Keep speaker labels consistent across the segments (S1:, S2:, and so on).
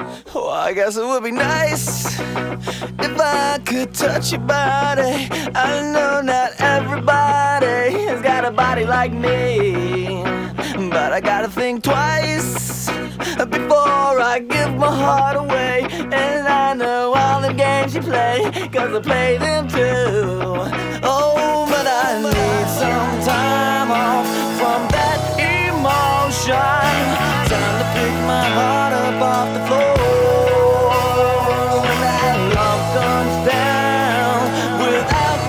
S1: I guess it would be nice if I could touch your body. I know not everybody has got a body like me, but I gotta think twice before I give my heart away. And I know all the games you play, cause I play them too. Oh, but I need some time off from that emotion. Time to pick my heart up off the floor. That love comes down without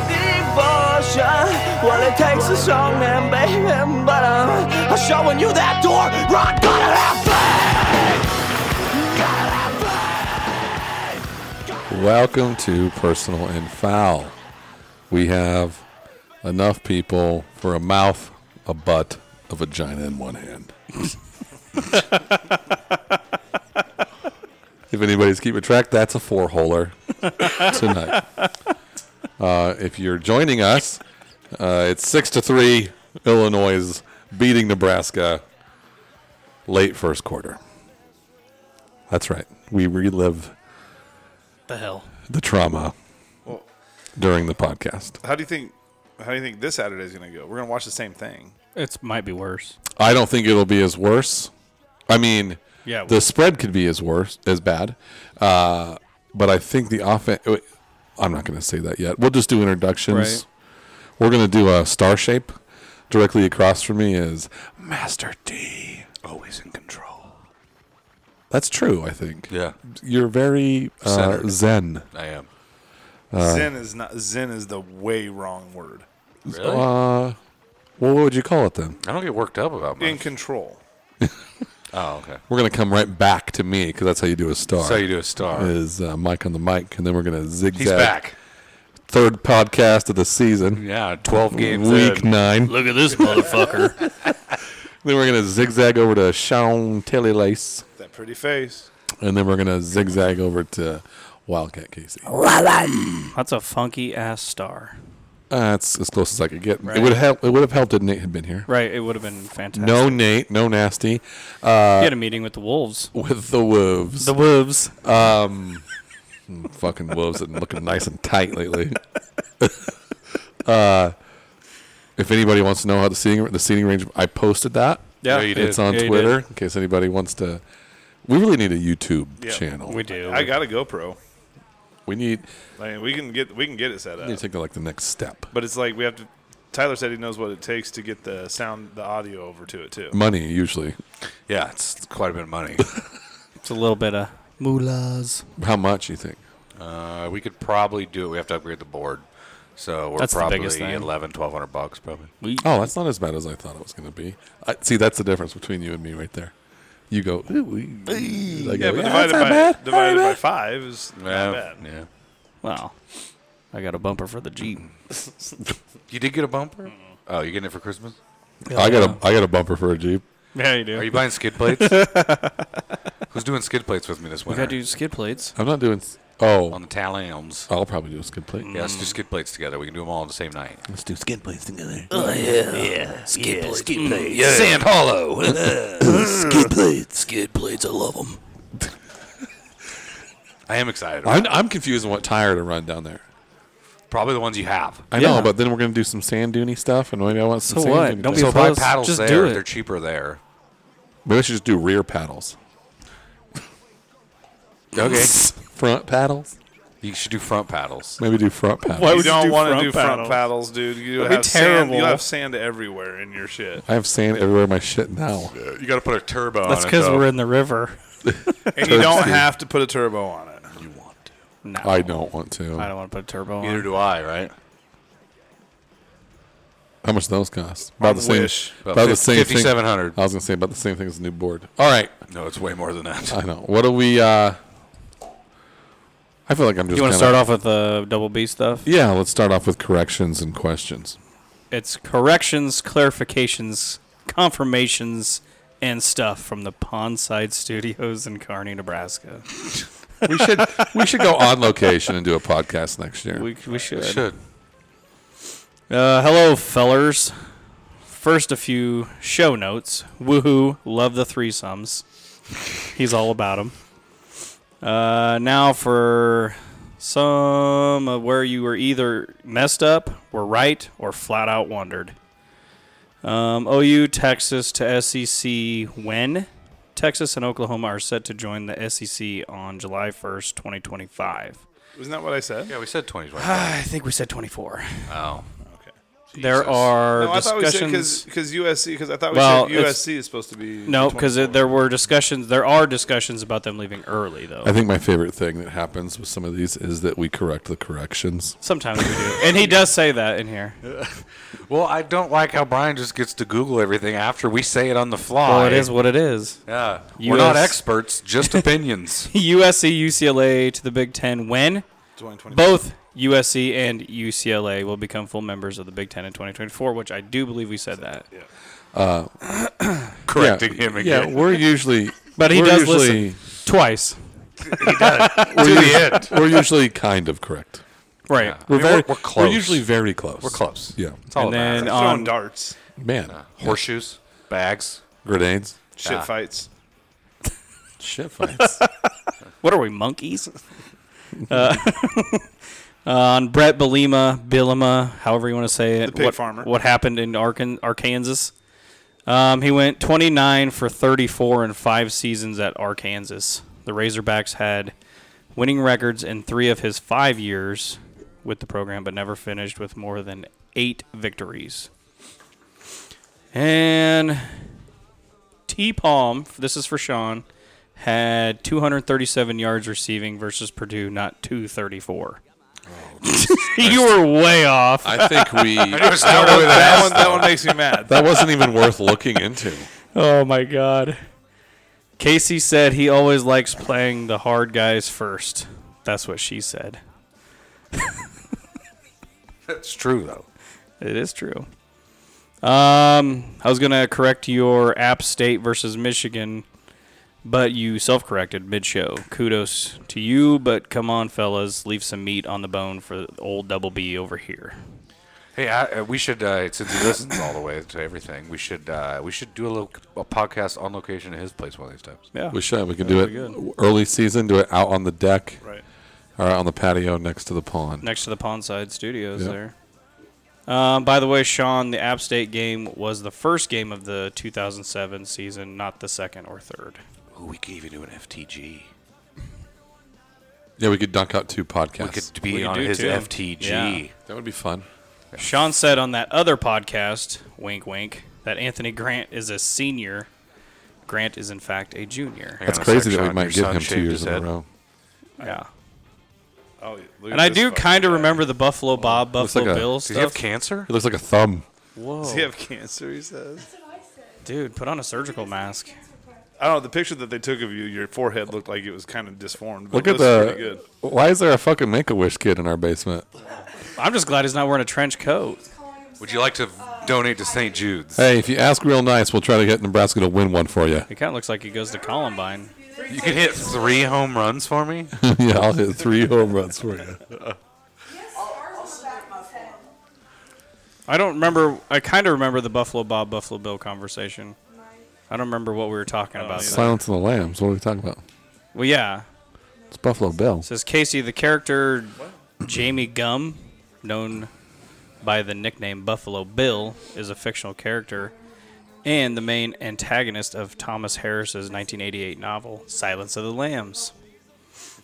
S1: devotion. Well, it takes a strong man, baby, but uh, I'm, I'm showing you that door. Rock, gotta have faith. Gotta have
S2: Welcome to Personal and Foul. We have enough people for a mouth, a butt, a vagina in one hand. if anybody's keeping track, that's a four holer tonight. Uh, if you're joining us, uh, it's six to three. Illinois is beating Nebraska late first quarter. That's right. We relive
S3: The hell.
S2: the trauma
S4: Well,
S2: during the podcast.
S4: how do you think? How do you think this Saturday is going to go? We're going to watch the same thing.
S3: It might be worse.
S2: I don't think it'll be as worse. I mean,
S3: Yeah.
S2: the spread could be as worse as bad, uh, but I think the offense. I'm not going to say that yet. We'll just do introductions.
S3: Right.
S2: We're going to do a star shape. Directly across from me is Master D.
S4: Always in control.
S2: That's true. I think.
S5: Yeah,
S2: You're very uh,
S5: Centered.
S2: zen.
S5: I am.
S4: Zen is not. Zen is the way wrong word.
S5: Really?
S2: Well, what would you call it then?
S5: I don't get worked up about
S4: In
S5: mine.
S4: control.
S5: Oh, okay.
S2: We're going to come right back to me because that's how you do a star.
S5: That's how you do a star.
S2: is uh, Mike on the mic, and then we're going to zigzag.
S5: He's back.
S2: Third podcast of the season.
S5: Yeah, twelve games.
S2: week
S5: in.
S2: nine.
S3: Look at this motherfucker.
S2: Then we're gonna zigzag over to Sean Tilly Lace,
S4: That pretty face.
S2: and then we're gonna zigzag over to Wildcat Casey.
S3: That's a funky ass star.
S2: That's as close as I could get. It
S3: Right.
S2: would help. It would have helped if Nate had been here.
S3: Right. It would have been fantastic.
S2: No Nate, no nasty
S3: You had a meeting with the wolves.
S2: with the wolves.
S3: wolves.
S2: fucking wolves and looking nice and tight lately. uh, if anybody wants to know how the seating the seating range, I posted that.
S3: Yeah.
S5: No, you did.
S2: It's on
S3: Yeah, you
S2: Twitter
S3: did.
S2: in case anybody wants to. We really need a YouTube
S4: Yeah.
S2: channel.
S3: We do.
S4: I got a GoPro.
S2: We need
S4: I mean, we can get we can get it set
S2: we need
S4: up.
S2: to take like the next step.
S4: But it's like we have to. Tyler said he knows what it takes to get the sound, the audio over to it too.
S2: Money usually.
S5: Yeah, it's quite a bit of money.
S3: It's a little bit of moolahs.
S2: How much you think?
S5: uh, we could probably do it. We have to upgrade the board, so we're
S3: That's the
S5: probably
S3: biggest thing.
S5: 11, 1200 bucks probably.
S3: We,
S2: Oh, that's not as bad as I thought it was going to be. I, see, that's the difference between you and me right there. You go, ooh, ooh, ooh." I go,
S4: Yeah,
S2: that's
S4: but divided
S2: not
S4: by
S2: bad,
S4: divided
S2: not
S4: by
S2: bad."
S4: five is not
S5: Yeah,
S4: bad.
S5: yeah.
S3: well, I got a bumper for the Jeep.
S5: You did get a bumper. Oh, you getting it for Christmas?
S2: I got a I got a bumper for a Jeep.
S3: Yeah, you do.
S5: Are you buying skid plates? Who's doing skid plates with me this
S3: we
S5: winter?
S3: got to do skid plates.
S2: I'm not doing. s- Oh,
S5: on the Talons.
S2: I'll probably do a skid plate.
S5: Yeah, let's do skid plates together. We can do them all on the same night.
S2: Let's do skid plates together.
S3: Skid plates.
S5: Sand Hollow.
S3: Skid plates. Skid plates. I love them.
S5: I am excited.
S2: I'm I'm confused on what tire to run down there.
S5: Probably the ones you have.
S2: I
S3: Yeah.
S2: know, but then we're gonna do some sand dune stuff, and maybe I want some.
S3: So
S2: sand
S3: what?
S2: dune
S3: Don't be
S2: thing.
S5: So buy
S3: Plus,
S5: paddles
S3: just
S5: there.
S3: do it.
S5: They're cheaper there.
S2: Maybe I should just do rear paddles,
S5: Okay.
S2: front paddles.
S5: you should do front paddles.
S2: Maybe do front paddles.
S3: Why
S4: you
S3: would you
S4: don't
S3: do
S4: want to
S3: front
S4: do front
S3: paddles?
S4: paddles, dude. You
S3: That'd be
S4: have sand. You
S3: terrible.
S4: have sand everywhere in your shit.
S2: I have sand everywhere in my shit now.
S5: You got to put a turbo
S3: That's because we're in the river.
S4: And you don't
S2: Thirsty.
S4: have to put a turbo on it.
S5: You want to.
S3: No,
S2: I don't want to.
S3: I don't want to put a turbo
S5: Neither
S3: on.
S5: do I, right?
S2: How much those cost? About the same.
S4: Wish.
S2: About
S5: About
S2: the same thing.
S5: 5,700.
S2: I was gonna say about the same thing as the new board. All right,
S5: No, it's way more than that.
S2: I know. What do we? uh I feel like I'm just.
S3: You
S2: kinda-
S3: want to start off with the double B stuff?
S2: Yeah, let's start off with corrections and questions.
S3: It's corrections, clarifications, confirmations, and stuff from the Pondside Studios in Kearney, Nebraska.
S2: We should we should go on location and do a podcast next year.
S3: We, we should.
S5: Should.
S3: Uh, hello, fellers. First, a few show notes. Woohoo! Love the threesomes. He's all about them. Uh, now for some of where you were either messed up, were right, or flat out wondered. Um, OU, Texas to SEC when? Texas and Oklahoma are set to join the SEC on July 1st, 2025.
S4: Isn't that what I said?
S5: Yeah, we said 2020.
S3: I think we said 24.
S5: oh.
S3: There
S5: Jesus.
S3: are
S4: No, I thought we said
S3: discussions.
S4: because USC because I thought we
S3: Well,
S4: said
S3: it's-
S4: USC is supposed to be
S3: no, because
S4: 24.
S3: there were discussions. There are discussions about them leaving early, though.
S2: I think my favorite thing that happens with some of these is that we correct the corrections.
S3: Sometimes we do, and he does say that in here.
S5: Well, I don't like how Brian just gets to Google everything after we say it on the fly.
S3: Well, it is what it is.
S5: Yeah. We're not
S3: US.
S5: experts, just opinions.
S3: USC UCLA to the Big Ten when
S4: 2020.
S3: both USC and UCLA will become full members of the Big Ten in 2024, which I do believe we said that.
S5: Correcting
S2: yeah,
S5: him
S2: Yeah,
S5: again.
S2: we're usually,
S3: But he
S2: we're
S3: does
S2: usually,
S3: Twice.
S5: to the end.
S2: We're usually kind of correct.
S3: Right.
S2: We're
S5: I mean,
S2: very,
S5: we're- we're close.
S2: We're usually very close.
S5: We're close.
S2: Yeah,
S5: That's all
S3: And
S5: that matters.
S3: then
S4: They're throwing
S3: on-
S4: darts,
S2: man,
S5: Horseshoes, bags.
S2: grenades,
S4: shit
S5: Yeah.
S4: fights.
S2: shit fights.
S3: What are we, monkeys? Uh, on Brett Belima, Bilima, however you want to say it.
S4: The pig
S3: what,
S4: farmer.
S3: What happened in Arkan- Arkansas. Um, he went 29 for 34 in five seasons at Arkansas. The Razorbacks had winning records in three of his five years with the program, but never finished with more than eight victories. And T Palm, this is for Sean, had 237 yards receiving versus Purdue, not 234. you were way off.
S2: I think we.
S4: That one, that one, that one makes me mad.
S2: That wasn't even worth looking into.
S3: Oh my god. Casey said he always likes playing the hard guys first. That's what she said.
S5: That's true, though.
S3: It is true. Um, I was gonna correct your App State versus Michigan, but you self-corrected mid-show. Kudos to you, but come on, fellas, leave some meat on the bone for old Double B over here.
S5: Hey, I, uh, we should uh, since he listens all the way to everything, we should uh, we should do a little a podcast on location at his place one of these times.
S3: Yeah,
S2: We should. We can do it early season. Do it out on the deck
S4: Right.
S2: or out on the patio next to the pond.
S3: next to the Pondside Studios
S2: Yeah.
S3: there. Um, by the way, Sean, the App State game was the first game of the 2007 season, not the second or third.
S5: Ooh, we could even do an FTG.
S2: Yeah, we could dunk out two
S5: We
S2: podcasts.
S5: could be
S3: We could
S5: on
S3: do
S5: his
S3: two.
S5: FTG.
S3: Yeah.
S2: That would be fun.
S3: Sean said on that other podcast, wink, wink, that Anthony Grant is a senior. Grant is in fact a junior.
S5: Hang
S2: That's
S5: on a
S2: crazy that
S5: sec,
S2: we
S5: Sean, your
S2: might give
S5: son
S2: him two
S5: shaved
S2: years
S5: his
S2: in a
S5: head.
S2: row.
S3: Yeah,
S4: Oh, look at
S3: and I
S4: this
S3: do
S4: fucking
S3: kind of
S4: guy.
S3: remember the Buffalo Bob,
S2: looks
S3: Buffalo
S2: like a-
S3: Bills
S5: Does he have
S3: stuff.
S5: cancer?
S2: He looks like a thumb.
S4: Does he have cancer? He says.
S3: Dude, put on a surgical mask.
S4: I don't know. The picture that they took of you, your forehead looked like it was kind of disformed. But
S2: Look at
S4: it looks pretty
S2: the.
S4: Good.
S2: Why is there a fucking Make a Wish kid in our basement?
S3: I'm just glad he's not wearing a trench coat.
S5: Would you like to donate to St. Jude's?
S2: Hey, if you ask real nice, we'll try to get Nebraska to win one for you.
S3: He kind of looks like he goes to Columbine.
S5: You could hit three home runs for me.
S2: yeah, I'll hit three home runs for you.
S3: I don't remember. I kind of remember the Buffalo Bob Buffalo Bill conversation. I don't remember what we were talking about.
S4: yeah.
S3: though.
S2: Silence of the Lambs. What are we talking about?
S3: Well, yeah.
S2: It's Buffalo Bill.
S3: Says Casey, the character Jamie Gum, known by the nickname Buffalo Bill, is a fictional character and the main antagonist of Thomas Harris's 1988 novel Silence of the Lambs.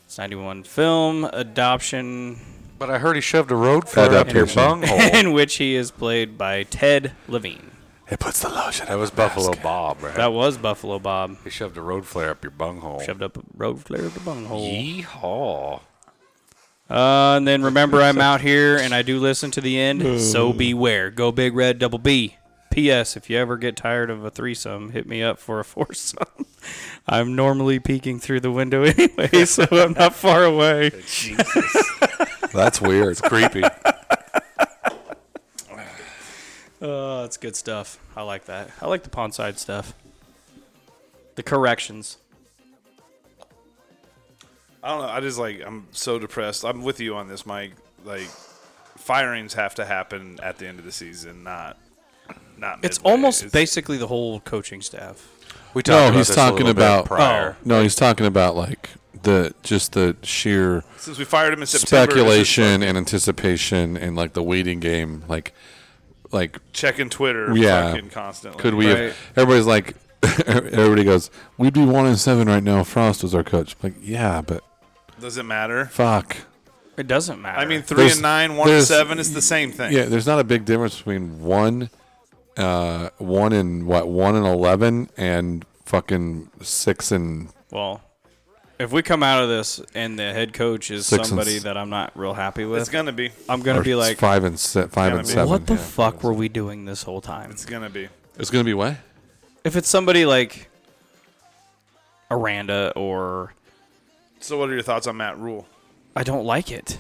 S3: It's 91 film adoption
S5: But I heard he shoved a road fur up your
S2: Adaptation.
S5: bunghole.
S3: in which he is played by Ted Levine.
S2: It puts the lotion.
S5: That was Buffalo Bob, right?
S3: That was Buffalo Bob.
S5: he shoved a road flare up your bunghole.
S3: Shoved up a road flare of the bunghole.
S5: Yeehaw!
S3: Uh, and then remember, I'm out here and I do listen to the end. So beware. Go big red, double B. P.S. If you ever get tired of a threesome, hit me up for a foursome. I'm normally peeking through the window anyway, so I'm not far away.
S2: That's weird.
S5: Creepy.
S3: Oh, that's good stuff. I like that. I like the pond side stuff. The corrections.
S4: I don't know. I just like I'm so depressed. I'm with you on this, Mike. Like firings have to happen at the end of the season, not not.
S3: It's
S4: midway.
S3: almost
S4: It's-
S3: basically the whole coaching staff.
S5: We talked
S2: No,
S5: about
S2: he's
S5: this a
S2: talking
S5: little bit
S2: about-
S5: prior.
S2: No, he's talking about like the just the sheer
S4: Since we fired him in September, it's just
S2: speculation and anticipation and like the waiting game, like like
S4: checking Twitter,
S2: Yeah.
S4: fucking constantly.
S2: could we
S3: Right.
S2: have everybody's like everybody goes, We'd be one and seven right now if Frost was our coach. Like, yeah, but
S4: Does it matter?
S2: fuck.
S3: It doesn't matter.
S4: I mean, three
S2: There's-
S4: and nine, one and
S2: there's-
S4: seven is the same thing.
S2: Yeah, there's not a big difference between one, uh, one and what one and eleven and fucking six and
S3: well, if we come out of this and the head coach is
S2: Six and
S3: somebody
S2: s-
S3: that I'm not real happy with,
S4: It's gonna be.
S3: I'm gonna
S2: or
S3: be like,
S2: five and se- five
S4: Gotta
S2: and
S4: be.
S2: seven.
S3: what the
S2: yeah.
S3: fuck were we doing this whole time?
S4: It's gonna be.
S2: It's gonna be what?
S3: If it's somebody like Aranda or
S4: So, what are your thoughts on Matt Rule?
S3: I don't like it.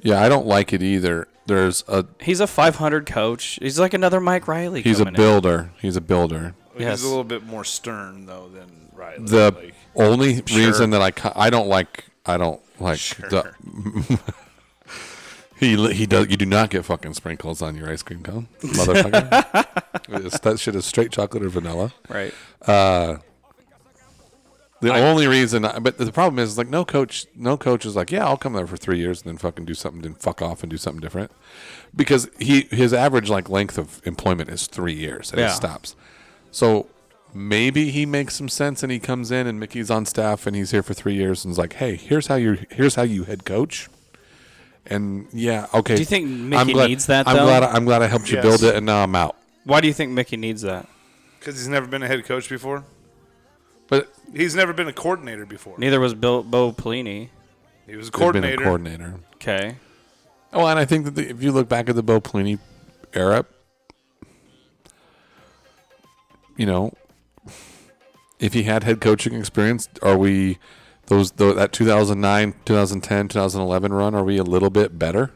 S2: Yeah, I don't like it either. There's a
S3: He's a 500 coach. He's like another Mike Riley.
S2: he's a
S3: coming in.
S2: builder. He's a builder.
S3: Yes.
S4: He's a little bit more stern though than Riley.
S2: The
S4: like,
S2: only reason that I ca- I don't like I don't like the,
S4: Sure.
S2: he he does you do not get fucking sprinkles on your ice cream cone, motherfucker. It's- that shit is straight chocolate or vanilla.
S3: Right.
S2: The only reason, I, but the problem is, like, no coach, no coach is like, yeah, I'll come there for three years and then fucking do something, then fuck off and do something different, because he his average like length of employment is three years and
S3: Yeah.
S2: it stops. So maybe he makes some sense and he comes in and Mickey's on staff and he's here for three years and is like, hey, here's how you here's how you head coach. And yeah, okay.
S3: Do you think Mickey
S2: I'm glad,
S3: needs that,
S2: I'm
S3: though?
S2: glad I, am glad I helped you
S4: Yes.
S2: build it and now I'm out.
S3: Why do you think Mickey needs that?
S4: Because he's never been a head coach before.
S2: But
S4: He's never been a coordinator before.
S3: Neither was Bill Bo Pelini.
S4: He was
S2: they've been a
S4: a coordinator.
S2: coordinator.
S3: Okay.
S2: Oh, and I think that the, if you look back at the Bo Pelini era, you know, if he had head coaching experience, are we those tho- that 2009, 2010, 2011 run? Are we a little bit better?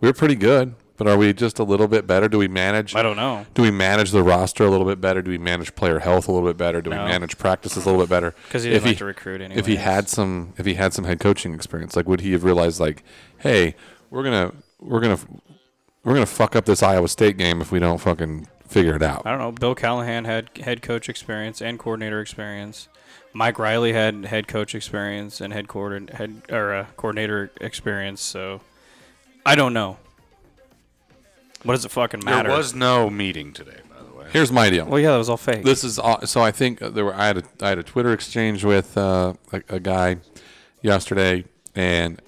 S2: We were pretty good, but are we just a little bit better? Do we manage?
S3: I don't know.
S2: Do we manage the roster a little bit better? Do we manage player health a little bit better? Do
S3: No.
S2: we manage practices a little bit better?
S3: 'Cause he didn't like to recruit
S2: If he
S3: anyways.
S2: had some, if he had some head coaching experience, like would he have realized, like, hey, we're gonna, we're gonna, we're gonna fuck up this Iowa State game if we don't fucking figure it out?
S3: I don't know. Bill Callahan had head coach experience and coordinator experience. Mike Riley had head coach experience and head coordin- head or uh, coordinator experience. So I don't know. What does it fucking
S5: There
S3: matter?
S5: was no meeting today, by the way.
S2: Here's my deal.
S3: well, yeah, that was all fake.
S2: This is all, so. I think uh, there were. I had a I had a Twitter exchange with uh, a, a guy yesterday, and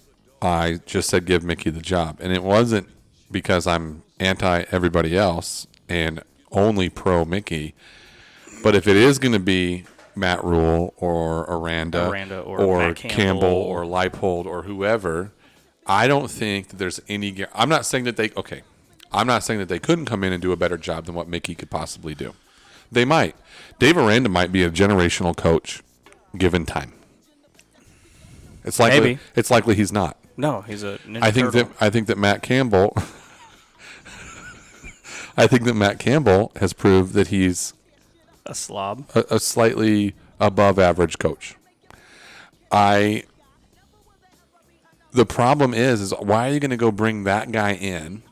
S2: I just said give Mickey the job, and it wasn't because I'm anti everybody else and only pro Mickey, but if it is going to be Matt Rule or Aranda,
S3: Aranda or Matt Campbell.
S2: or Leipold or whoever, I don't think that there's any. guar- I'm not saying that they okay. I'm not saying that they couldn't come in and do a better job than what Mickey could possibly do. They might. Dave Aranda might be a generational coach, given time. It's likely.
S3: Maybe.
S2: It's likely he's not.
S3: no, he's a. Ninja
S2: I think that
S3: Turtle.
S2: I think that Matt Campbell. I think that Matt Campbell has proved that he's
S3: a slob.
S2: a, a slightly above average coach. I the problem is is why are you going to go bring that guy in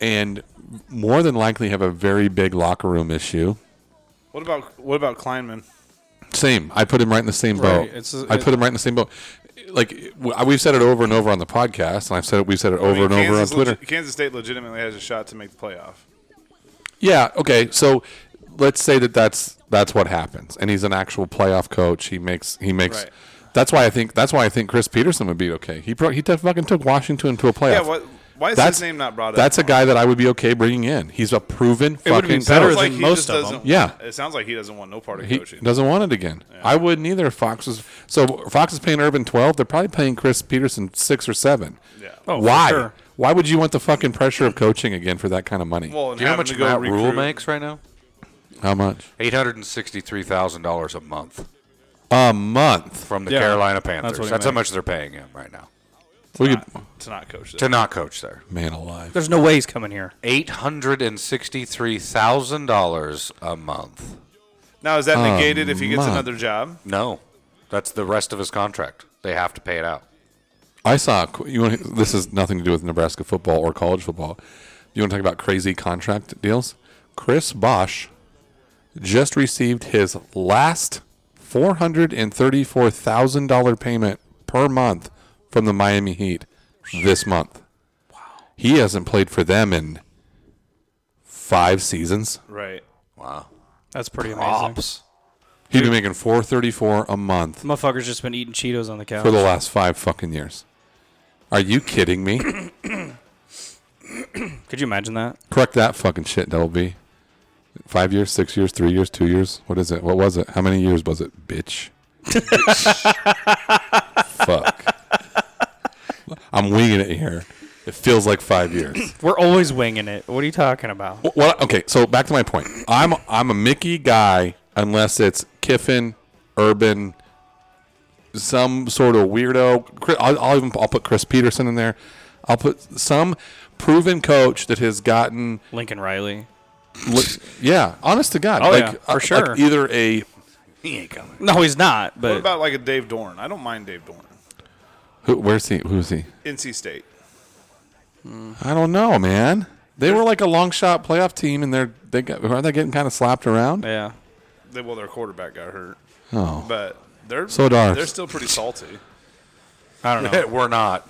S2: and more than likely have a very big locker room issue.
S4: What about what about Kleinman?
S2: Same. I put him right in the same boat.
S3: Right. It's a-
S2: I put him right in the same boat. Like w- we've said it over and over on the podcast, and I've said it, we've said it over
S4: I mean,
S2: and over
S4: Kansas
S2: on Twitter.
S4: legi- Kansas State legitimately has a shot to make the playoff.
S2: Yeah. Okay. So let's say that that's that's what happens, and he's an actual playoff coach. He makes he makes.
S4: Right.
S2: That's why I think that's why I think Chris Peterson would be okay. He pro- he took fucking took Washington to a playoff.
S4: Yeah. What? Why is
S2: That's-
S4: his name not brought up?
S2: That's a guy that I would be okay bringing in. He's a proven fucking
S3: would be better
S2: coach.
S4: Sounds
S3: than
S4: he
S3: most
S4: just
S3: of
S4: doesn't-
S2: them. Yeah.
S4: It sounds like he doesn't want no part of
S2: He
S4: coaching.
S2: doesn't want it again. I wouldn't either. if Fox is so Fox is paying Urban twelve. They're probably paying Chris Peterson six or seven.
S4: Yeah.
S3: Oh, for
S2: Why?
S3: sure.
S2: Why would you want the fucking pressure of coaching again for that kind of money?
S4: Well, and
S5: Do you know how
S4: having
S5: much
S4: to go
S5: Matt Rule
S4: recruit-
S5: makes right now?
S2: How much
S5: Eight hundred and sixty-three thousand dollars a month
S2: a month?
S5: from the
S3: Yeah,
S5: Carolina
S3: that's what
S5: Panthers. That's,
S3: he
S5: how
S3: makes.
S5: much they're paying him right now
S2: We could
S4: to not coach
S5: to
S4: there.
S5: not coach there.
S2: man alive.
S3: There's no way he's coming here.
S5: Eight hundred and sixty-three thousand dollars a month.
S4: Now is that negated if he gets
S2: my.
S4: another job?
S5: No, that's the rest of his contract. They have to pay it out.
S2: I saw. a qu- You want this is nothing to do with Nebraska football or college football. You want to talk about crazy contract deals? Chris Bosch just received his last $434,000 payment per month from the Miami Heat this month. He hasn't played for them in five seasons.
S4: Right.
S5: Wow.
S3: That's pretty amazing.
S5: Ops.
S2: He'd been making 434 a month
S3: Motherfucker's just been eating Cheetos on the couch.
S2: for the last five fucking years. Are you kidding me?
S3: Could you imagine that?
S2: Correct that fucking shit, Double B. Five years, six years, three years, two years. What is it? What was it? How many years was it, bitch? Fuck. I'm winging it here. It feels like five years.
S3: We're always winging it. What are you talking about?
S2: Wh- What? Okay, so back to my point. I'm I'm a Mickey guy unless it's Kiffin, Urban, some sort of weirdo. Chri- I'll, I'll even I'll put Chris Peterson in there. I'll put some proven coach that has gotten
S3: Lincoln Riley.
S2: Look, yeah, honest to God.
S3: Oh,
S2: like,
S3: yeah,
S2: uh,
S3: for
S2: like
S3: sure.
S2: either a
S5: He ain't coming.
S3: No, he's not. But
S4: What about like a Dave Dorn? I don't mind Dave Dorn.
S2: who, where's he? Who's he?
S4: NC State.
S2: I don't know, man. They were like a long shot playoff team, and they're they got, aren't they getting kind of slapped around?
S3: yeah,
S4: They, well, their quarterback got hurt,
S2: Oh,
S4: but they're
S2: So did ours.
S4: They're still pretty salty.
S3: I don't know.
S5: We're not.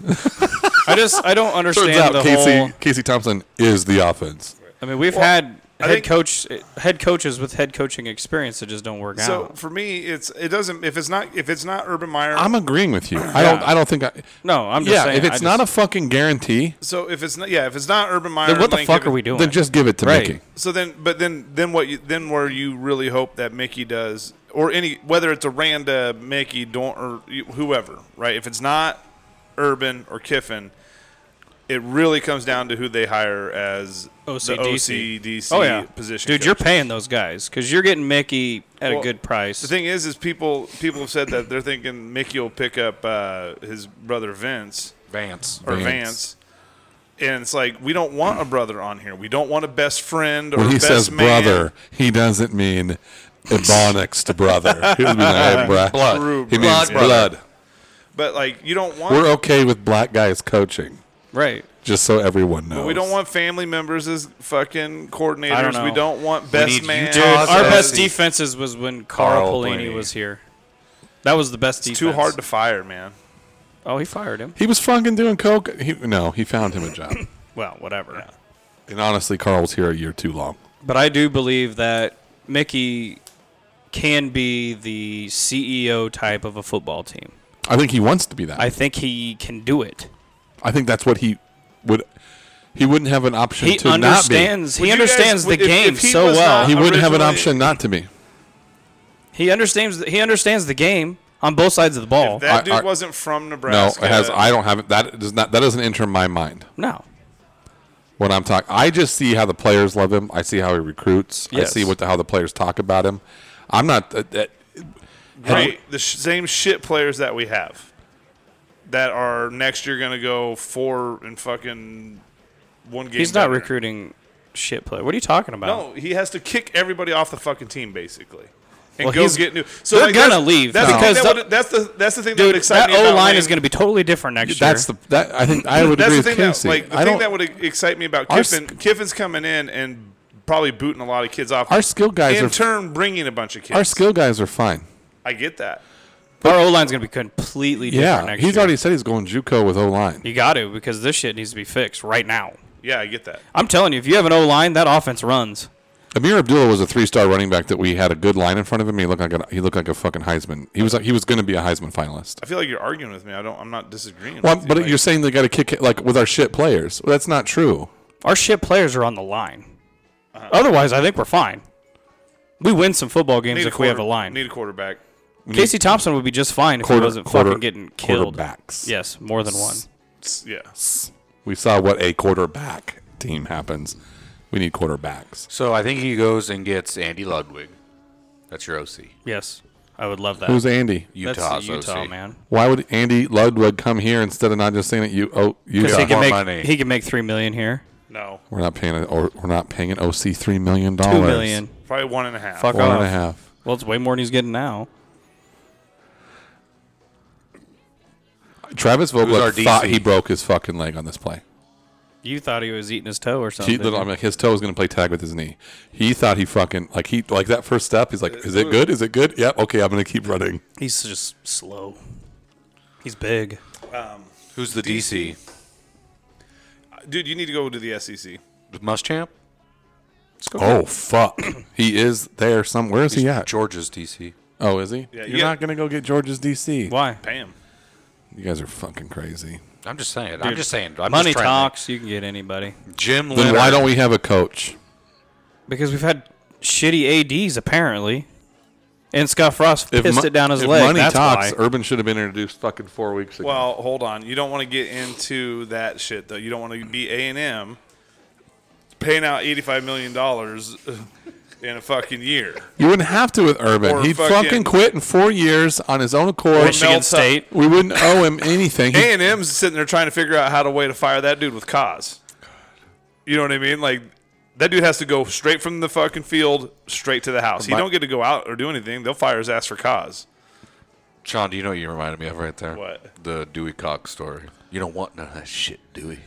S3: I just I don't understand
S2: turns out
S3: the
S2: Casey
S3: whole.
S2: Casey Thompson is the offense.
S3: I mean, we've had
S4: I
S3: head
S4: think-
S3: coach head coaches with head coaching experience that just don't work
S4: So
S3: out.
S4: for me, it's it doesn't if it's not if it's not Urban Meyer.
S2: I'm agreeing with you. I don't. I don't think. I,
S3: No, I'm just
S2: yeah,
S3: saying.
S2: if
S3: I
S2: it's not a
S3: just-
S2: fucking guarantee,
S4: so if it's not yeah if it's not Urban Meyer,
S3: then what the
S4: Lane
S3: fuck
S4: Kiffin-
S3: are we doing?
S2: then just give it to
S3: Right.
S2: Mickey.
S4: So then, but then, then what? You, then where you really hope that Mickey does, or any whether it's Aranda, Mickey, Dorn, or you- whoever, right? If it's not Urban or Kiffin, it really comes down to who they hire as the
S3: OCDC.
S4: OCDC
S3: oh yeah,
S4: position.
S3: dude.
S4: coach.
S3: You're paying those guys because you're getting Mickey at a
S4: Well,
S3: good price.
S4: The thing is, is people people have said that they're thinking Mickey will pick up uh, his brother Vince
S5: Vance.
S4: or
S2: Vance.
S4: Vance. And it's like we don't want a brother on here. We don't want a best friend or
S2: When he
S4: best
S2: says
S4: man.
S2: brother, he doesn't mean ebonics to brother. He doesn't mean, "Hey, bruh."
S5: Blood.
S2: He means
S4: brother.
S2: blood.
S4: But like you don't want
S2: We're okay with black guys coaching,
S3: right.
S2: just so everyone knows.
S4: But we don't want family members as fucking coordinators.
S3: I don't know.
S4: We don't want best
S5: need
S4: man.
S5: Utah Dude,
S3: Our
S5: Awesome.
S3: best defenses was when Carl,
S5: Carl
S3: Pelini
S5: Pelini.
S3: was here. That was the best
S4: It's
S3: defense.
S4: too hard to fire, man.
S3: Oh, he fired him.
S2: He was fucking doing coke. He, no, he found him a job.
S3: Well, whatever.
S2: and honestly, Carl was here a year too long.
S3: But I do believe that Mickey can be the CEO type of a football team.
S2: I think he wants to be that.
S3: I
S2: I,
S3: think he can do it.
S2: think that's what he would. He wouldn't have an option
S3: He
S2: to not
S3: understands.
S4: Would
S3: He
S4: you
S3: understands
S4: guys-
S3: the
S4: if-
S3: game
S4: if he
S3: so
S4: was
S3: well.
S2: be. He
S4: not-
S2: wouldn't have an
S4: Originally-
S2: option not to be.
S3: he understands. He understands the game on both sides of the ball.
S4: If that
S2: I-
S4: dude
S2: I-
S4: wasn't from
S2: No,
S4: Nebraska.
S2: it has. I don't have it. That does not. That doesn't enter my mind
S3: no,
S2: when I'm talking. I just see how the players love him. I see how he recruits.
S3: Yes.
S2: I see what the, how the players talk about him. I'm not. Uh, uh,
S4: Right, the sh- same shit players that we have that are next year gonna go four and fucking one game.
S3: he's not
S4: better.
S3: recruiting shit play. What are you talking about?
S4: No, he has to kick everybody off the fucking team basically. And
S3: Well,
S4: go
S3: he's-
S4: get new. So
S3: they're
S4: like,
S3: gonna
S4: that's-
S3: leave,
S4: That's the,
S3: though.
S4: thing
S3: Because
S4: that
S3: the-
S4: would, that's the that's the thing that would
S3: Dude,
S4: excite
S3: that
S4: me about
S3: O line
S4: Lane.
S3: is going to be totally different next year.
S2: that's the that I think I would
S4: That's
S2: agree
S4: the
S2: with
S4: thing
S2: Casey.
S4: that like the
S2: I
S4: thing
S2: don't.
S4: that would excite me about
S2: Our
S4: Kiffin. Kiffin's coming in and probably booting a lot of kids off.
S2: Our skill guys
S4: in
S2: are-
S4: turn bringing a bunch of kids.
S2: our skill guys are fine.
S4: I get that.
S3: Our O line's going to be completely different
S2: Yeah,
S3: next
S2: he's
S3: year.
S2: already said he's going JUCO with O line.
S3: You got to because this shit needs to be fixed right now.
S4: Yeah, I get that.
S3: I'm telling you, if you have an O line, that offense runs.
S2: Amir Abdullah was a three-star running back that we had a good line in front of him. He looked like a, he looked like a fucking Heisman. He was like, he was going to be a Heisman finalist.
S4: I feel like you're arguing with me. I don't. I'm not disagreeing.
S2: Well,
S4: with you.
S2: but
S4: Like,
S2: you're saying they got to kick it like with our shit players. Well, that's not true.
S3: Our shit players are on the line.
S4: Uh-huh.
S3: Otherwise, I think we're fine. We win some football games
S4: need
S3: if we have a
S4: quarter-
S3: line.
S4: Need a quarterback.
S3: Casey Thompson would be just fine if he
S2: Quarter,
S3: wasn't
S2: quarter,
S3: fucking getting killed.
S2: Quarterbacks.
S3: Yes, more than one.
S4: S- Yeah.
S2: We saw what a quarterback team happens. We need quarterbacks.
S5: So I think he goes and gets Andy Ludwig. That's your OC.
S3: Yes, I would love that.
S2: Who's Andy?
S3: That's
S5: Utah's
S3: Utah
S5: OC.
S3: man.
S2: Why would Andy Ludwig come here instead of not just saying it? You oh you
S3: Because he
S5: more
S3: can make
S5: money.
S3: he can make three million here,
S4: No.
S2: we're not paying a, or we're not paying an OC three million dollars.
S3: two million.
S4: Probably one and a half.
S3: Fuck
S2: One
S3: off.
S2: and a half.
S3: Well, it's way more than he's getting now.
S2: Travis
S5: our
S2: Vogel
S5: DC?
S2: thought he broke his fucking leg on this play.
S3: You thought he was eating his toe or
S2: He,
S3: something.
S2: I mean, his toe was going to play tag with his knee. He thought he fucking like he like that first step. He's like, "Is it good? Is it good? Yeah, okay, I'm going to keep running."
S3: He's just slow. He's big.
S5: Who's the DC?
S4: Dude, you need to go to the E SEC.
S5: Muschamp?
S2: Oh fuck, he is there some. Where is he at?
S5: George's DC.
S2: Oh, is he?
S4: Yeah,
S2: You're
S4: yeah.
S2: not going to go get George's DC.
S3: Why?
S4: Pam.
S2: You guys are fucking crazy.
S5: I'm just saying. I'm just saying. I'm
S3: Money
S5: just trying to-
S3: talks. You can get anybody.
S5: Jim
S2: Then
S5: Leonard.
S2: why don't we have a coach?
S3: Because we've had shitty ADs apparently, and Scott Frost pissed
S2: mo-
S3: it down his
S2: if
S3: leg.
S2: money
S3: That's
S2: talks,
S3: why.
S2: Urban should have been introduced fucking four weeks ago.
S4: Well, hold on. You don't want to get into that shit though. You don't want to be A and M paying out eighty five million dollars in a fucking year.
S2: you wouldn't have to with Urban.
S4: Or
S2: He'd fucking,
S4: fucking-
S2: quit in four years on his own accord.
S4: Michigan
S3: Michigan
S4: Mel-
S3: State.
S2: we wouldn't owe him anything. He-
S4: A and M's sitting there trying to figure out how to way to fire that dude with cause. You know what I mean? Like that dude has to go straight from the fucking field straight to the house. He
S2: My-
S4: don't get to go out or do anything. They'll fire his ass for cause.
S5: Sean, do you know what you reminded me of right there?
S4: What?
S5: The Dewey Cox story. You don't want none of that shit, Dewey.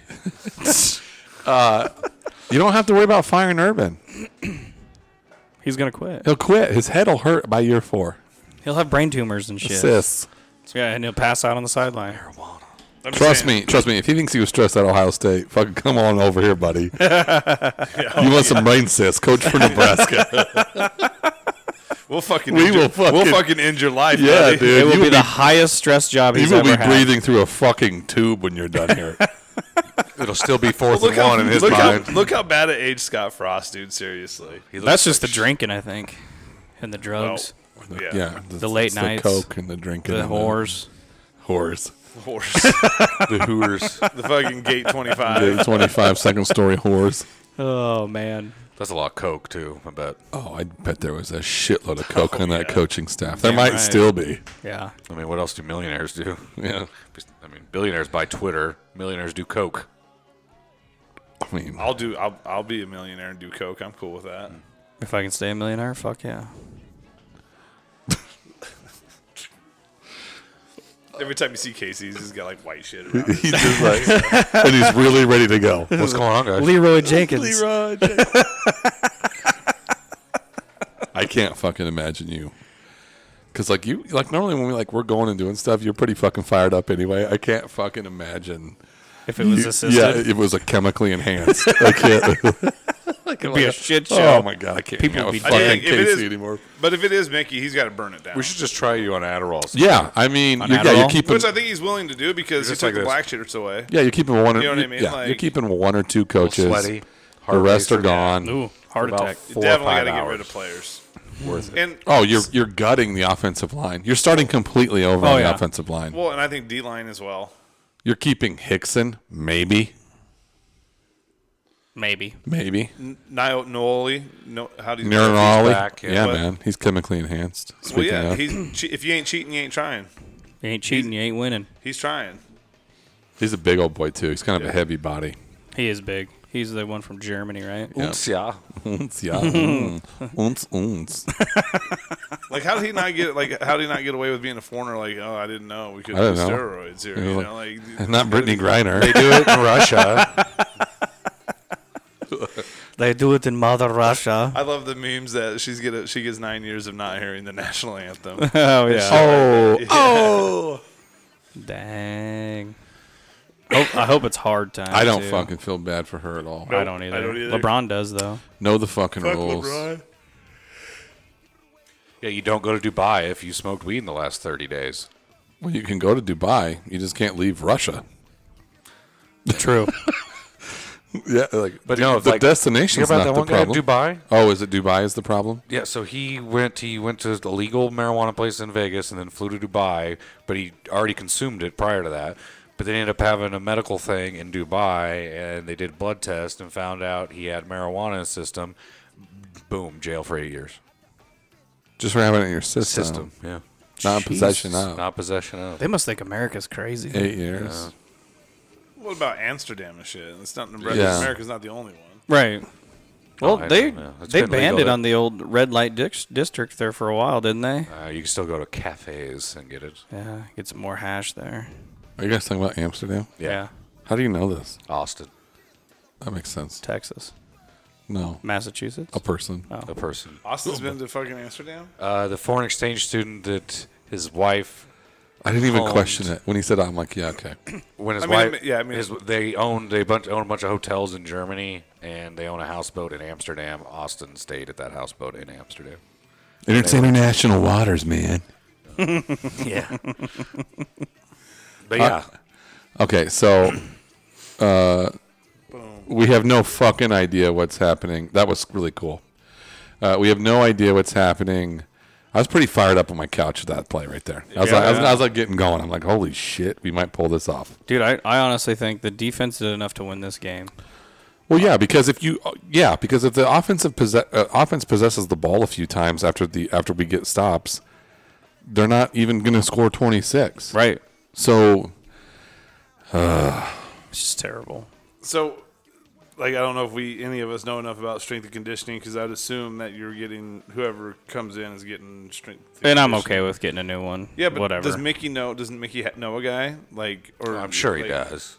S2: you don't have to worry about firing Urban.
S3: He's gonna quit.
S2: He'll quit. His head'll hurt by year four.
S3: He'll have brain tumors and shit.
S2: Assists.
S3: Yeah, and he'll pass out on the sideline.
S4: I'm just
S2: Trust
S4: saying.
S2: me, trust me. If he thinks he was stressed at Ohio State, fucking come on over here, buddy. you want some brain cysts, coach for Nebraska.
S4: We'll fucking
S2: We
S4: end your-
S2: will fucking-
S4: we'll fucking end your life.
S2: yeah,
S4: buddy.
S2: dude.
S3: It will
S2: you
S3: be,
S2: will
S3: the highest stress job
S2: be,
S3: he's
S2: you will
S3: ever
S2: be
S3: had.
S2: breathing through a fucking tube when you're done here.
S5: It'll still be fourth
S4: Look
S5: and
S4: how,
S5: one in his
S4: look, how,
S5: mind.
S4: look how bad it aged Scott Frost, dude. Seriously. Oh,
S5: He looks
S3: That's just the
S5: like
S3: drinking, I think, and the drugs,
S4: yeah.
S2: Yeah, the,
S3: late
S2: it's
S3: nights,
S2: the coke, and the drinking,
S3: the
S2: and
S3: whores.
S2: whores.
S4: Horse.
S5: the Hooters.
S4: the fucking gate 25.
S2: The Twenty-five second story whores.
S3: Oh man,
S5: That's a lot of coke too. I bet.
S2: Oh, I bet there was a shitload of coke on that coaching staff. There
S3: Damn
S2: might
S3: right.
S2: still be.
S3: yeah.
S5: I mean, what else do millionaires do?
S2: Yeah,
S5: I mean, billionaires buy Twitter. Millionaires do coke.
S2: I mean,
S4: I'll do. I'll, I'll be a millionaire and do coke. I'm cool with that.
S2: Mm.
S3: If I can stay a millionaire, fuck yeah.
S4: Every time you see Casey's, he's got like white shit around. His.
S2: he's just like, and he's really ready to go.
S5: What's going on, guys?
S3: Leroy Jenkins.
S2: I can't fucking imagine you. Cause like you, like normally when we like we're going and doing stuff, you're pretty fucking fired up anyway. I can't fucking imagine.
S3: If it was
S2: you-
S3: assisted,
S2: Yeah, it was a chemically enhanced. I can't. like,
S3: be a shit show.
S2: Oh my god, I can't
S3: People
S2: hang out
S3: would
S2: with
S3: be
S2: fucking
S4: dead. If it
S2: Casey
S4: is-
S2: anymore.
S4: But if it is Mickey, he's got to burn it down.
S5: We should just try you on Adderall.
S2: Yeah, I mean,
S3: On
S2: you're, yeah, you're
S3: Adderall?
S2: keeping.
S4: Which I think he's willing to do because he
S5: Just
S4: took
S5: like
S4: the
S5: this.
S4: black shirts away.
S2: yeah, you're keeping one. Or,
S4: You know what I mean?
S2: Yeah, you're
S4: Like-
S2: keeping one or two coaches.
S5: sweaty,
S2: the
S5: hard
S2: rest are
S5: pacer.
S2: gone.
S3: Ooh, heart
S5: About
S3: attack.
S5: four or
S4: Definitely got
S5: five
S4: to get rid
S5: hours.
S4: of players.
S5: Worth it.
S4: And
S2: Oh, you're you're gutting the offensive line. You're starting completely over
S3: Oh,
S2: on
S3: yeah.
S2: the offensive line.
S4: well, and I think D line as well.
S2: You're keeping Hickson, maybe,
S3: Maybe.
S2: maybe.
S4: Nio Noli, no, how do you?
S2: Neuronally.
S5: back,
S2: yeah,
S5: yeah.
S4: But-
S2: man. He's chemically enhanced.
S4: Well,
S2: Speaking
S4: yeah,
S2: of, he's,
S4: he's, che- if you ain't cheating, you ain't trying.
S3: You ain't cheating, you ain't winning.
S4: He's trying.
S2: a big old boy too. He's kind of a heavy body.
S3: He is big. He's the one from Germany, right?
S5: yeah.
S2: Unz, yeah. Mm. Unz, unz.
S4: Like, how did he not get? Like, how did he not get away with being a foreigner? Like, oh, I didn't know we could
S2: I don't
S4: do
S2: know.
S4: steroids here. You know, like,
S2: Not Brittany
S5: They
S2: Griner.
S5: do it in Russia.
S3: They do it in Mother Russia.
S4: I love the memes that she's get. She gets nine years of not hearing the national anthem.
S3: Oh, yeah.
S2: Oh,
S3: Dang. Hope, I hope it's hard time.
S2: I don't
S3: too.
S2: fucking feel bad for her at all.
S3: I don't, either.
S4: I don't either.
S3: LeBron does, though.
S2: Know the fucking rules.
S5: yeah, you don't go to Dubai if you smoked weed in the last 30 days.
S2: Well, you can go to Dubai. You just can't leave Russia.
S3: True.
S2: Yeah, like
S5: But no,
S2: the
S5: like, You hear
S2: destination's
S5: about
S2: not
S5: that
S2: the
S5: one guy in
S2: problem.
S5: Dubai?
S2: Oh, is it Dubai is the problem?
S5: Yeah, so he went. He went to the legal marijuana place in Vegas, and then flew to Dubai. But he already consumed it prior to that. But they ended up having a medical thing in Dubai, and they did blood test and found out he had marijuana in his system. Boom, jail for eight years.
S2: Just for having it in your system.
S5: System, yeah.
S2: Not in possession of.
S5: Not possession of.
S3: they must think America's crazy.
S2: Eight years.
S4: What about Amsterdam and shit? It's not Nebraska.
S2: Yeah.
S4: America's not the only one.
S3: Right. Well,
S2: Oh,
S5: I
S3: they
S5: don't know. It's
S3: they
S5: been
S3: banned
S5: legal
S3: it
S5: to-
S3: on the old red light dic- district there for a while, didn't they?
S5: Uh, you can still go to cafes and get it.
S3: Yeah, get some more hash there.
S2: Are you guys talking about Amsterdam?
S3: Yeah.
S2: How do you know this?
S5: Austin.
S2: That makes sense.
S3: Texas,
S2: No,
S3: Massachusetts.
S2: a person.
S5: a person.
S4: Austin's been to fucking Amsterdam.
S5: Uh, the foreign exchange student that his wife
S2: I didn't even
S5: Homes.
S2: question it when he said. That, I'm like, yeah, okay.
S5: when his
S4: I mean, I
S5: wife
S4: mean- yeah, I mean-
S5: his, they owned they bunch, own a bunch of hotels in Germany and they own a houseboat in Amsterdam. Austin stayed at that houseboat in Amsterdam.
S2: And it's international waters, man.
S5: Yeah. but yeah,
S2: Okay, so uh, we have no fucking idea what's happening. That was really cool. Uh, we have no idea what's happening. I was pretty fired up on my couch with that play right there. I was, like, I, was, I was like getting going. I'm like, holy shit, we might pull this off.
S3: Dude, I, I honestly think the defense did enough to win this game.
S2: Well, yeah, because if you, uh, yeah, because if the offensive possess, uh, offense possesses the ball a few times after the after we get stops, they're not even going to score 26.
S3: Right.
S2: So
S3: It's just terrible.
S4: So, like, I don't know if we any of us know enough about strength and conditioning because I'd assume that you're getting whoever comes in is getting strength.
S3: And I'm
S4: conditioning.
S3: okay with getting a new one.
S4: Yeah, but
S3: whatever.
S4: does Mickey know? Doesn't Mickey ha- know a guy like? Or
S5: I'm sure he
S4: like,
S5: does.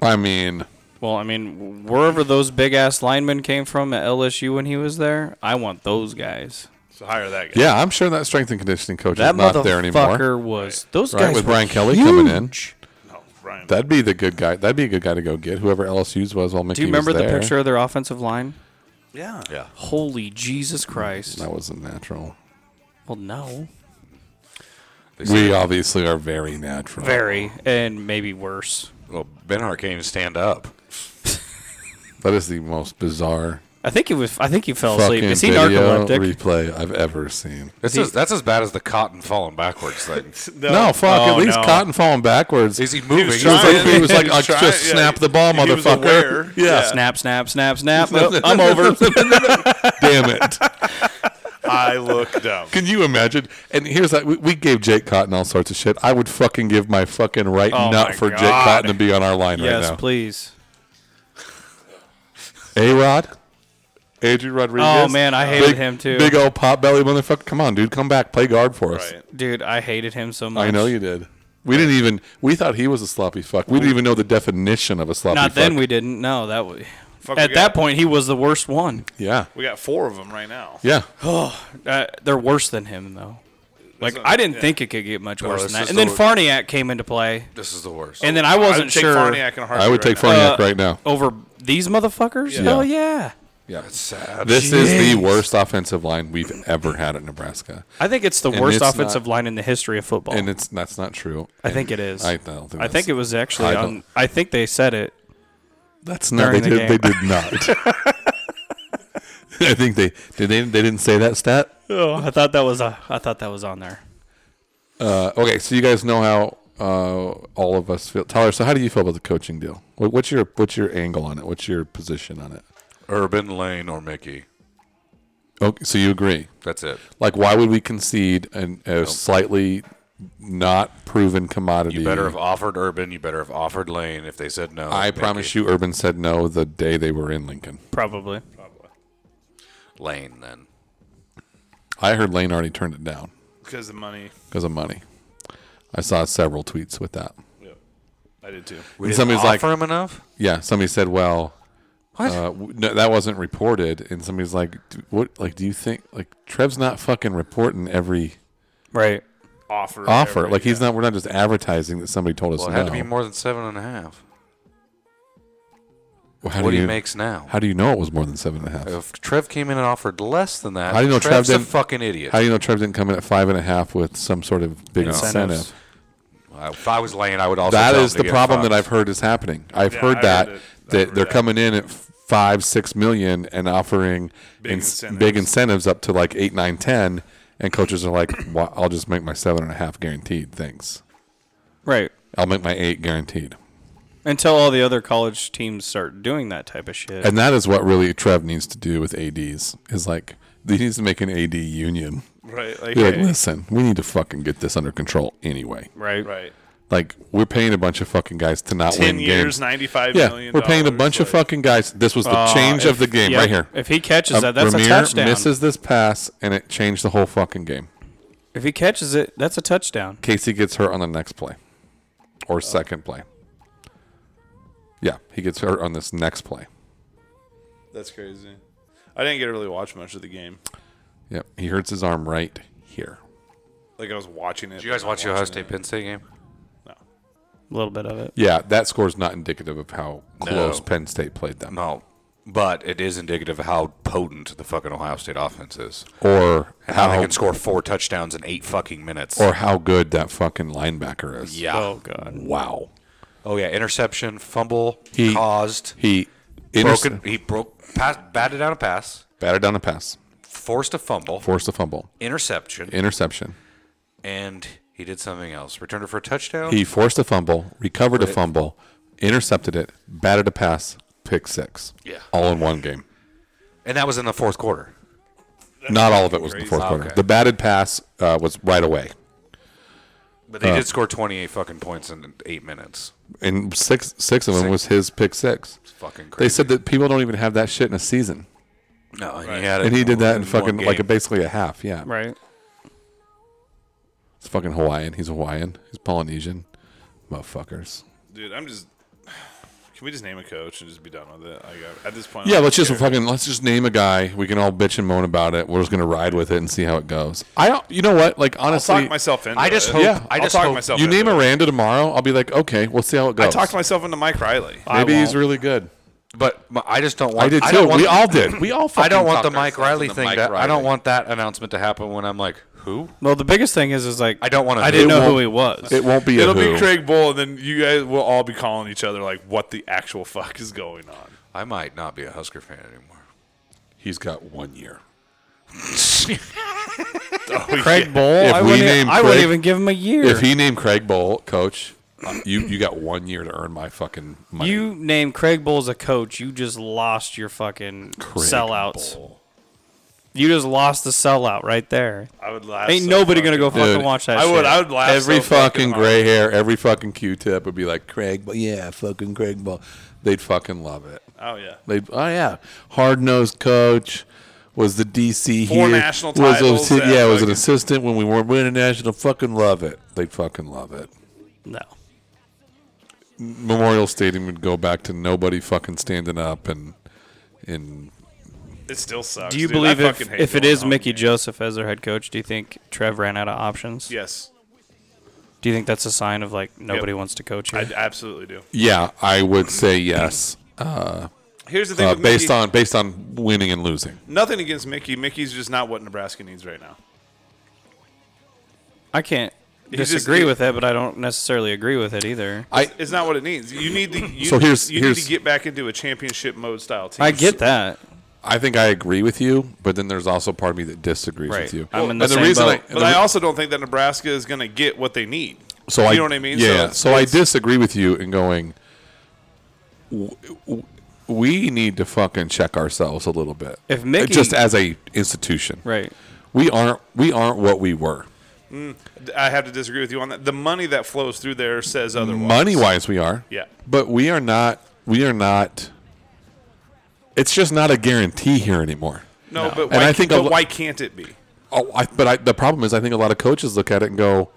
S2: I mean,
S3: well, I mean, wherever those big ass linemen came from at LSU when he was there, I want those guys.
S4: So hire that guy.
S2: yeah, I'm sure that strength and conditioning coach
S3: That
S2: is not
S3: motherfucker
S2: there anymore.
S3: was. Those
S2: Right
S3: guys
S2: with
S3: were
S2: Brian Kelly coming in.
S3: huge.
S4: No, Oh, Brian.
S2: That'd be the good guy. That'd be a good guy to go get whoever LSU's was while Mickey
S3: Do you remember
S2: was
S3: the
S2: there.
S3: picture of their offensive line?
S4: yeah.
S5: Yeah.
S3: Holy Jesus Christ!
S2: That wasn't natural.
S3: Well, no,
S5: They
S2: We
S5: said-
S2: obviously are very natural.
S3: very and maybe worse.
S5: well, Ben Hart can't even stand up.
S2: That is the most bizarre
S3: I think he was. I think he fell asleep.
S2: fucking
S3: Is he
S2: video
S3: narcoleptic?
S2: replay I've ever seen.
S5: That's
S3: He-
S5: as, that's as bad as the cotton falling backwards thing.
S2: No, fuck.
S3: Oh,
S2: at least
S3: no.
S2: Cotton falling backwards.
S5: Is he moving?
S4: was
S5: He
S2: He was
S5: like-
S2: like, he was like,
S4: He
S2: "Uh,
S4: was trying-
S2: just
S4: yeah,
S2: snap the ball,
S4: he was aware.
S2: motherfucker.
S4: Yeah.
S3: Snap! Snap! Snap! Snap! Well, I'm over.
S2: Damn it.
S4: I look dumb.
S2: Can you imagine? And here's that we, we gave Jake Cotton all sorts of shit. I would fucking give my fucking right
S3: Oh
S2: nut
S3: my
S2: for Jake
S3: God.
S2: Cotton to be on our line
S3: yes,
S2: right now.
S3: please.
S2: A Rod, Adrian Rodriguez.
S3: Oh man, I hated
S2: big,
S3: him too,
S2: Big old pot belly motherfucker. Come on, dude, come back, play guard for us.
S4: Right.
S3: dude. I hated him so much.
S2: I know you did. We didn't even. We thought he was a sloppy fuck. We didn't even know the definition of a sloppy.
S3: Not
S2: fuck.
S3: then. We didn't. No, that was.
S4: Fuck,
S3: At
S4: we got-
S3: that point, he was the worst one.
S2: Yeah.
S4: We got four of them right now.
S2: Yeah.
S3: Uh, they're worse than him though. Like
S4: That's-
S3: I didn't
S4: yeah.
S3: think it could get
S2: Oh,
S3: much worse
S5: this
S3: than that.
S5: is
S3: And then
S5: the-
S3: Farniak came into play,
S5: This is the worst.
S3: and then I
S4: I
S3: wasn't
S4: would take
S3: sure
S4: Farniak in a heartbeat
S2: I would
S4: right
S2: take
S4: now.
S2: Farniak
S3: Uh,
S2: right now.
S3: over these motherfuckers. Hell yeah!
S2: Yeah.
S5: That's sad.
S2: This is the worst offensive line we've ever had at Nebraska,
S3: I think it's the
S2: And
S3: worst
S2: it's not-
S3: offensive line in the history of football.
S5: Oh.
S2: and it's that's not true.
S3: I
S2: And
S3: think it is.
S2: I don't think.
S3: I think it was actually
S2: I don't-
S3: on. I think they said it.
S2: That's not. They
S3: during
S2: did.
S3: the
S2: They did not. I think they did. They, they didn't say that stat.
S3: Oh, I thought that was a, I thought that was on there.
S2: Uh, okay, so you guys know how uh, all of us feel. Tyler, so how do you feel about the coaching deal? What, what's your what's your angle on it? What's your position on it?
S5: Urban Lane or Mickey. Oh,
S2: Okay, so you agree?
S5: That's it.
S2: Like, why would we concede an, a slightly not proven commodity?
S5: Oh. You better have offered Urban. You better have offered Lane. If they said no,
S2: I promise you, Urban said no the day they were in Lincoln.
S3: Probably.
S5: you, Lane. Then
S2: I heard Lane already turned it down
S4: because of money.
S2: because of money. I saw several tweets with that.
S4: Yep. I did too.
S5: we
S2: And
S5: didn't
S2: somebody's like-
S5: offer him enough.
S2: Yeah, somebody said, "Well,
S5: What?
S2: Uh, w- no, that wasn't reported." And somebody's like, "D- "What? Like, do you think like Trev's not fucking reporting every
S3: Right.
S4: Offer.
S2: offer?
S4: every-
S2: Like, he's not. We're not just advertising that somebody told us
S5: well, it
S2: no.
S5: had to be more than seven and a half.
S2: Well, how
S5: what
S2: do
S5: he
S2: you
S5: makes now.
S2: How do you know it was more than seven and a half?
S5: if Trev came in and offered less than that,
S2: How do you know Trev
S5: Trev's a
S2: didn't-
S5: fucking idiot.
S2: How do you know Trev didn't come in at five and a half with some sort of big
S3: Incentives.
S2: incentive?
S5: Uh, if I was Lane, I would also.
S2: That
S5: tell him
S2: is
S5: to
S2: the
S5: get
S2: problem
S5: fucked.
S2: that I've heard is happening. I've
S4: Yeah, I
S2: heard
S4: heard
S2: that
S4: it. I
S2: that
S4: heard
S2: they're
S4: that.
S2: coming in at five, six million and offering
S4: Big
S2: ins-
S4: incentives.
S2: big incentives up to like eight, nine, ten, and coaches are like, well, "I'll just make my seven and a half guaranteed. Thanks.
S3: Right.
S2: I'll make my eight guaranteed."
S3: Until all the other college teams start doing that type of shit.
S2: And that is what really Trev needs to do with ads is like he needs to make an ad union.
S4: right. Like,
S2: Be like,
S4: hey,
S2: listen, we need to fucking get this under control anyway.
S3: right.
S4: right.
S2: Like we're paying a bunch of fucking guys to not
S4: Ten
S2: win
S4: years,
S2: games.
S4: ninety-five
S2: Yeah,
S4: million.
S2: we're paying a bunch of
S4: like-
S2: fucking guys. This was the
S3: Uh,
S2: change
S3: if-
S2: of the game
S3: yeah,
S2: right here.
S3: If he catches
S2: Uh,
S3: that, that's
S2: Vermeer
S3: a touchdown.
S2: misses this pass, and it changed the whole fucking game.
S3: If he catches it, that's a touchdown.
S2: Casey gets hurt on the next play or second play. Yeah, he gets hurt on this next play.
S4: That's crazy. I didn't get to really watch much of the game.
S2: Yep, he hurts his arm right here.
S4: Like I was watching it.
S5: Did you guys watch the Ohio State Penn State game?
S3: A little bit of it.
S2: Yeah, that score's not indicative of how close
S5: No.
S2: Penn State played them
S5: No. But it is indicative of how potent the fucking Ohio State offense is.
S2: or
S5: And how they
S2: how
S5: can score four touchdowns in eight fucking minutes.
S2: or how good that fucking linebacker is.
S5: yeah.
S3: Oh god.
S2: Wow.
S5: Oh yeah, interception, fumble
S2: He-
S5: caused,
S2: He
S5: broken.
S2: broken,
S5: He broke, pass, batted down a pass,
S2: batted down a pass,
S5: forced a fumble,
S2: forced a fumble,
S5: interception,
S2: interception.
S5: and he did something else. Returned it for a touchdown.
S2: He forced a fumble, recovered a fumble, intercepted it, batted a pass, pick six.
S5: Yeah.
S2: All in one game.
S5: and that was in the fourth quarter.
S2: Not all of it was in the fourth
S5: Oh,
S2: quarter.
S5: okay.
S2: The batted pass uh, was right away.
S5: But they did score 28 fucking points in eight minutes.
S2: And six six of them was his pick six.
S5: It's fucking crazy.
S2: They said that people don't even have that shit in a season.
S5: no, and he had it
S2: And he did that in
S5: one
S2: fucking like a,
S5: game.
S2: basically a half, yeah.
S3: Right.
S2: It's fucking Hawaiian. He's Hawaiian. He's Polynesian. Motherfuckers.
S4: Dude, I'm just. Can we just name a coach and just be done with it? Like, I- at this point,
S2: Yeah,
S4: I'm
S2: let's
S4: not
S2: just
S4: scared.
S2: fucking let's just name a guy. We can all bitch and moan about it. We're just gonna ride with it and see how it goes. I don't. You know what? Like honestly,
S4: talk myself into.
S5: I just
S4: it.
S5: hope.
S2: Yeah.
S5: I
S4: I'll
S5: just
S4: talk
S5: hope
S4: myself.
S2: you name
S4: into it.
S2: Miranda tomorrow. I'll be like, okay, we'll see how it goes.
S4: I talked myself into Mike Riley.
S2: Maybe
S3: I
S2: he's
S3: won't.
S2: really good.
S5: But my, I just don't want.
S2: I did
S5: don't
S2: too.
S5: want-
S2: we all did. We all. Fucking
S5: I don't want the
S2: talked
S5: Mike
S2: ourselves
S5: Riley
S2: into
S5: thing.
S2: Mike
S5: that, I
S2: Riley.
S5: don't want that announcement to happen when I'm like, who?
S3: Well, the biggest thing is, is like
S5: I don't want to.
S3: I didn't
S2: It
S3: know who
S2: won't-
S3: he was.
S2: It won't be. a
S4: It'll be
S2: who.
S4: Craig Bull, and then you guys will all be calling each other like, "What the actual fuck is going on?"
S5: I might not be a Husker fan anymore.
S2: He's got one year.
S3: Craig Bowl.
S2: If
S3: I
S2: we
S3: wouldn't,
S2: name
S3: I wouldn't
S2: Craig-
S3: even give him a year.
S2: If he named Craig Bowl coach, you you got one year to earn my fucking money.
S3: you name Craig Bull as a coach, you just lost your fucking
S2: Craig
S3: sellouts.
S2: Bowl.
S3: You just lost the sellout right there.
S4: I would laugh.
S3: Ain't
S4: so
S3: nobody
S4: fucking-
S3: gonna go fucking
S2: Dude,
S3: watch that.
S4: I would.
S3: shit.
S4: I would laugh.
S2: Every
S4: so
S2: fucking
S4: hard.
S2: gray hair, every fucking Q-tip would be like Craig, but yeah, fucking Craig Ball. They'd fucking love it.
S4: Oh yeah.
S2: They oh yeah, hard nosed coach was the DC here.
S4: Four national
S2: was a-
S4: titles that
S2: yeah, was an
S4: fucking-
S2: assistant when we weren't winning national. Fucking love it. They fucking love it.
S3: No.
S2: Memorial Stadium would go back to nobody fucking standing up and and
S4: It still sucks.
S3: Do you
S4: dude. I
S3: believe if,
S4: fucking hate
S3: if it
S4: going
S3: is
S4: home.
S3: Mickey Joseph as their head coach, do you think Trev ran out of options?
S4: Yes,
S3: Do you think that's a sign of like nobody wants to coach
S4: I
S3: here?
S4: absolutely do.
S2: yeah, I would say yes.
S4: Here's the thing.
S2: Uh,
S4: with
S2: based
S4: Mickey,
S2: on based on winning and losing.
S4: nothing against Mickey. Mickey's just not what Nebraska needs right now.
S3: I, can't
S4: just-
S3: disagree
S4: he-
S3: with it, but I don't necessarily agree with it either.
S2: I
S4: It's not what it needs. You need the. You,
S2: So here's-
S4: you need
S2: here's-
S4: to get back into a championship mode style team.
S3: I get that.
S2: I think I agree with you, but then there's also part of me that disagrees
S3: Right.
S2: with you.
S3: I'm in
S2: And
S3: the same
S2: reason
S3: boat.
S2: I- and
S4: But
S2: the
S4: I
S2: re-
S4: also don't think that Nebraska is going to get what they need.
S2: So
S4: you
S2: I,
S4: know what I mean?
S2: Yeah.
S4: So,
S2: So, I disagree with you in going. w- w- We need to fucking check ourselves a little bit.
S3: If Mickey-
S2: just as a institution,
S3: Right.
S2: We aren't we aren't what we were.
S4: I have to disagree with you on that. The money that flows through there says otherwise.
S2: Money wise, we are.
S4: Yeah.
S2: But we are not. We are not. It's just not a guarantee here anymore.
S4: No, but,
S2: And
S4: why,
S2: I think
S4: but
S2: a lo-
S4: why can't it be?
S2: Oh, I, but I, the problem is, I think a lot of coaches look at it and go,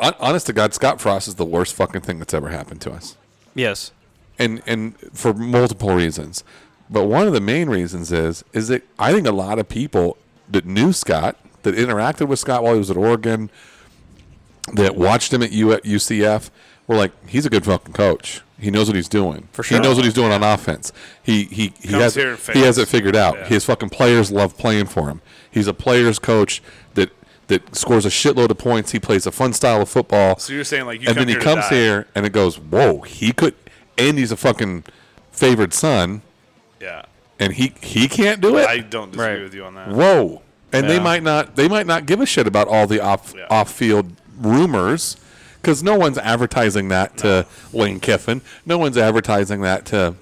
S2: "Hon- "Honest to God, Scott Frost is the worst fucking thing that's ever happened to us."
S3: Yes.
S2: and and for multiple reasons. But one of the main reasons is is that I think a lot of people that knew Scott, that interacted with Scott while he was at Oregon, that watched him at U at UCF, were like, he's a good fucking coach. He knows what he's doing. For
S3: sure.
S2: He knows what he's doing on offense. He he he
S4: Comes
S2: has
S4: here and
S2: he has
S4: fails.
S2: it figured out. His fucking players love playing for him. He's a players coach that that scores a shitload of points. He plays a fun style of football
S4: So you're saying like you
S2: and
S4: come
S2: then he
S4: here to
S2: comes
S4: die.
S2: here and it goes, whoa, he could, and he's a fucking favored son,
S4: Yeah,
S2: and he he can't do it.
S4: I don't disagree
S3: Right.
S4: with you on that.
S2: whoa, and they
S3: Yeah.
S2: might not they might not give a shit about all the off
S4: Yeah.
S2: off field rumors because no one's advertising that to Lane Kiffin. No one's advertising that to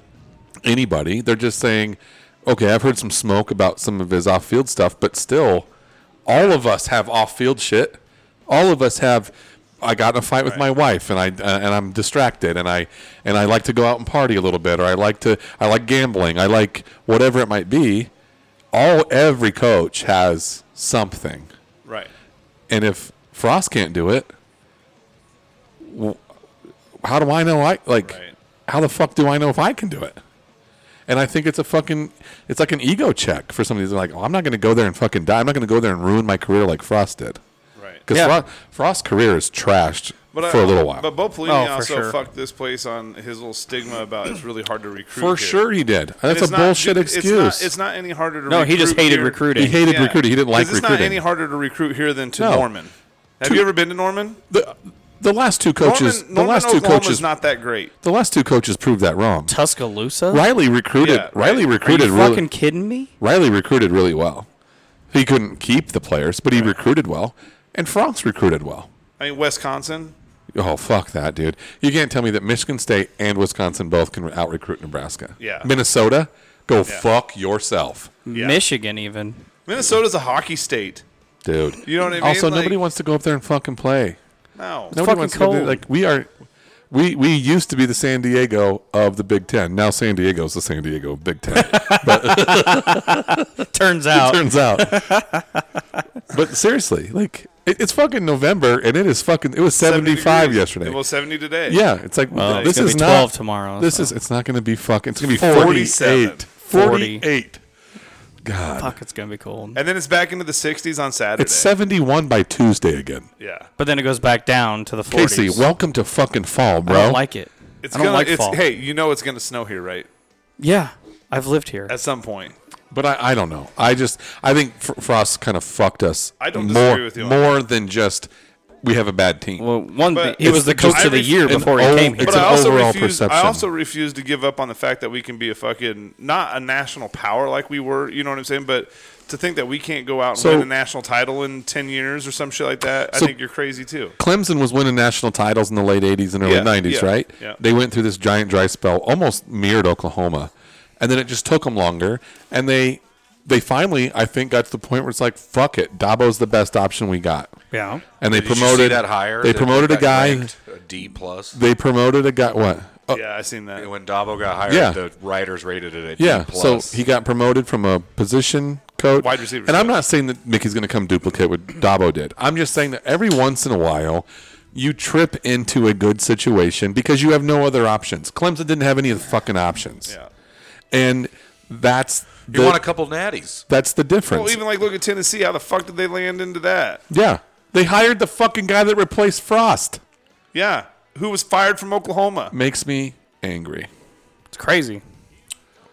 S2: anybody. They're just saying, okay, I've heard some smoke about some of his off field stuff, but still, all of us have off field shit. All of us have. I got in a fight with my wife, and I uh, and I'm distracted, and I and I like to go out and party a little bit, or I like to I like gambling, I like whatever it might be. All every coach has something,
S4: Right.
S2: and if Frost can't do it, w- how do I know? I like
S4: Right.
S2: how the fuck do I know if I can do it? And I think it's a fucking, it's like an ego check for somebody who's like, oh, I'm not going to go there and fucking die. I'm not going to go there and ruin my career like Frost did.
S4: Right.
S2: Because
S3: Yeah.
S2: Frost, Frost's career is trashed
S4: But
S2: for
S4: a
S2: a little while.
S4: But Bo Pelini
S3: Oh, for
S4: also
S3: sure.
S4: fucked this place on his little stigma about it's really hard to recruit.
S2: for
S4: here.
S2: sure he did. And
S4: And
S2: That's a
S4: it's not-
S2: bullshit
S4: it's
S2: excuse.
S4: Not, it's not any harder to.
S3: No, he just
S4: recruit
S3: hated
S4: here.
S3: recruiting.
S2: he hated
S4: Yeah.
S2: recruiting. He didn't like
S4: 'Cause it's
S2: recruiting.
S4: not any harder to recruit here than to
S2: No.
S4: Norman. Have you ever been to Norman?
S2: the, the last two coaches,
S4: Norman, Norman
S2: the last two
S4: Oklahoma's
S2: coaches,
S4: not that great.
S2: the last two coaches proved that wrong.
S3: Tuscaloosa?
S2: Riley recruited.
S4: Yeah, right.
S2: Riley
S4: Are you
S3: Are you
S2: recruited really.
S3: fucking kidding me?
S2: Riley recruited really well. He couldn't keep the players, but he recruited well, and Frost recruited well.
S4: I mean, Wisconsin.
S2: Oh fuck that, dude! You can't tell me that Michigan State and Wisconsin both can out recruit Nebraska.
S4: Yeah.
S2: Minnesota, go fuck yourself,
S4: Yeah.
S3: Michigan, even.
S4: Minnesota's a hockey state.
S2: dude.
S4: You know what I mean?
S2: also,
S4: Like,
S2: nobody wants to go up there and fucking play.
S4: No.
S2: Nobody
S3: fucking
S2: wants to go up there-
S3: cold.
S2: like we are. We, we used to be the San Diego of the Big Ten. Now San Diego's the San Diego of Big Ten.
S3: Turns out.
S2: turns out. but seriously, like it, it's fucking November, and it is fucking. It was
S4: 70
S2: seventy
S4: degrees.
S2: five yesterday.
S4: It was 70 today.
S2: yeah, it's like
S3: Oh, it's
S2: this
S3: gonna
S2: is
S3: be
S2: not
S3: 12 tomorrow,
S2: This
S3: so.
S2: is it's not going to be fucking. It's going to be
S4: 47.
S2: 48.
S3: 40.
S2: 48. God,
S3: Fuck, it's going to be cold.
S4: And then it's back into the 60s on Saturday.
S2: it's seventy one by Tuesday again.
S4: Yeah.
S3: But then it goes back down to the 40s.
S2: Casey, welcome to fucking fall,
S3: I
S2: bro.
S3: don't like it.
S4: It's
S3: I don't
S4: gonna,
S3: like
S4: it's,
S3: fall.
S4: Hey, you know it's going to snow here, right?
S3: Yeah, I've lived here.
S4: At some point.
S2: but I, I don't know. I just I think Fr- Frost kind of fucked us.
S4: I don't
S2: more
S4: disagree with you on
S2: more than just we have a bad team.
S3: Well, one,
S4: But
S3: he was
S4: it's
S3: the
S4: just-
S3: coach of the
S4: I ref-
S3: year
S4: and
S3: before he
S2: all-
S3: came here.
S2: it's
S4: but I
S2: an
S4: also
S2: overall
S4: refuse. I
S2: perception.
S4: also refuse to give up on the fact that we can be a fucking not a national power like we were. You know what I'm saying? But to think that we can't go out and
S2: So-
S4: win a national title in 10 years or some shit like that,
S2: So-
S4: I think you're crazy too.
S2: Clemson was winning national titles in the late 80s and early
S4: Yeah,
S2: 90s,
S4: yeah,
S2: right?
S4: yeah.
S2: They went through this giant dry spell, almost mirrored Oklahoma. And then it just took them longer. And they they finally, I think, got to the point where it's like, fuck it, Dabo's the best option we got.
S3: yeah.
S2: And they
S5: Did you see
S2: promoted
S5: that higher.
S2: They promoted a guy.
S5: a D plus.
S2: They promoted a guy. What?
S3: Uh,
S2: Oh,
S4: Yeah, I seen that.
S5: When Dabo got hired,
S2: Yeah.
S5: the writers rated it a D
S2: yeah. So
S5: plus.
S2: he got promoted from a position coach.
S4: Wide receiver
S2: And I'm
S4: coach.
S2: not saying that Mickey's going to come duplicate what Dabo did. I'm just saying that every once in a while, you trip into a good situation because you have no other options. Clemson didn't have any of the fucking options.
S4: Yeah.
S2: And that's
S5: you
S2: the,
S5: want a couple natties.
S2: that's the difference.
S4: Well, even like look at Tennessee. How the fuck did they land into that?
S2: yeah. They hired the fucking guy that replaced Frost.
S4: Yeah, who was fired from Oklahoma?
S2: Makes me angry.
S3: It's crazy.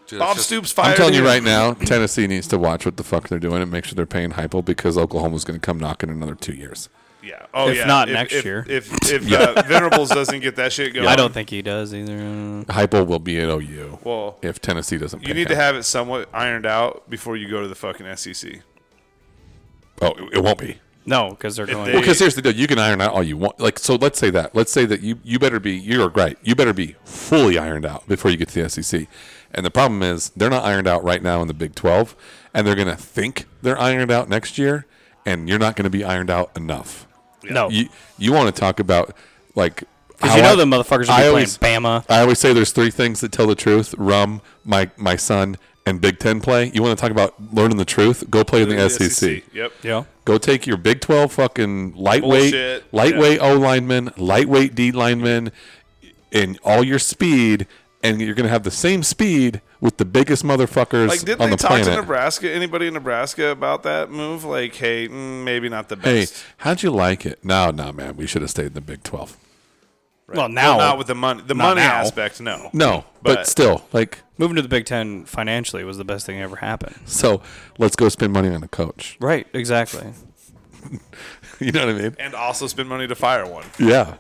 S5: Dude,
S4: Bob
S5: it's just-
S4: Stoops
S2: I'm
S4: fired.
S2: telling you
S4: him.
S2: right now, Tennessee needs to watch what the fuck they're doing and make sure they're paying Hypo because Oklahoma's going to come knocking in another two years.
S4: Yeah. Oh
S3: If
S4: yeah.
S3: not next
S4: if,
S3: year.
S4: If if, uh, Venerables doesn't get that shit going,
S3: I don't think he does either.
S2: Hypo will be at OU
S4: Well,
S2: if Tennessee doesn't.
S4: you
S2: pick
S4: need to
S2: him.
S4: have it somewhat ironed out before you go to the fucking E SEC.
S2: Oh, it- it won't be.
S3: No, because they're going.
S4: they-
S2: Because here's the deal: you can iron out all you want. Like, so let's say that. Let's say that you you better be you're right. You better be fully ironed out before you get to the SEC. And the problem is they're not ironed out right now in the Big Twelve, and they're going to think they're ironed out next year, and you're not going to be ironed out enough.
S3: no,
S2: You you want to talk about like
S3: because
S2: how
S3: you know
S2: I-
S3: the motherfuckers
S2: I
S3: are playing
S2: always-
S3: Bama.
S2: I always say there's three things that tell the truth: rum, my my son, and Big Ten play. You want to talk about learning the truth? Go play in the, E
S3: E
S2: SEC.
S4: E Yep.
S3: Yeah,
S2: Go take your Big 12 fucking lightweight,
S4: Bullshit.
S2: lightweight O lineman, lightweight D lineman, and all your speed, and you're gonna have the same speed with the biggest motherfuckers
S4: Like, did
S2: on
S4: they
S2: the
S4: talk to
S2: planet.
S4: Nebraska? Anybody in Nebraska about that move? Like, hey, mm, maybe not the
S2: hey,
S4: best.
S2: how'd you like it? No, no, man, we should have stayed in the Big 12.
S3: Well, now
S4: not with the money. The
S3: Not
S4: money
S3: now.
S4: aspect, no.
S2: No, but,
S4: But-
S2: still, like,
S3: moving to the Big Ten financially was the best thing that ever happened.
S2: so let's go spend money on a coach.
S3: Right, exactly.
S2: you know what I mean?
S4: And also spend money to fire one.
S2: Yeah.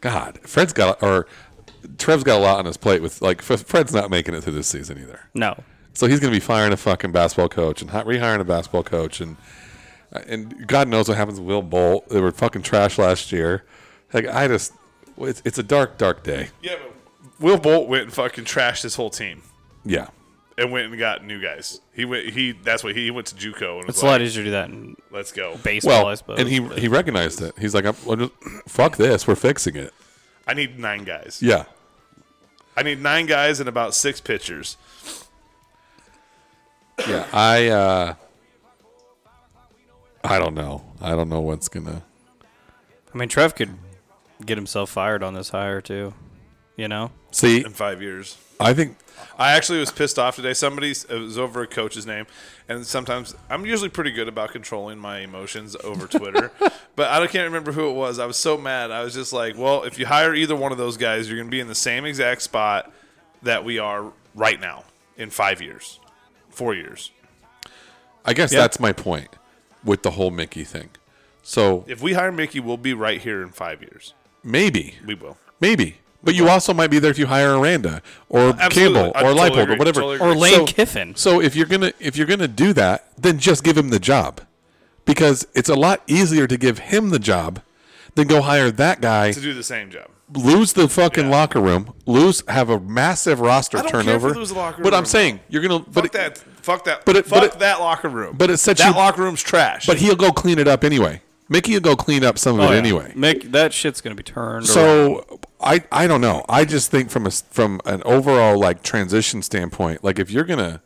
S2: God, Fred's got or Trev's got a lot on his plate with like Fred's not making it through this season either.
S3: No,
S2: So he's going to be firing a fucking basketball coach and hi- rehiring a basketball coach and uh, and God knows what happens with Will Bolt. They were fucking trash last year. Like I just, it's, it's a dark, dark day.
S4: Yeah, but Will Bolt went and fucking trashed his whole team
S2: Yeah,
S4: and went and got new guys. He went. He that's what he, he went to JUCO and was
S3: it's a
S4: like,
S3: lot easier to do that in
S4: let's go.
S3: baseball,
S2: well,
S3: I suppose.
S2: and he
S3: but-
S2: he recognized it. He's like, I'm, I'm just, fuck this, we're fixing it.
S4: I need nine guys.
S2: Yeah,
S4: I need nine guys and about six pitchers.
S2: yeah. I uh, I don't know. I don't know what's gonna.
S3: I mean, Trev could get himself fired on this hire too. You know,
S2: See,
S4: in five years.
S2: I think
S4: I actually was pissed off today. Somebody it was over a coach's name, and sometimes I'm usually pretty good about controlling my emotions over Twitter, but I can't remember who it was. I was so mad. I was just like, "Well, if you hire either one of those guys, you're going to be in the same exact spot that we are right now in five years, four years.
S2: I guess
S4: Yeah.
S2: that's my point with the whole Mickey thing. So
S4: If we hire Mickey, we'll be right here in five years.
S2: maybe,
S4: We will."
S2: maybe, but you also might be there if you hire Aranda or
S4: Uh, Absolutely.
S2: Campbell
S4: I
S2: or
S4: totally
S2: Leipold
S4: agree.
S2: or whatever.
S4: Totally agree.
S3: or Lane
S2: So-
S3: Kiffin.
S2: So if you're gonna if you're gonna do that, then just give him the job, because it's a lot easier to give him the job than go hire that guy,
S4: to do the same job.
S2: lose the fucking locker room, lose have a massive roster
S4: I don't care if we
S2: turnover.
S4: lose the locker
S2: but I'm
S4: room.
S2: saying you're gonna but
S4: Fuck
S2: it-
S4: that. Fuck that.
S2: but it-
S4: fuck
S2: but it-
S4: that locker room.
S2: but it sets
S4: that
S2: you-
S4: locker room's trash.
S2: but he'll go clean it up anyway. Mickey will go clean up some of
S3: Oh,
S2: it
S3: yeah.
S2: anyway.
S3: Mick, that shit's gonna be turned. around.
S2: So I I don't know. I just think from a s- from an overall like transition standpoint, like if you're gonna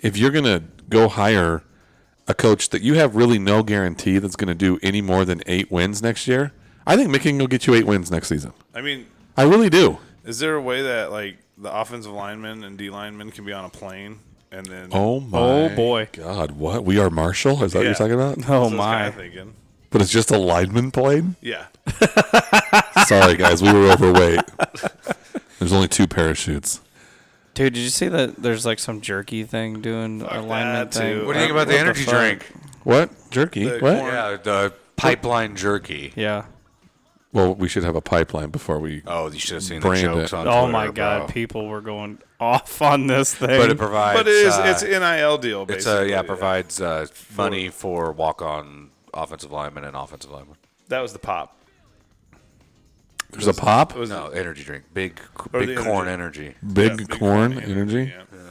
S2: if you're gonna go hire a coach that you have really no guarantee that's gonna do any more than eight wins next year, I think Mickey can go get you eight wins next season.
S4: I mean,
S2: I really do.
S4: Is there a way that like the offensive linemen and D linemen can be on a plane and then?
S2: Oh my!
S3: Oh, boy.
S2: God, what we are Marshall? Is that
S4: Yeah.
S2: what you're talking about?
S3: oh
S4: That's what I
S3: my,
S4: was kinda thinking.
S2: But it's just a lineman plane.
S4: Yeah,
S2: Sorry guys, we were overweight. There's only two parachutes.
S3: dude, did you see that? There's like some jerky thing doing alignment
S4: that,
S3: thing.
S4: too.
S5: What do you think about the
S4: What the
S5: energy
S4: fuck?
S5: drink?
S2: What jerky?
S4: The
S2: what?
S4: corn-
S5: Yeah, the pipeline jerky.
S3: Yeah.
S2: Well, we should have a pipeline before we
S5: Oh, you should have seen
S2: Brand
S5: the jokes
S2: it.
S5: on
S3: Oh
S5: Twitter,
S3: my god,
S5: bro.
S3: people were going off on this thing.
S5: But it provides.
S4: but it is
S5: uh,
S4: it's an nil deal. Basically.
S5: it's a yeah provides uh, money for walk on offensive linemen and offensive linemen.
S4: That was the pop.
S2: There's a pop,
S4: It was
S5: No energy drink, big
S4: Or
S5: big
S4: the
S5: corn Oh, energy.
S2: big
S4: yeah, big
S2: corn
S4: corn
S2: energy.
S4: yeah.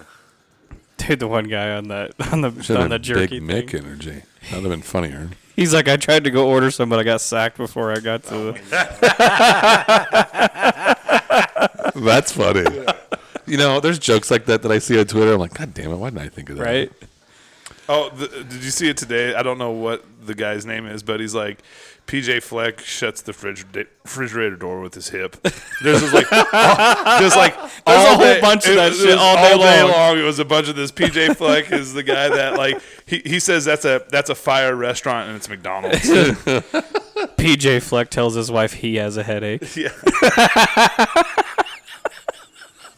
S3: Dude, the one guy on that on the
S2: Should
S3: on
S2: have
S3: the
S2: been
S3: jerky
S2: Big
S3: thing.
S2: Mick energy. That would have been funnier.
S3: He's like, I tried to go order some, but I got sacked before I got to
S4: Oh,
S3: the.
S2: That's funny. You know, there's jokes like that that I see on Twitter. I'm like, God damn it, why didn't I think of that?
S3: Right?
S4: Oh, the, did you see it today? I don't know what the guy's name is, but he's like, PJ Fleck shuts the fridge, refrigerator door with his hip. There's just like, all- just like
S3: There's a
S4: all
S3: whole bunch of
S4: it
S3: that
S4: was
S3: shit all day long.
S4: It was a bunch of this. PJ Fleck is the guy that like he, he says that's a that's a fire restaurant and it's McDonald's.
S3: PJ Fleck tells his wife he has a headache.
S4: yeah,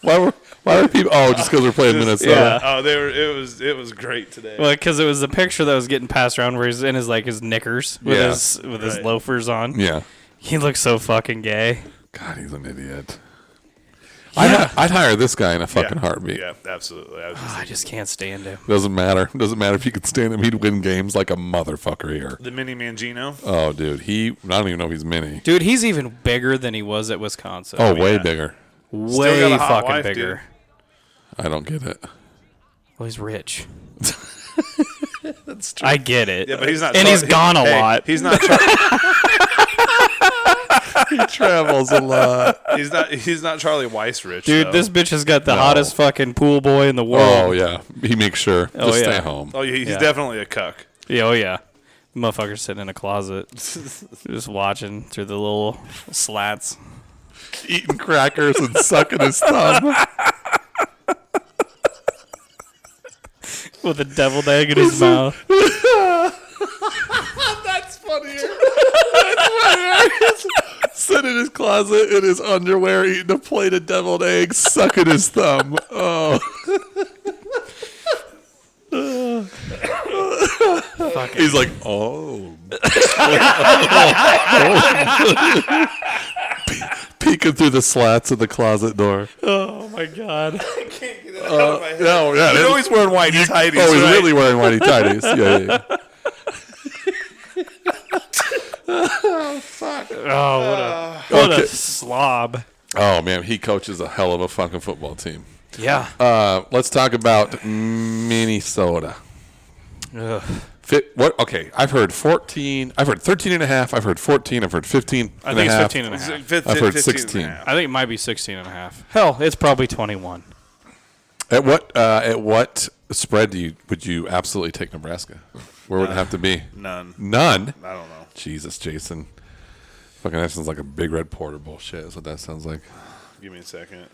S2: Why were why were people? Oh, just because we're playing Minnesota.
S3: yeah.
S4: oh, they were. It was it was great today.
S3: Well, because it was the picture that was getting passed around where he's in his like his knickers with
S2: Yeah.
S3: his with his
S4: Right.
S3: loafers on.
S2: Yeah.
S3: He looks so fucking gay.
S2: God, he's an idiot. I'd, I'd hire this guy in a fucking
S4: yeah.
S2: heartbeat.
S4: Yeah, absolutely. I was just
S3: I
S4: thinking,
S3: just can't stand him.
S2: Doesn't matter. Doesn't matter if you could stand him. He'd win games like a motherfucker here.
S4: the mini Mangino.
S2: Oh, dude, he. I don't even know if he's mini.
S3: Dude, he's even bigger than he was at Wisconsin.
S2: Oh, way bigger.
S3: way
S4: got a hot
S3: fucking
S4: wife,
S3: bigger.
S4: dude.
S2: I don't get it.
S3: Well, he's rich. I get it.
S4: Yeah, but he's not.
S3: And
S4: char-
S3: he's gone a
S4: hey,
S3: lot.
S4: He's not. Char-
S2: He travels a lot.
S4: he's not. He's not Charlie Weiss rich.
S3: Dude,
S4: though.
S3: this bitch has got the hottest fucking pool boy in the
S2: Oh
S3: world.
S2: yeah, he makes sure to
S3: Oh,
S2: stay
S3: yeah.
S2: home.
S4: Oh, yeah, he's
S3: Yeah.
S4: definitely a cuck.
S3: Yeah, oh yeah. Motherfucker sitting in a closet, just watching through the little slats.
S2: Eating crackers and sucking his thumb.
S3: with a deviled egg in his mouth.
S2: That's funnier. That's funnier. Sitting in his closet in his underwear, eating a plate of deviled eggs, sucking his thumb. Oh, he's like, oh, Pe- peeking through the slats of the closet door.
S3: Oh my god.
S2: No, yeah,
S4: He's
S2: that-
S4: always wearing whitey tighties.
S2: Oh, he's
S4: right?
S2: really wearing whitey tighties. Yeah, yeah, yeah.
S3: Oh, what a, what
S2: Uh, Okay.
S3: a slob.
S2: Oh man, he coaches a hell of a fucking football team.
S3: Yeah.
S2: Uh, let's talk about Minnesota.
S3: Ugh.
S2: Fit, what? Okay, I've heard 14. I've heard 13 and a half. I've heard 14. I've heard 15.
S3: I think
S2: and a
S3: it's
S2: half.
S3: 15 and a half.
S4: Fif-
S2: I've heard
S4: 15 and a
S2: 16.
S4: half.
S3: I think it might be 16 and a half. Hell, it's probably 21.
S2: At what? Uh, at what spread do you would you absolutely take Nebraska? Where would it have to be?
S4: None.
S2: None.
S4: I don't know.
S2: Jesus, Jason. Fucking that sounds like a big red porter bullshit. Is what that sounds like.
S4: Give me a second.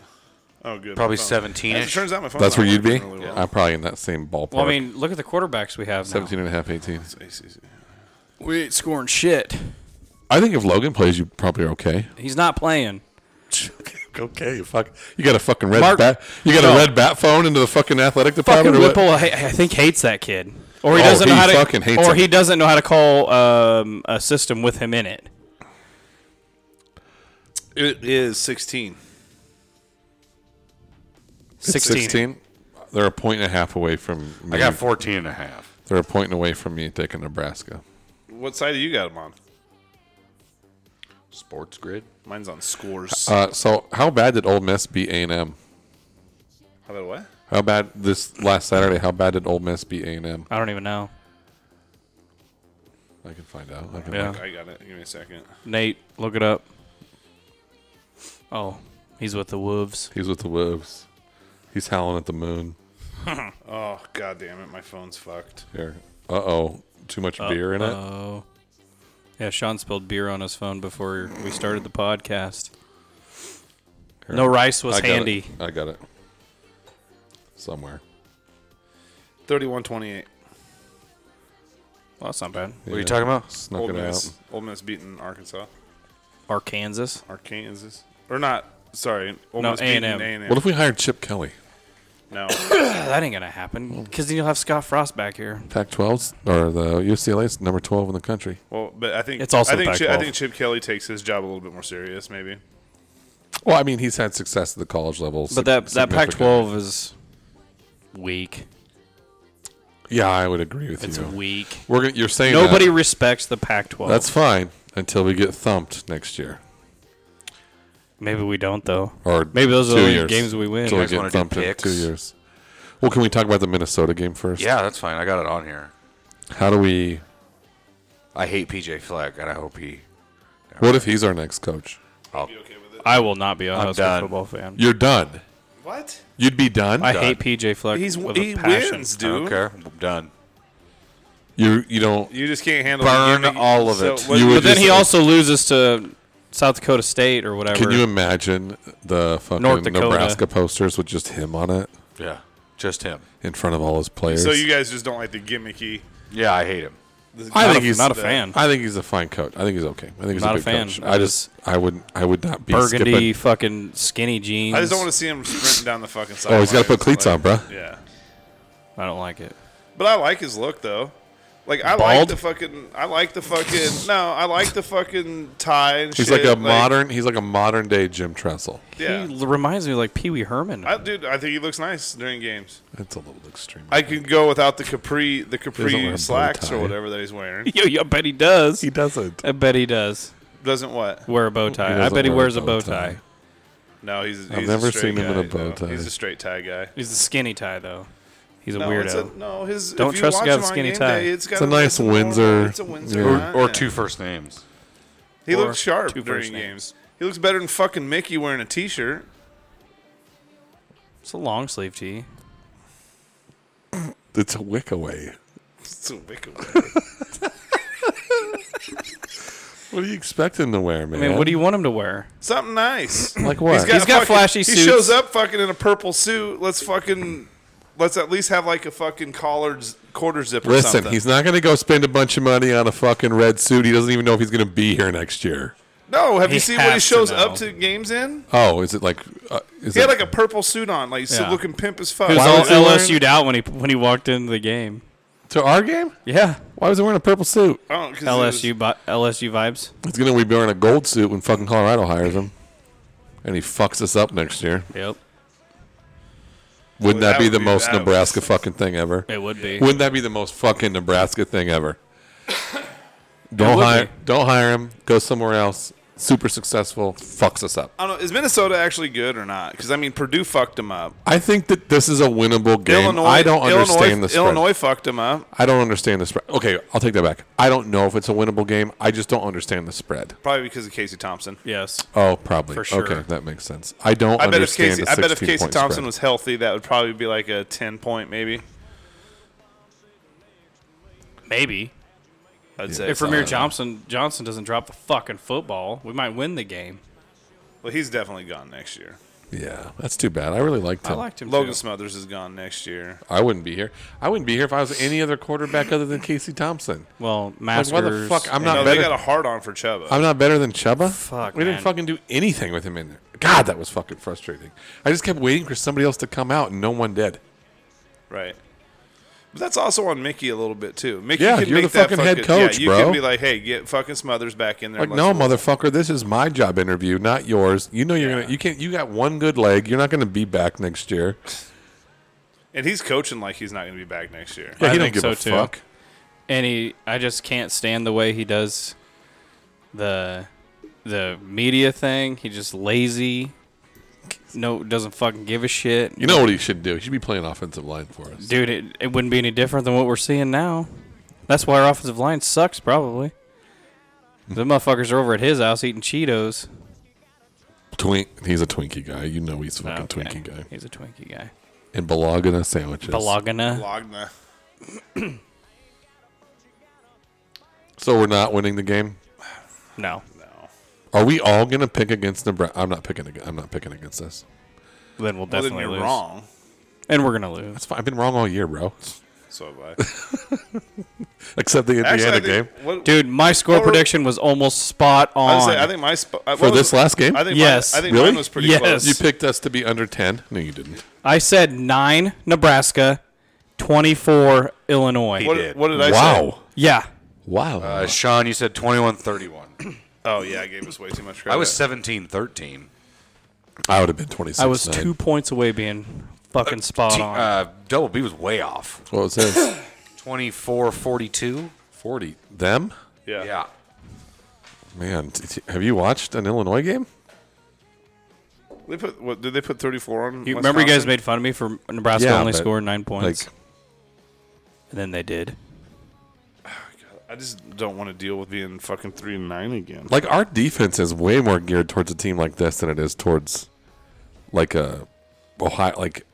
S4: Oh, good.
S5: Probably
S4: my phone-
S5: 17
S4: As it
S5: ish.
S4: turns out, my phone.
S2: That's where you'd be? I'm probably in that same ballpark.
S3: Well, I mean, look at the quarterbacks we have
S2: 17 and a half, 18.
S3: now. We ain't scoring shit.
S2: I think if Logan plays, you probably are okay.
S3: He's not playing.
S2: okay, fuck. You got a fucking red
S3: Mark-
S2: bat. You got
S3: No.
S2: a red bat phone into the fucking athletic
S3: Fucking
S2: department. or what?
S3: Whipple, I, I think hates that kid, or he
S2: Oh,
S3: doesn't
S2: he
S3: know how to,
S2: fucking hates
S3: or
S2: him.
S3: he doesn't know how to call um, a system with him in it.
S4: It is 16.
S2: It's
S3: 16.
S2: 16. They're a point and a half away from me.
S5: I got 14 and a half.
S2: They're a point away from me taking Nebraska.
S4: What side do you got them on?
S5: Sports Grid.
S4: Mine's on scores.
S2: Uh, so how bad did Ole Miss beat A&M?
S4: How about what?
S2: How bad this last Saturday? How bad did Ole Miss beat A&M?
S3: I don't even know.
S2: I can find out. I can
S3: Yeah.
S4: I got it. Give me a second.
S3: Nate, look it up. Oh, he's with the Wolves.
S2: He's with the wolves. He's howling at the moon.
S4: Oh god damn it, my phone's fucked.
S2: Here. Uh oh. Too much beer in it.
S3: Oh. Yeah, Sean spilled beer on his phone before we started the podcast.
S2: Here.
S3: No rice was
S2: I got
S3: handy.
S2: It. I got it. Somewhere.
S4: Thirty-one twenty-eight.
S3: Well, that's not bad.
S5: What are you talking about?
S2: Snuck
S4: Old
S2: it
S4: Miss.
S2: out.
S4: Old Miss beating Arkansas.
S3: Or Kansas.
S4: Arkansas. Or not. Sorry. Old
S3: No,
S4: Miss beating
S3: A&M.
S4: A&M.
S2: What if we hired Chip Kelly?
S4: no.
S3: Ah, that ain't gonna happen because then you'll have Scott Frost back here.
S2: Pac-12s or the UCLA's number 12 in the country.
S4: Well, but I think
S3: It's also
S4: I think
S3: the
S4: Chip, I
S3: Pac-12.
S4: think Chip Kelly takes his job a little bit more serious, maybe.
S2: Well, I mean, he's had success at the college level. sig-
S3: But that that
S2: significantly.
S3: Pac-12 is weak.
S2: Yeah, I would agree with
S3: It's
S2: you.
S3: weak.
S2: We're gonna, you're saying
S3: Nobody
S2: that.
S3: respects the Pac-12.
S2: That's fine until we get thumped next year.
S3: maybe we don't though.
S2: Or
S3: Maybe those are
S2: two
S3: the
S2: years.
S3: games we win.
S2: Until we
S5: guys wanna
S2: get
S5: do
S2: thumped in
S5: picks?
S2: two years. Well, can we talk about the Minnesota game first?
S5: Yeah, that's fine. I got it on here.
S2: How do we?
S5: I hate PJ Fleck, and I hope he.
S2: What if he's our next coach?
S5: I'll,
S3: I will not be a
S5: I'm
S3: Husker
S5: done.
S3: football fan.
S2: You're done.
S4: What?
S2: You'd be done.
S3: I hate PJ Fleck.
S4: He's
S3: with
S4: he
S3: a passion.
S4: wins,
S5: I don't
S4: dude.
S5: care. I'm done.
S2: you. You don't.
S4: You just can't handle
S5: Burn
S4: the gimmick.
S5: all of it.
S4: So, what-
S2: You
S3: But
S2: would
S3: then
S2: just-
S3: he also loses to South Dakota State or whatever.
S2: Can you imagine the
S3: North
S2: fucking
S3: Dakota.
S2: Nebraska posters with just him on it
S5: Yeah, just him.
S2: in front of all his players?
S4: so you guys just don't like the gimmicky.
S5: Yeah, I hate him.
S2: I
S3: Not
S2: think
S3: a-
S2: he's
S3: not a
S2: the-
S3: fan.
S2: I think he's a fine coach. I think he's okay. I think he's a
S3: Not a
S2: good
S3: fan.
S2: coach. I just I would not I would not be
S3: burgundy
S2: skipping.
S3: fucking skinny jeans?
S4: I just don't want to see him sprinting down the fucking side.
S2: Oh, he's got to put cleats on, bro.
S4: Yeah.
S3: I don't like it.
S4: But I like his look though. Like I like
S3: Bald?
S4: the fucking I like the fucking no, I like the fucking tie and
S2: He's
S4: shit.
S2: like a modern. He's like a modern day Jim Tressel.
S4: Yeah.
S3: He l- reminds me of like Pee Wee Herman.
S4: I, dude, I think he looks nice during games.
S2: That's a little extreme.
S4: I could go without the capri the
S2: Doesn't wear a
S4: capri
S2: bow
S4: slacks or
S2: tie.
S4: whatever that he's wearing.
S3: yo, yo, I bet he does.
S2: he doesn't.
S3: I bet he does
S4: Doesn't what?
S3: wear a bow tie. I
S2: doesn't
S3: bet he
S2: wear a
S3: wears a
S2: bow
S3: bow
S2: tie.
S3: tie.
S4: No, he's. he's
S2: never
S4: a
S2: seen
S4: straight
S2: him in a
S4: guy,
S2: bow
S4: no.
S2: tie.
S4: He's a straight tie guy.
S3: He's a skinny tie though. He's a
S4: No,
S3: weirdo.
S4: it's a, no his.
S3: Don't
S4: if you
S3: trust a
S4: watch
S3: guy
S4: him
S3: with
S4: on
S3: skinny
S4: game
S3: tie.
S4: Day, it's, got
S2: a nice
S4: normal-
S2: Windsor-
S4: It's a Windsor
S2: yeah.
S4: tie,
S5: Or
S4: yeah.
S5: two first names.
S4: He
S3: or
S4: looks sharp
S3: two
S4: during
S3: first names.
S4: games. He looks better than fucking Mickey wearing a t-shirt.
S3: it's a long sleeve tee.
S2: It's a wick away.
S4: It's a wicked.
S2: What do you expect him to wear,
S3: I
S2: man?
S3: mean, what do you want him to wear?
S4: Something nice.
S2: like? What?
S3: He's got
S4: fucking-
S3: flashy
S4: He
S3: suits.
S4: shows up fucking in a purple suit. Let's fucking let's at least have like a fucking collared z- quarter zip. Or
S2: Listen,
S4: something.
S2: he's not going to go spend a bunch of money on a fucking red suit. He doesn't even know if he's going to be here next year.
S4: no. Have
S3: He
S4: you seen what he
S3: has to
S4: shows
S3: know.
S4: up to games in?
S2: Oh, is it like? Uh, is
S4: He
S2: it
S4: had like a purple suit on, like so
S3: Yeah.
S4: looking pimp as fuck.
S3: He was
S2: Why
S3: all
S2: was he wearing-
S3: LSU'd out when he when he walked into the game.
S2: to our game?
S3: Yeah,
S2: Why was he wearing a purple suit?
S4: I don't know, 'cause it was-
S3: LSU bi- LSU vibes.
S2: He's going to be wearing a gold suit when fucking Colorado hires him, and he fucks us up next year.
S3: Yep,
S2: Wouldn't
S4: Well,
S2: that,
S4: that
S2: be
S4: would
S2: the
S4: be-
S2: most
S4: that would-
S2: Nebraska fucking thing ever?
S3: it would be.
S2: Wouldn't that be the most fucking Nebraska thing ever? Don't
S3: would
S2: hire,
S3: be.
S2: don't hire him. Go somewhere else. Super successful. Fucks us up.
S4: I don't know. Is Minnesota actually good or not? Because I mean, Purdue fucked him up.
S2: I think that this is a winnable game.
S4: Illinois.
S2: I don't understand
S4: Illinois,
S2: the spread.
S4: Illinois fucked him up.
S2: I don't understand the spread. Okay, I'll take that back. I don't know if it's a winnable game. I just don't understand the spread.
S4: Probably because of Casey Thompson.
S3: Yes,
S2: Oh, probably.
S3: For sure.
S2: Okay, that makes sense. I don't
S4: I bet if
S2: understand
S4: Casey,
S2: the
S4: I
S2: 16
S4: bet if Casey
S2: point
S4: Thompson
S2: spread.
S4: was healthy, that would probably be like a ten point maybe.
S3: maybe.
S4: I'd
S2: Yeah.
S4: say.
S2: uh,
S3: If Ramir Johnson Johnson doesn't drop the fucking football, we might win the game.
S4: Well, he's definitely gone next year.
S2: Yeah, that's too bad. I really liked
S3: I
S2: him.
S3: liked him.
S4: Logan
S3: too.
S4: Smothers is gone next year.
S2: I wouldn't be here. I wouldn't be here if I was any other quarterback other than Casey Thompson.
S3: Well,
S2: Like,
S3: Masters.
S2: why the fuck? I'm
S4: No,
S2: not
S4: they
S2: better.
S4: got a hard on for Chuba.
S2: I'm not better than Chuba.
S3: Fuck,
S2: We
S3: man.
S2: didn't fucking do anything with him in there. God, that was fucking frustrating. I just kept waiting for somebody else to come out, and no one did.
S4: Right. But that's also on Mickey a little bit too. Mickey
S2: Yeah,
S4: can
S2: you're
S4: make
S2: the
S4: that
S2: fucking head coach,
S4: yeah, you
S2: bro.
S4: can be like, hey, get fucking Smothers back in there.
S2: Like,
S4: and
S2: no,
S4: let's roll."
S2: motherfucker, this is my job interview, not yours. You know you're gonna. You can't. You got one good leg. You're not gonna be back next year.
S4: And he's coaching like he's not going to be back next year.
S2: Yeah,
S3: I
S2: he don't
S3: think
S2: give
S3: so
S2: a
S3: too.
S2: fuck.
S3: and he, I just can't stand the way he does the the media thing. He just lazy. No, doesn't fucking give a shit.
S2: You know what he should do? He should be playing offensive line for us.
S3: Dude, it, it wouldn't be any different than what we're seeing now. That's why our offensive line sucks, probably.
S2: Hmm.
S3: The motherfuckers are over at his house eating Cheetos.
S2: Twink. He's a Twinkie guy. You know he's a fucking
S3: Oh, Okay.
S2: Twinkie guy.
S3: He's a Twinkie guy.
S2: And Bologna sandwiches.
S3: Balagana.
S4: Logna.
S2: So we're not winning the game.
S3: No.
S4: No.
S2: Are we all gonna pick against Nebraska? I'm not picking. ag- I'm not picking against us.
S3: Then
S4: Well,
S3: we'll
S4: then
S3: definitely
S4: you're
S3: lose.
S4: wrong.
S3: And we're gonna lose.
S2: That's fine. I've been wrong all year, bro.
S4: So have I.
S2: Except the
S4: Actually,
S2: Indiana
S4: I think,
S2: game.
S4: what-
S3: Dude, my score
S4: Well, we're-
S3: prediction was almost spot
S4: I,
S3: on.
S4: was saying, I think my sp- I-
S2: For
S4: what
S2: this
S4: was-
S2: last game?
S4: I think
S3: Yes.
S4: Mine, I think
S2: Really?
S4: mine was pretty
S3: Yes.
S4: close.
S2: You picked us to be under 10. No, you didn't.
S3: I said nine Nebraska, twenty-four Illinois.
S4: What
S5: did.
S4: did, what did I say?
S2: wow.
S3: Yeah,
S2: Wow.
S5: Uh, Sean, you said 21 31.
S4: Oh yeah, I gave us way too much credit.
S5: I was 17 13.
S2: I would have been 26.
S3: I was
S2: nine.
S3: two points away being fucking spot on.
S5: Uh, Double B was way off.
S2: What was this?
S5: 24 42.
S2: 40. Them?
S4: yeah.
S5: Yeah.
S2: Man, t- t- have you watched an Illinois game?
S4: They put what did they put 34 on?
S3: you remember you guys
S4: Wisconsin?
S3: made fun of me for Nebraska
S2: Yeah,
S3: only
S2: but,
S3: scored nine points,
S2: Like,
S3: and then they did.
S4: I just don't want to deal with being fucking 3 and 9 again.
S2: like our defense is way more geared towards a team like this than it is towards like a Ohio, like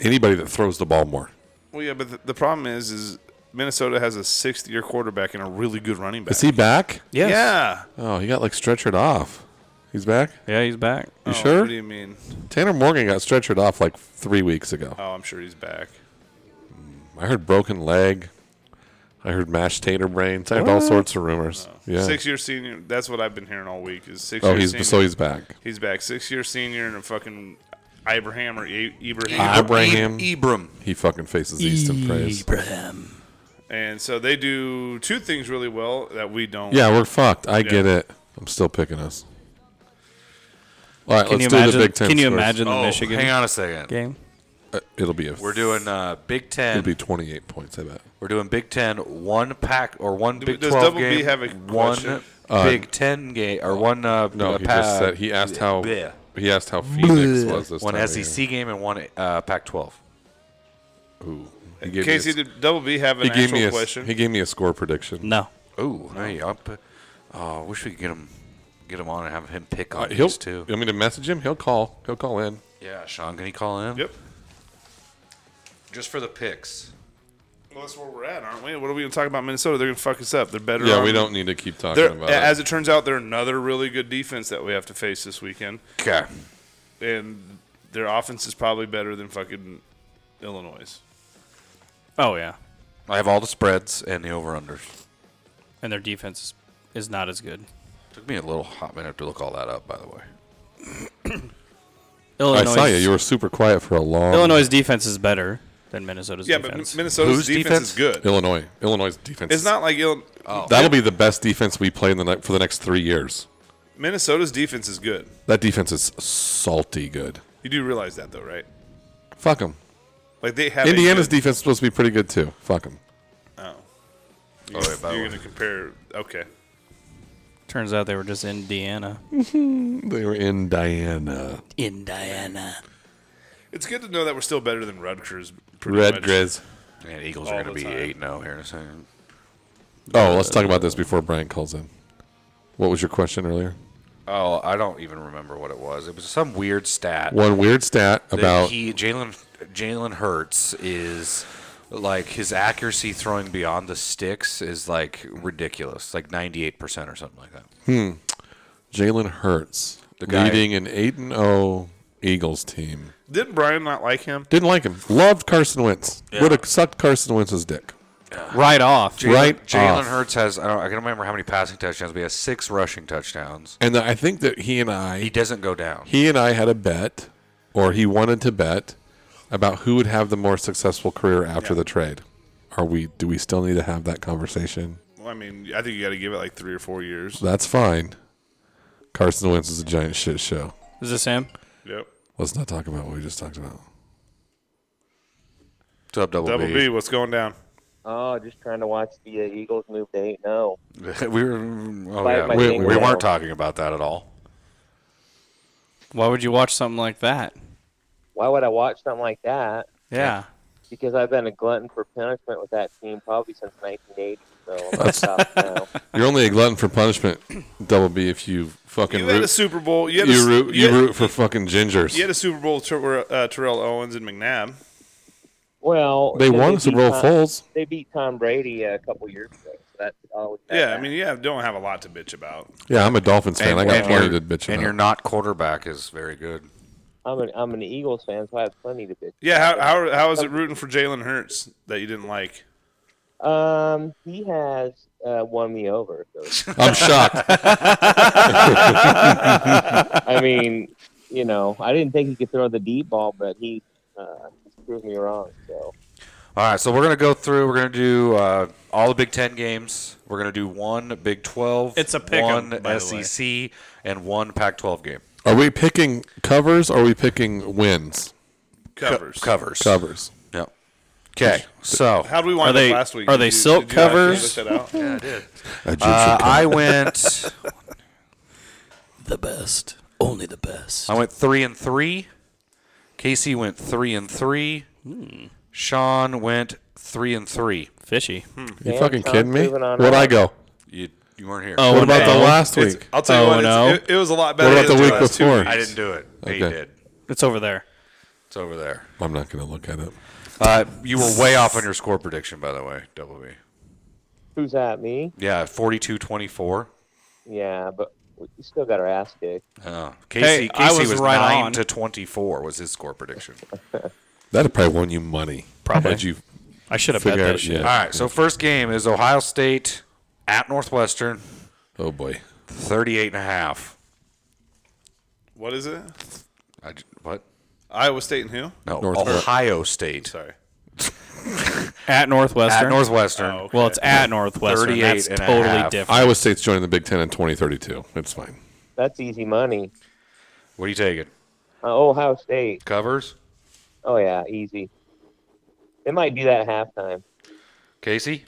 S2: anybody that throws the ball more.
S4: Well, yeah, but the, the problem is, is Minnesota has a sixth-year quarterback and a really good running back.
S2: Is he back?
S3: Yes.
S4: Yeah.
S2: Oh, he got like stretchered off. He's back.
S3: Yeah, he's back.
S2: You
S4: Oh,
S2: sure?
S4: What do you mean?
S2: Tanner Morgan got stretchered off like three weeks ago.
S4: Oh, I'm sure he's back.
S3: Oh.
S2: I heard broken leg. I heard mashed tater brains. I heard all sorts of rumors.
S3: Oh.
S2: Yeah.
S4: Six-year senior. That's what I've been hearing all week. Is six?
S2: oh,
S4: year
S2: he's
S4: senior.
S2: so he's back.
S4: He's back. Six-year senior and a fucking Abraham or A- Ibrahim.
S2: Ah. Abraham.
S5: Ibram.
S2: He fucking faces East and praise.
S4: and so they do two things really well that we don't.
S2: Yeah, we're fucked. I get it. I'm still picking us. All right,
S3: Can
S2: let's
S3: you
S2: do
S3: imagine?
S2: the Big Ten.
S3: can you
S2: scores.
S3: imagine the
S5: Oh,
S3: Michigan
S5: hang on a second.
S3: game?
S2: Uh, it'll be a.
S5: We're doing uh, Big 10.
S2: It'll be 28 points. I bet.
S5: We're doing Big Ten one pack or one Big
S4: does
S5: Twelve
S4: Double B
S5: game.
S4: have a
S5: one
S4: question?
S5: Big Ten game or one? Uh,
S2: Uh, No,
S5: uh,
S2: he
S5: pa-
S2: just said he asked how
S5: bleh.
S2: he asked how Phoenix was this time
S5: one
S2: of
S4: E
S5: SEC game and one uh, Pac-12.
S2: year. Ooh. He gave
S4: Casey,
S2: me
S4: did Double B have
S2: a, he
S4: an
S2: gave
S4: actual
S2: me a,
S4: question?
S2: he gave me a score prediction.
S3: No.
S5: Ooh, hey, I'll put, oh, I wish we could get him get him on and have him pick
S2: Uh,
S5: on
S2: he'll.
S5: these two.
S2: You want me to message him? He'll call. He'll call in.
S5: Yeah, Sean, can he call in?
S4: yep.
S5: Just for the picks.
S4: Well, that's where we're at, aren't we? What are we going to talk about Minnesota? They're going to fuck us up. They're better.
S2: Yeah,
S4: on-
S2: we don't need to keep talking
S4: They're,
S2: about
S4: as
S2: it.
S4: it turns out, they're another really good defense that we have to face this weekend,
S5: Okay.
S4: and their offense is probably better than fucking Illinois.
S3: Oh yeah,
S5: I have all the spreads and the over/unders.
S3: and their defense is- is not as good.
S5: Took me a little hot minute to look all that up, by the way.
S3: Illinois.
S2: I saw you. You were super quiet for a long.
S3: Illinois' defense is better than Minnesota's
S4: Yeah,
S3: defense.
S4: but Minnesota's
S5: Whose
S4: defense,
S5: defense?
S4: is good.
S2: Illinois. Illinois' defense.
S4: It's
S2: is-
S4: not like Ill-
S2: That'll be the best defense we play in the ne- for the next three years.
S4: Minnesota's defense is good.
S2: That defense is salty good.
S4: You do realize that, though, right?
S2: Fuck them.
S4: Like they have a
S2: Indiana's
S4: good-
S2: defense is supposed to be pretty good too. Fuck them.
S4: Oh,
S5: Oh, wait, by the
S4: you're
S5: way.
S4: going to compare? Okay,
S3: Turns out they were just Indiana.
S2: They were in Diana.
S3: Indiana.
S4: it's good to know that we're still better than Rutgers. pretty
S2: Red
S4: much.
S2: Grizz.
S5: Man, Eagles
S4: All
S5: are going
S4: the
S5: to be
S4: time.
S5: 8 0 here in a second.
S2: Oh, let's talk about this before Brian calls in. What was your question earlier?
S5: Oh, I don't even remember what it was. It was some weird stat.
S2: One weird stat
S5: that
S2: about
S5: he Jalen Jalen Hurts is like his accuracy throwing beyond the sticks is like ridiculous, like ninety eight percent or something like that.
S2: Jalen Hurts.
S5: The guy.
S2: leading an eight and zero Eagles team.
S4: Did Brian not like him?
S2: Didn't like him. Loved Carson Wentz. Would have sucked Carson Wentz's dick.
S3: Right off.
S5: Jalen-
S2: right
S5: Jalen
S2: off.
S5: Hurts has I don't I can remember how many passing touchdowns, but he has six rushing touchdowns.
S2: And I think that he and I
S5: He doesn't go down.
S2: he and I had a bet, or he wanted to bet, about who would have the more successful career after the trade. Are we? Do we still need to have that conversation?
S4: Well, I mean, I think you got to give it like three or four years.
S2: That's fine. Carson Wentz is a giant shit show.
S3: Is this him?
S4: Yep.
S2: Let's not talk about what we just talked about.
S5: What's up, Double,
S4: Double B, what's going down?
S6: Oh, just trying to watch the uh, Eagles move to eight. No,
S5: we were oh,
S6: Bite
S5: yeah.
S6: my
S5: we,
S2: finger
S5: we weren't
S6: out.
S5: talking about that at all.
S3: Why would you watch something like that?
S6: why would I watch something like that?
S3: Yeah.
S6: Because I've been a glutton for punishment with that team probably since 1980. So I'm gonna stop now.
S2: You're only a glutton for punishment, Double B, if you fucking
S4: You
S2: root.
S4: had a Super Bowl. You, had
S2: you
S4: a,
S2: root.
S4: you
S2: You
S4: had-
S2: root for fucking gingers.
S4: You had a Super Bowl with Ter- uh, Terrell Owens and McNabb.
S6: Well,
S2: they won the
S6: beat
S2: Super Bowl.
S6: Tom-
S2: Foles.
S6: They beat Tom Brady a couple years ago. So that's all. that
S4: Yeah, I
S6: matters.
S4: mean, yeah, don't have a lot to bitch about.
S2: Yeah, I'm a Dolphins fan. I got plenty
S5: your-
S2: to bitch
S5: and your
S2: about.
S5: not quarterback is very good.
S6: I'm an I'm an Eagles fan, so I have plenty to bitch.
S4: Yeah, how how, how is it rooting for Jalen Hurts that you didn't like?
S6: Um, he has uh, won me over. So,
S2: I'm shocked.
S6: I mean, you know, I didn't think he could throw the deep ball, but he uh, proved me wrong. So
S5: All right, so we're gonna go through. We're gonna do uh, all the Big Ten games. We're gonna do one Big Twelve.
S3: It's a pick 'em,
S5: one
S3: by the way.
S5: SEC and one Pac-12 game
S2: Are we picking covers? or Are we picking wins?
S4: Covers.
S5: covers.
S2: Covers.
S5: Yep. Okay, so
S4: How do we wind
S3: Are they-
S4: up last week?
S3: are they silk
S4: actually
S3: covers?
S4: look that out?
S5: yeah, I did.
S2: Egyptian
S5: Uh,
S2: covers.
S5: I went.
S1: The best, only the best.
S5: I went three and three. Casey went three and three. Sean went three and three.
S3: Fishy.
S2: you
S6: Dan
S2: fucking
S6: Johnson
S2: kidding me?
S6: moving on
S2: Where'd
S6: up.
S2: I go?
S5: You you weren't here.
S3: Oh,
S2: What about the
S3: no.
S2: last
S4: It's-
S2: week?
S4: I'll tell you
S3: Oh,
S4: what,
S3: no.
S4: it's, it, it was a lot better.
S2: about
S4: than
S2: the week
S4: last two
S2: before?
S4: weeks.
S5: I didn't do it. They
S2: Okay.
S5: did.
S3: It's over there.
S5: It's over there.
S2: I'm not gonna look at it.
S5: Uh, you were way off on your score prediction, by the way, Double B.
S6: who's that? Me?
S5: Yeah, 42 24.
S6: Yeah, but we still got our ass kicked.
S5: Oh. Casey,
S3: Hey, I
S5: Casey
S3: was
S5: was,
S3: right
S5: 9
S3: on.
S5: to 24 was his score prediction.
S2: That'd probably won you money. Probably you
S3: I should have bet
S2: figure
S3: that
S2: out.
S3: shit.
S2: Yeah.
S5: All right, so first game is Ohio State at Northwestern,
S2: Oh boy.
S5: 38 and a half.
S4: What is it?
S5: I j- what?
S4: Iowa State and who?
S5: No,
S2: Northwest-
S5: Ohio State.
S4: Sorry.
S3: At Northwestern.
S5: At Northwestern.
S4: Oh, okay.
S3: well, it's at Northwestern.
S5: 38
S3: That's
S5: and a
S3: totally
S5: half.
S3: different.
S2: Iowa State's joining the Big Ten in 2032. It's fine.
S6: That's easy money.
S5: What are you taking?
S6: Uh, Ohio State.
S5: Covers?
S6: Oh yeah, easy. They might do that at halftime.
S5: Casey?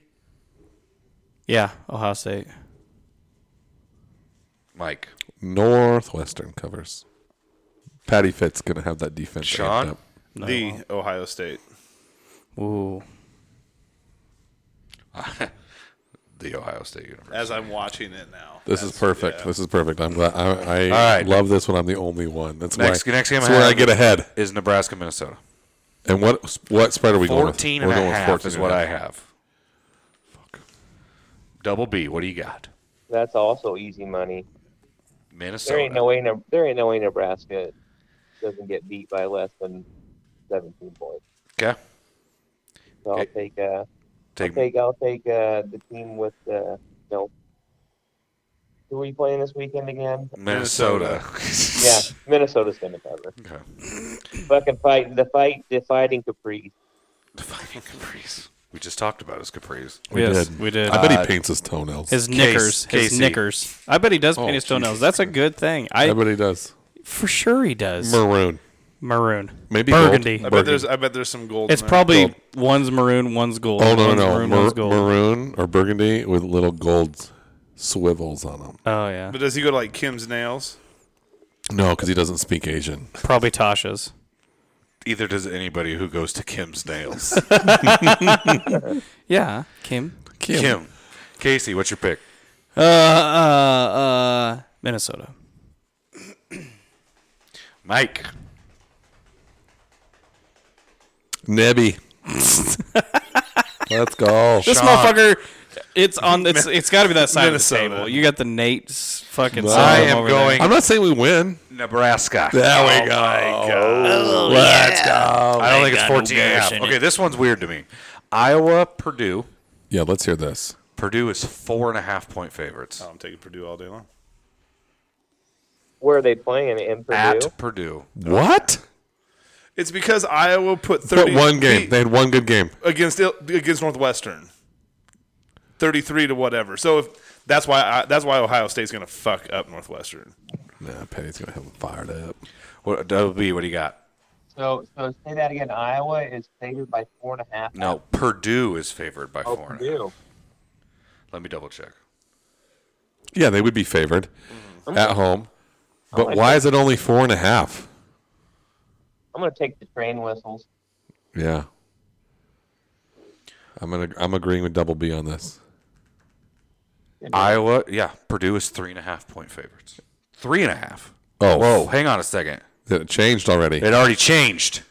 S3: Yeah, Ohio State.
S5: Mike?
S2: Northwestern covers. Patty Fitt's gonna have that defense.
S5: Sean?
S2: amped up.
S3: No.
S4: The Ohio State.
S3: Ooh.
S5: The Ohio State University.
S4: As I'm watching it now.
S2: This is perfect.
S4: yeah.
S2: This is perfect. I'm glad. I, I
S5: right.
S2: love this when I'm the only one. That's why-
S5: Next- next game
S2: That's
S5: I
S2: where I
S5: have-
S2: get ahead.
S5: Is Nebraska, Minnesota?
S2: And what what spread are we going with?
S5: 14 and
S2: We're
S5: a
S2: going with
S5: half
S2: 14
S5: is
S2: and
S5: what
S2: a
S5: I
S2: half.
S5: have. Double B, what do you got?
S6: That's also easy money. There ain't no
S5: Minnesota.
S6: way. Ne- There ain't no way Nebraska doesn't get beat by less than 17 points.
S5: Okay.
S6: So I'll
S5: Okay.
S6: take. Uh, I'll
S5: Take,
S6: take. I'll take uh, the team with. Uh, no. Who are we playing this weekend again?
S5: Minnesota.
S6: Yeah, Minnesota's gonna cover.
S5: Okay.
S6: Fucking fight the fight the fighting Capri.
S5: Defining Caprice. We just talked about his Caprice.
S2: We
S3: yes,
S2: did.
S3: we did.
S2: I bet he paints his toenails.
S3: Uh, his knickers.
S5: Casey.
S3: His knickers. I bet he does paint his
S2: Oh, Jesus
S3: toenails. That's a good thing. I
S2: I bet he does.
S3: for sure he does.
S2: Maroon.
S3: maroon.
S2: Maybe gold.
S3: burgundy.
S4: I
S2: Burger.
S4: bet there's I bet there's some gold.
S3: It's
S4: in there.
S3: probably
S2: Gold.
S3: one's maroon, one's gold.
S2: Oh no
S3: one's
S2: no
S3: maroon,
S2: Mar-
S3: one's gold.
S2: maroon or burgundy with little gold swivels on them.
S3: Oh yeah,
S4: But does he go to like Kim's nails?
S2: No, because he doesn't speak Asian.
S3: probably Tasha's.
S5: Either does anybody who goes to Kim's nails.
S3: Yeah, Kim.
S5: Kim. Casey, what's your pick?
S3: Uh, uh, uh, Minnesota.
S5: Mike.
S2: Nebby. Let's go.
S3: This
S5: Sean.
S3: motherfucker It's on. It's it's got to be that side of
S4: Minnesota.
S3: the table. You got the Nate's fucking.
S2: Well, I
S3: side of 'em
S5: am
S3: over
S5: going-
S2: I'm not saying we win.
S5: Nebraska. Oh
S2: There we go. Let's go.
S5: I don't think it's 14 and a half. Okay, this one's weird to me. Iowa, Purdue.
S2: Yeah, let's hear this.
S5: Purdue is four and a half point favorites
S4: I'm taking Purdue all day long.
S6: Where are they playing in Purdue?
S5: at Purdue.
S2: What?
S4: It's because Iowa put
S2: But
S4: thirty
S2: one game.
S4: beat
S2: They had one good game.
S4: against Il- against Northwestern, thirty three to whatever. So if that's why I, that's why Ohio State's gonna fuck up Northwestern.
S2: Nah, Penny's gonna have them fired up.
S5: What WB? What do you got?
S6: So, so say that again. Iowa is favored by four and a half.
S5: No, Purdue is favored by
S6: Oh,
S5: four. and a half.
S6: Purdue.
S5: Let me double check.
S2: Yeah, they would be favored at home. But
S6: like
S2: why is it only four and a half?
S6: I'm going to take the train whistles.
S2: Yeah. I'm gonna I'm agreeing with double B on this.
S5: Iowa, yeah, Purdue is three and a half point favorites. Three and a half.
S2: Oh.
S5: Whoa, hang on a second.
S2: It changed already.
S5: It already changed.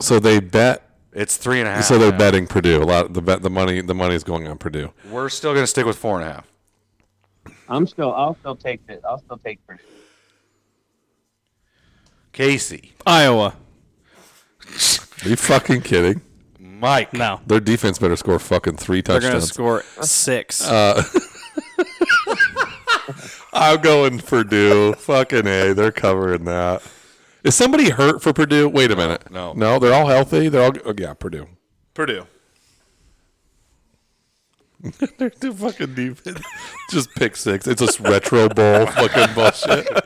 S2: So they bet
S5: It's three and a half.
S2: so they're
S5: now.
S2: betting Purdue. A lot the bet the money the money is going on Purdue.
S5: We're still gonna stick with four and a half.
S6: I'm still. I'll still take the. I'll still take Purdue.
S5: Casey,
S3: there. Iowa.
S2: Are you fucking kidding?
S5: Mike,
S3: No,
S2: Their defense better score fucking three
S3: they're gonna
S2: touchdowns. Uh,
S3: score six.
S2: I'm going Purdue. fucking A, they're covering that. Is somebody hurt for Purdue? Wait a minute.
S5: no.
S2: No, they're all healthy. They're all oh, yeah, Purdue.
S4: Purdue.
S2: They're too fucking deep. just pick six. It's just retro bowl fucking bullshit.
S5: All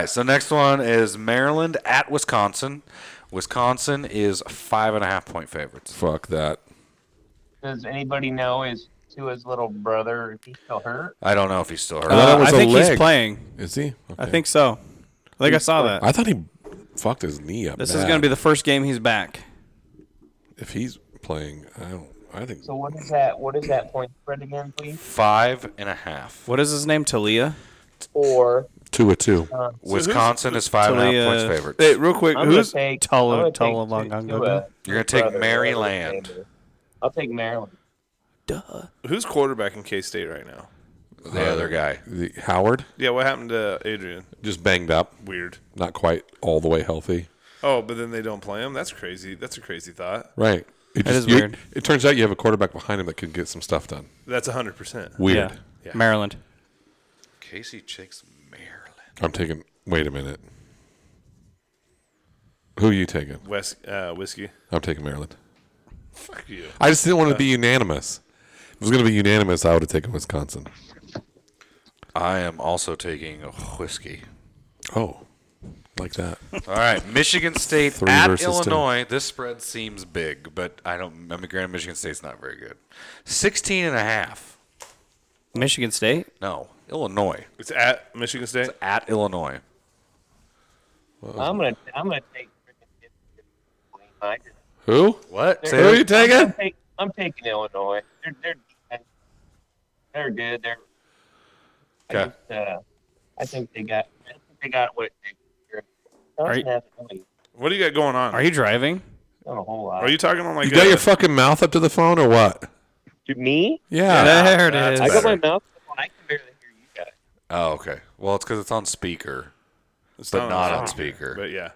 S5: right, so next one is Maryland at Wisconsin. Wisconsin is five and a half point favorites.
S2: Fuck that.
S6: Does anybody know is Tua's little brother? Is he still hurt?
S5: I don't know if he's still hurt.
S2: that
S3: Uh,
S2: was
S3: I
S2: a
S3: think
S2: leg.
S3: he's playing.
S2: Is he? Okay.
S3: I think so. I think I saw that.
S2: I thought he fucked his knee up.
S3: This is gonna be the first game he's back.
S2: if he's playing. I don't. I think
S6: So what is that? What is that point spread again, please?
S5: Five and a half.
S3: What is his name? Talia.
S6: Or
S2: two or two.
S5: Wisconsin is five and a half
S3: Totally,
S5: points
S3: uh,
S5: favorites.
S4: Hey, real quick,
S6: I'm going
S4: who's
S6: to take.
S3: Tolo-
S6: I'm gonna
S3: Tolo
S6: take
S3: Longongo?
S6: Tua,
S3: You're
S5: gonna
S6: his
S5: take
S6: brother,
S5: Maryland.
S6: whatever his name is. I'll take Maryland.
S4: who's quarterback in K State right now?
S5: the other guy.
S2: The, Howard
S4: Yeah, what happened to Adrian?
S2: just banged up.
S4: Weird.
S2: Not quite all the way healthy.
S4: Oh, but then they don't play him. That's crazy. That's a crazy thought.
S2: Right. It
S3: That
S2: just-
S3: is
S2: you-
S3: weird.
S2: It turns out you have a quarterback behind him that can get some stuff done.
S4: That's hundred percent.
S2: Weird.
S3: Yeah. Maryland.
S5: Casey Chicks, Maryland.
S2: I'm taking. Wait a minute. Who are you taking?
S4: West uh, whiskey.
S2: I'm taking Maryland.
S4: Fuck you.
S2: I just didn't want to be unanimous. If it was going to be unanimous, I would have taken Wisconsin.
S5: I am also taking a whiskey.
S2: Oh, like that.
S5: All right, Michigan State
S2: Three
S5: at
S2: versus two.
S5: Illinois. This spread seems big, but I don't. I mean, granted, Michigan State's not very good. 16 and a half.
S3: Michigan State.
S5: No, Illinois.
S4: It's at Michigan State.
S5: At Illinois.
S6: I'm gonna. I'm gonna take. freaking I just-
S2: Who?
S5: What?
S2: Who are you
S6: I'm
S2: taking?
S6: taking, I'm taking Illinois. They're they're they're good. They're I,
S5: Okay.
S6: just, uh, I think they got I think they got what it takes. They're- Johnson
S3: you-
S6: hasn't really
S4: What do you got going on?
S3: Are you driving?
S6: done a whole lot.
S4: Are you talking on like uh,
S2: You got
S4: a-
S2: your fucking mouth up to the phone or what?
S6: To me?
S2: Yeah.
S3: there it
S5: that's
S3: is.
S6: I got
S5: better.
S6: my mouth. on. I can barely hear you guys.
S5: Oh, okay. Well, it's because it's on speaker.
S4: It's
S5: but not on speaker.
S4: But yeah,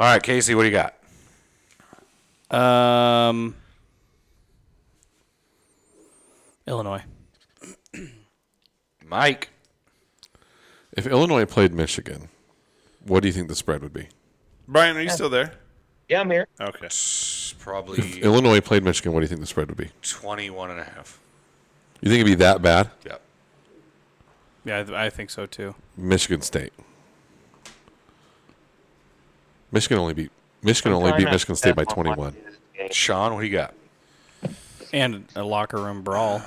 S5: All right, Casey, what do you got?
S3: Um, Illinois.
S5: Mike.
S2: If Illinois played Michigan, what do you think the spread would be?
S4: Brian, are you still there?
S6: Yeah, I'm here.
S4: Okay.
S5: Probably
S2: Illinois played Michigan, what do you think the spread would be?
S5: 21 and a half.
S2: You think it'd be that bad?
S5: Yep.
S3: Yeah, I, th- I think so too.
S2: Michigan State. Michigan only beat Michigan only
S6: Try
S2: beat
S6: not
S2: Michigan
S6: to
S2: State by
S6: step on
S2: 21.
S6: this game.
S5: Sean, what do you got?
S3: And a locker room brawl.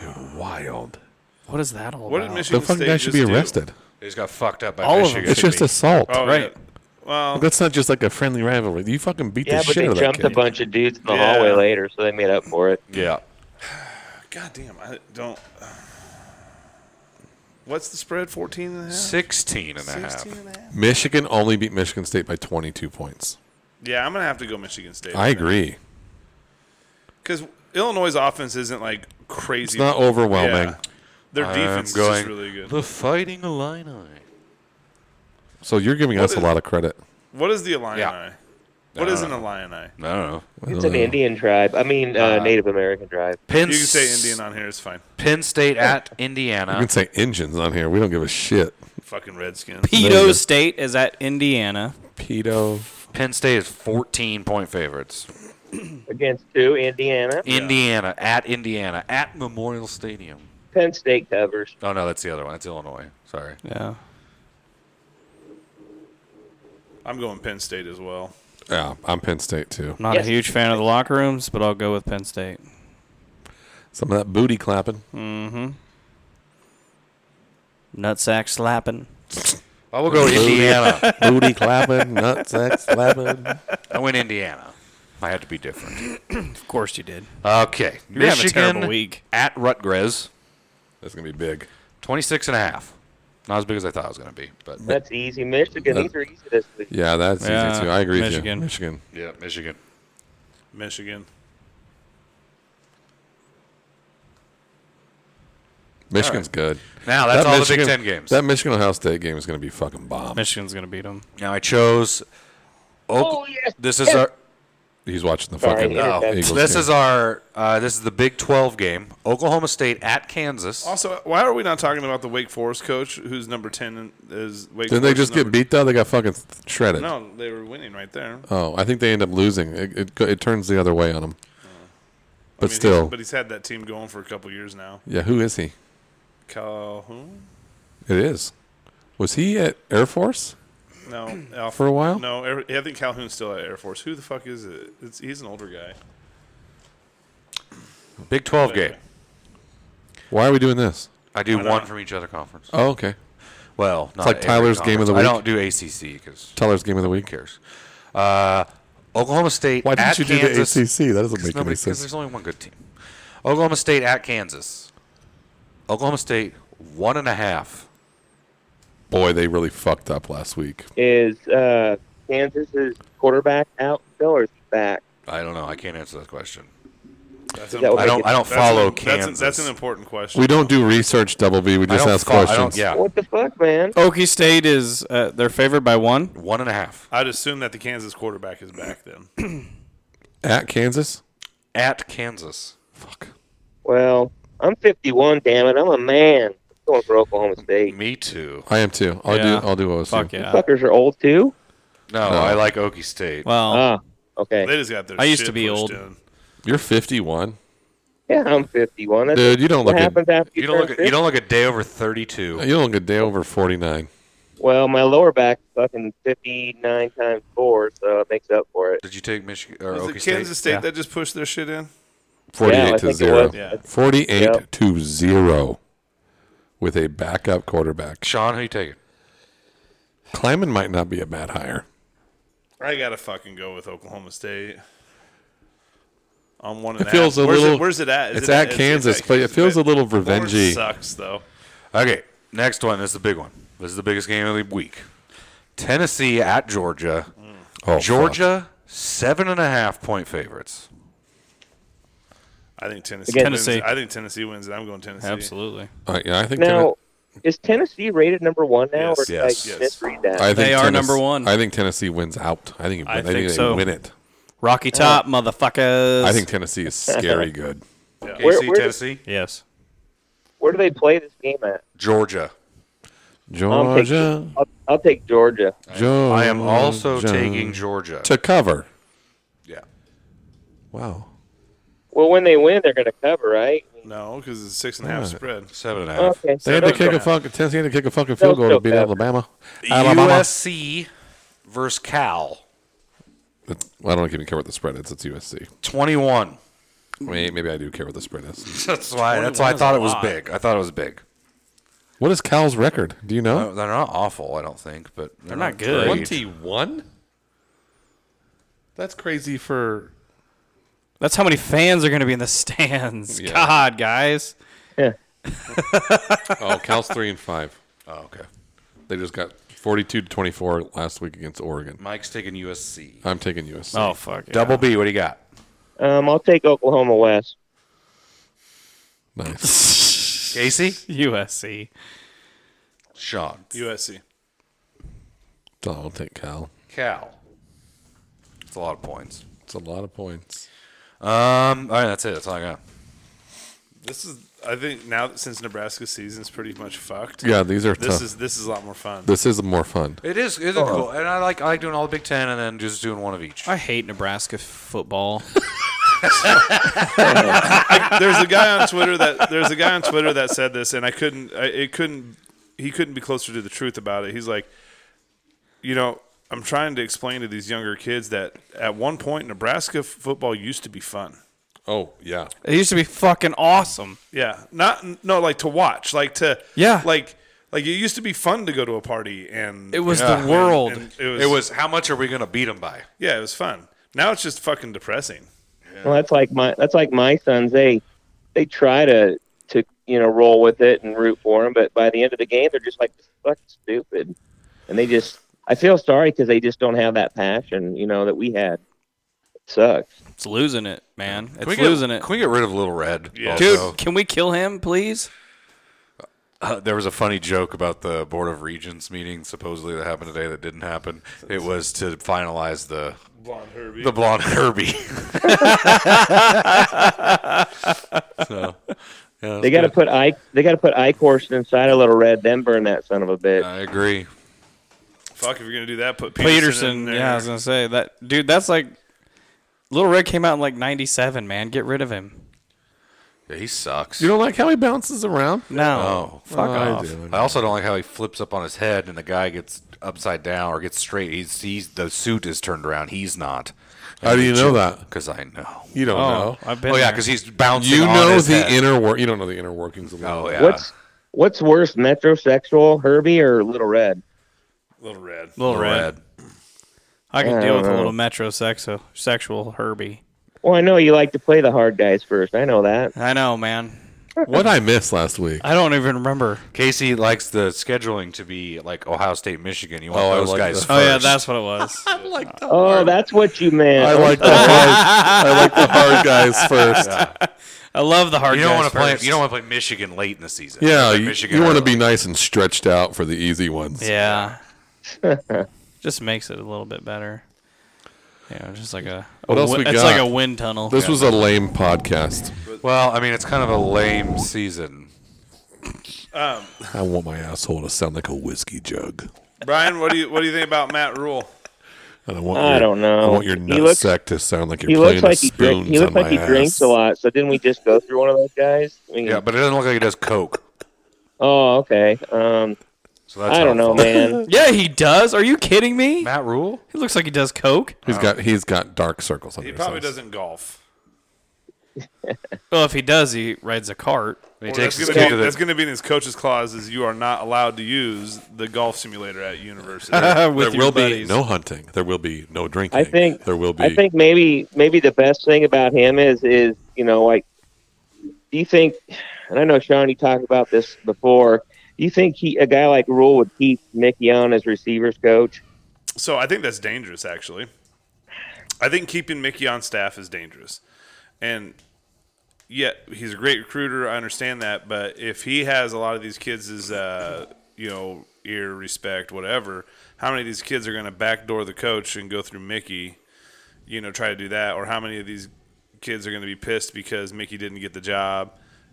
S2: Dude, wild.
S3: What is that all
S4: What
S3: about?
S4: did Michigan
S2: The fucking
S4: State
S2: guy should be
S4: just do?
S2: arrested.
S5: He's got fucked up by
S3: All of
S5: Michigan.
S3: them.
S2: It's
S5: Should
S2: just
S5: be.
S2: assault.
S4: Oh,
S3: Right.
S4: yeah. Well,
S2: That's not just like a friendly rivalry. You fucking beat
S6: Yeah,
S2: the
S6: but
S2: shit
S6: they
S2: out of that
S6: jumped a
S2: kid.
S6: bunch of dudes in the
S4: Yeah.
S6: hallway later, so they made up for it.
S5: Yeah.
S4: goddamn, I don't. uh, What's the spread? 14 and a half?
S5: 16 and a
S4: 16
S5: half.
S4: and a half?
S2: Michigan only beat Michigan State by 22 points.
S4: Yeah, I'm gonna have to go Michigan State.
S2: I agree.
S4: Because Illinois' offense isn't like crazy.
S2: It's not overwhelming.
S4: Yeah. Their
S5: I'm
S4: defense is
S5: going-
S4: just really good.
S5: The Fighting Illini.
S2: So you're giving us a
S4: is-
S2: lot of credit.
S4: What is the Illini?
S5: Yeah.
S4: What is
S5: Uh,
S4: an Illini?
S5: I don't know.
S6: It's
S2: Uh.
S6: an Indian tribe. I mean, uh, Native American tribe.
S5: Penn,
S4: You can say
S5: S-
S4: Indian on here. It's fine.
S5: Penn State at
S2: You
S5: Indiana.
S2: can say engines on here. We don't give a shit.
S4: Fucking Redskins.
S2: There you go.
S3: Pedo State is at Indiana.
S2: Pedo.
S5: Penn State is 14 point favorites.
S6: Against two, Indiana.
S5: Indiana at Indiana at Memorial Stadium.
S6: Penn State covers.
S5: Oh no, that's the other one. That's Illinois. Sorry.
S3: Yeah.
S4: I'm going Penn State as well.
S2: Yeah, I'm Penn State too.
S3: I'm not
S6: Yes.
S3: a huge fan of the locker rooms, but I'll go with Penn State.
S2: Some of that booty clapping.
S3: Nutsack slapping.
S5: I will go Indiana.
S2: booty clapping, nut sack slapping.
S5: I went Indiana. I had to be different.
S3: Of course you did.
S5: Okay.
S3: You're having a terrible
S5: Michigan
S3: week.
S5: at Rutgers.
S2: That's gonna be big.
S5: 26 and a half. Not as big as I thought it was going to be, but
S6: That's easy. Michigan. These are easy this week.
S2: Yeah, that's
S3: Yeah,
S2: easy too. I agree
S3: Michigan.
S2: with you. Michigan.
S5: yeah, Michigan.
S4: Michigan.
S2: Michigan's good.
S5: Now that's
S2: That
S5: all
S2: Michigan-
S5: the Big Ten games.
S2: That Michigan Ohio State game is gonna be fucking bomb.
S3: Michigan's going to beat them.
S5: now I chose.
S6: Oh,
S5: Oak-
S6: yes.
S5: This is our.
S2: He's watching the
S6: Sorry,
S2: fucking
S6: yeah,
S5: Oh,
S6: that's-
S2: Eagles.
S5: this
S2: game.
S5: is our. Uh, this is the Big 12 game. Oklahoma State at Kansas.
S4: Also, why are we not talking about the Wake Forest coach, who's number ten? in- Is Wake?
S2: Didn't they
S4: Forest
S2: just get
S4: number-
S2: beat though? They got fucking shredded.
S4: No, they were winning right there.
S2: Oh, I think they end up losing. It, it, go- it turns the other way on them. But
S5: Uh,
S4: I mean, he's-
S2: still,
S4: but he's had that team going for a couple years now.
S2: yeah. Who is he?
S4: Calhoun?
S2: It is. Was he at Air Force?
S4: No, Alf-
S2: For a while?
S4: No, Air- I think Calhoun's still at Air Force. Who the fuck is it? It's, he's an older guy.
S5: Big 12 game.
S2: Why are we doing this?
S5: I do
S4: Why
S5: one
S4: not?
S5: from each other conference.
S2: Oh, okay.
S5: Well, not
S2: like
S5: every
S2: Tyler's game of the
S5: conference.
S2: week.
S5: I don't do ACC because
S2: Teller's game of the
S5: who
S2: week.
S5: cares? Uh, Oklahoma State.
S2: Why didn't
S5: at
S2: you do
S5: Kansas,
S2: the ACC? That doesn't
S5: Because
S2: make any
S5: there's
S2: sense.
S5: only one good team. Oklahoma State at Kansas. Oklahoma State one and a half.
S2: Boy, they really fucked up last week.
S6: Is uh, Kansas's quarterback out still or is he back?
S5: I don't know. I can't answer that question.
S4: That's
S6: that
S4: an-
S6: what
S5: I don't. I don't
S4: that's an-
S5: follow
S4: that's an-
S5: Kansas.
S4: That's an important question.
S2: We don't do research, Double B. We
S5: I
S2: just
S5: don't
S2: ask
S5: fo- I don't-
S2: questions.
S5: yeah,
S6: What the fuck, man?
S3: Okie State is, uh, they're favored by one.
S5: one and a half
S4: I'd assume that the Kansas quarterback is back then.
S2: At Kansas?
S5: at Kansas.
S2: Fuck.
S6: Well, I'm 51, damn it. I'm a man. I'm going for Oklahoma State.
S5: Me too.
S2: I am too. I'll
S3: Yeah.
S2: do. I'll do OSU.
S3: Fuck yeah.
S6: Fuckers are old too?
S5: No, I like Okie State.
S3: Well,
S2: Uh,
S6: Ah, okay.
S4: They just got their.
S3: I used
S4: shit
S3: to be
S4: pushed
S3: old.
S4: in.
S2: You're 51,
S6: Yeah, I'm 51. That's
S2: dude. You don't
S6: what
S2: look. A,
S6: happens after you,
S5: you don't
S6: turn
S5: look. At, you
S6: 50.
S5: don't look a day over thirty-two.
S2: you don't look a day over 49.
S6: Well, my lower back fucking 59 times four, so it makes up for it.
S5: Did you take Michigan or
S4: Is
S5: Okie
S4: it Kansas State
S5: Yeah.
S4: that just pushed their shit in?
S2: 48
S6: Yeah, I
S2: to
S6: think it
S2: zero.
S6: was.
S4: Yeah.
S2: 48
S6: Yep.
S2: to zero, with a backup quarterback.
S5: Sean, who you taking?
S2: Kleiman might not be a bad hire.
S4: I gotta fucking go with Oklahoma State. On one. And
S2: It feels
S4: half.
S2: a
S4: where's
S2: little-
S4: It, where's it at? Is
S2: it's
S4: it
S2: at Kansas, but it feels a little
S4: Lawrence
S2: revengey.
S4: Sucks though.
S5: Okay, next one. This is the big one. This is the biggest game of the week. Tennessee at Georgia.
S2: Oh, fuck.
S5: Georgia seven and a half point favorites.
S4: I think Tennessee.
S6: Again-
S4: wins.
S3: Tennessee.
S4: I think Tennessee wins, and I'm going Tennessee.
S3: absolutely.
S2: All right, Uh, yeah, I think.
S6: Now, is Tennessee rated number one now,
S4: Yes,
S6: or did
S5: yes,
S6: I
S4: yes.
S6: misread that?
S2: Tennes- I think
S3: They are
S2: Tennes-
S3: number one.
S2: I think Tennessee wins out. I think,
S3: I
S2: I think,
S3: think
S2: they
S3: so.
S2: win it.
S3: Rocky Top, motherfuckers.
S2: Uh, I think Tennessee is scary good.
S5: KC,
S6: Where- where does-
S5: Tennessee,
S3: Yes.
S6: Where do they play this game at?
S5: Georgia.
S6: I'll take,
S2: Georgia,
S6: I'll, I'll take Georgia.
S2: Georgia.
S5: I am also taking Georgia.
S2: to cover.
S5: yeah.
S2: Wow.
S6: Well, when they win, they're going to cover, right?
S4: No, because it's a six and a half spread.
S5: Seven and a half.
S6: Okay.
S2: They had
S6: so
S2: to
S6: don't
S2: kick
S6: go-
S2: a fucking Tennessee had to kick a fucking field goal to
S6: Don't
S2: beat
S6: go
S2: Alabama. Uh, Alabama.
S5: USC versus Cal.
S2: It's- well, I don't even care what the spread is. It's USC.
S5: Twenty-one.
S2: Wait, maybe I do care what the spread is.
S5: That's why. That's why I
S3: 21 is
S5: thought
S3: a
S5: it was
S3: lot.
S5: big. I thought it was big.
S2: What is Cal's record? Do you
S5: Uh,
S2: know?
S5: They're not awful, I don't think, but they're,
S3: not good.
S5: great.
S2: Twenty-one. That's crazy for
S3: That's how many fans are going to be in the stands.
S2: Yeah.
S3: God, guys.
S2: Oh, Cal's three and five.
S5: Oh, okay.
S2: They just got forty-two to twenty-four last week against Oregon.
S5: Mike's taking USC.
S2: I'm taking USC.
S3: Oh, fuck. yeah.
S5: Double B. What do you got?
S6: Um, I'll take Oklahoma West.
S2: Nice.
S5: Casey?
S3: USC.
S5: Sean.
S4: USC.
S2: Don't think Cal.
S5: Cal. It's a lot of points.
S2: It's a lot of points.
S5: Um, all right, that's it. That's all I got.
S4: This is, I think, now that since Nebraska season's pretty much fucked.
S2: Yeah, these are
S4: This
S2: tough.
S4: is this is a lot more fun.
S2: this is more fun.
S5: It is, it is cool, and I like I like doing all the Big Ten, and then just doing one of each.
S3: I hate Nebraska football.
S4: there's a guy on Twitter that there's a guy on Twitter that said this, and I couldn't. I, it couldn't. He couldn't be closer to the truth about it. He's like, you know, I'm trying to explain to these younger kids that at one point Nebraska f- football used to be fun.
S2: Oh yeah.
S3: it used to be fucking awesome.
S4: Yeah, not no like to watch, like to
S3: Yeah.
S4: like like it used to be fun to go to a party and
S3: It was
S5: Yeah.
S3: the world.
S4: and it was,
S5: It was how much are we gonna beat them by?
S4: yeah, it was fun. Now it's just fucking depressing.
S6: Well, that's like my that's like my sons. They they try to to you know roll with it and root for them, but by the end of the game, they're just like fuck stupid, and they just I feel sorry because they just don't have that passion you know that we had. It sucks.
S3: it's losing it, man. It's
S5: Can we get-
S3: losing it.
S5: Can we get rid of Little Red?
S4: Yeah.
S5: also?
S3: Dude, can we kill him, please?
S5: Uh, there was a funny joke about the Board of Regents meeting supposedly that happened today that didn't happen. It was to finalize the
S4: Blonde Herbie.
S5: the blonde Herbie. so, yeah,
S6: They got to put Ike. They got to put Ike Horson inside a little red, then burn that son of a bitch.
S5: I agree.
S4: Fuck, if you're gonna do that, put Peterson. in
S3: Peterson.
S4: there.
S3: Yeah, I was gonna say that dude. That's like Little Red came out in like '97. Man, get rid of him.
S5: Yeah, he sucks.
S2: You don't like how he bounces around?
S3: No,
S5: Oh.
S3: fuck
S2: I
S3: off.
S2: do.
S5: I also don't like how he flips up on his head and the guy gets upside down or gets straight. He's, he's the suit is turned around. He's not.
S2: How do you know that?
S5: Because I know.
S2: You don't
S3: Oh,
S2: know.
S3: I've been.
S5: Oh yeah,
S3: there.
S5: because he's bouncing.
S2: You
S5: on
S2: know
S5: his
S2: the
S5: head.
S2: inner work. You don't know the inner workings of the
S5: Oh yeah.
S6: What's what's worse, metrosexual Herbie or Little Red?
S4: Little Red.
S3: Little
S5: Little
S3: Red.
S5: Red.
S3: I can
S6: Yeah,
S3: deal with a
S6: right.
S3: little metrosexual sexual Herbie.
S6: Well, I know you like to play the hard guys first. I know that.
S3: I know, man.
S2: What I missed last week?
S3: I don't even remember.
S5: Casey likes the scheduling to be like Ohio State, Michigan. You want
S2: Oh, I
S5: those
S2: like
S5: guys
S2: that.
S5: first.
S3: Oh yeah, that's what it was.
S6: Oh, that's what you meant.
S2: I like the hard, I like the hard guys first. Yeah,
S3: I love the hard.
S5: you don't
S3: guys
S5: want to play.
S3: first.
S5: You don't want to play Michigan late in the season. Play
S2: you,
S5: Michigan
S2: want to
S5: early.
S2: be nice and stretched out for the easy ones.
S3: Yeah. just makes it a little bit better. Yeah, just like a.
S2: What
S3: a
S2: else
S3: wi-
S2: we
S3: it's
S2: got?
S3: like a wind tunnel.
S2: This was a lame podcast.
S5: Well, I mean, it's kind of a lame season.
S2: I want my asshole to sound like a whiskey jug.
S4: Brian, what do you what do you think about Matt Rule?
S2: And I want
S6: I
S2: your,
S6: don't know.
S2: I want your
S6: He
S2: nut
S6: looks-
S2: sack to sound like you're
S6: Oh,
S2: playing
S6: he looks
S2: the
S6: like he
S2: spoons
S6: drink, he looks
S2: on
S6: like
S2: my
S6: he drinks a
S2: ass.
S6: lot. So didn't we just go through one of those guys? I mean,
S5: Yeah, but it doesn't look like he does coke.
S6: Oh, okay. Um,
S5: So that's
S6: I don't know,
S5: helpful.
S6: man.
S3: yeah, he does. Are you kidding me?
S5: Matt Rule.
S3: He looks like he does coke.
S2: He's got he's got dark circles on
S4: He
S2: his
S4: probably
S2: face.
S4: doesn't golf.
S3: Well, if he does, he rides a cart.
S5: He
S4: Well,
S5: takes
S4: that's
S5: his
S4: gonna
S5: kid
S4: be,
S5: to the.
S4: that's gonna be in his coach's clause is you are not allowed to use the golf simulator at university.
S2: there will be no hunting. There will be no drinking.
S6: I think
S2: there will be.
S6: I think maybe maybe the best thing about him is is you know like, do you think? And I know Sean, you talked about this before. Do you think he a guy like Rule would keep Mickey on as receivers coach?
S4: so I think that's dangerous actually. I think keeping Mickey on staff is dangerous. And yeah, he's a great recruiter, I understand that, but if he has a lot of these kids is uh, you know, ear respect, whatever, how many of these kids are gonna backdoor the coach and go through Mickey, you know, try to do that, or how many of these kids are going to be pissed because Mickey didn't get the job.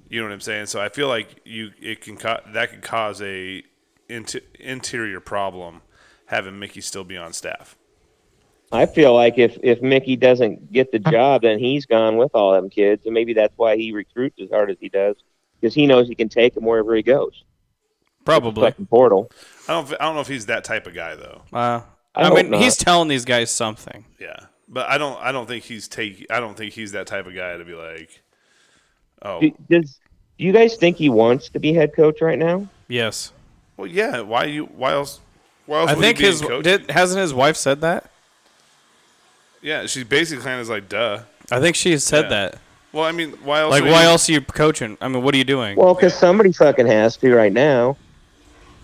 S4: You know what I'm saying? So I feel like you it can ca- that could cause a inter- interior problem having Mickey still be on staff.
S6: I feel like if if Mickey doesn't get the job, then he's gone with all them kids, and maybe that's why he recruits as hard as he does because he knows he can take them wherever he goes.
S3: Probably.
S6: Fucking portal.
S4: I don't f- I don't know if he's that type of guy though.
S3: Uh,
S6: I
S3: I,
S6: hope
S3: mean,
S6: not.
S3: he's telling these guys something.
S4: Yeah. But I don't I don't think he's take I don't think he's that type of guy to be like Oh,
S6: Do, does do you guys think he wants to be head coach right now?
S3: Yes.
S4: well yeah, why you why else why else
S3: I
S4: would
S3: think
S4: he be
S3: his
S4: his coach?
S3: did, hasn't his wife said that.
S4: yeah, she's basically kind of like duh.
S3: I think she has said
S4: Yeah.
S3: that.
S4: Well, I mean, why else
S3: Like,
S4: would
S3: why
S4: he-
S3: else are you coaching? I mean, what are you doing?
S6: Well, because somebody fucking has to right now.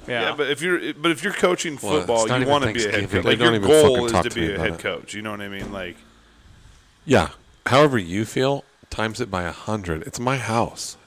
S4: Yeah, but if you're but if you're coaching
S2: Well,
S4: football,
S5: it's not
S4: you
S5: even
S4: want to be a head
S5: Thanksgiving.
S4: coach.
S5: They
S4: Like
S2: don't
S4: your
S2: even
S4: goal
S2: fucking
S4: is
S2: talk
S4: to
S2: to
S4: be
S2: me
S4: a
S2: about
S4: head
S2: it.
S4: coach. You know what I mean? Like
S2: yeah. However you feel, times it by a hundred. It's my house.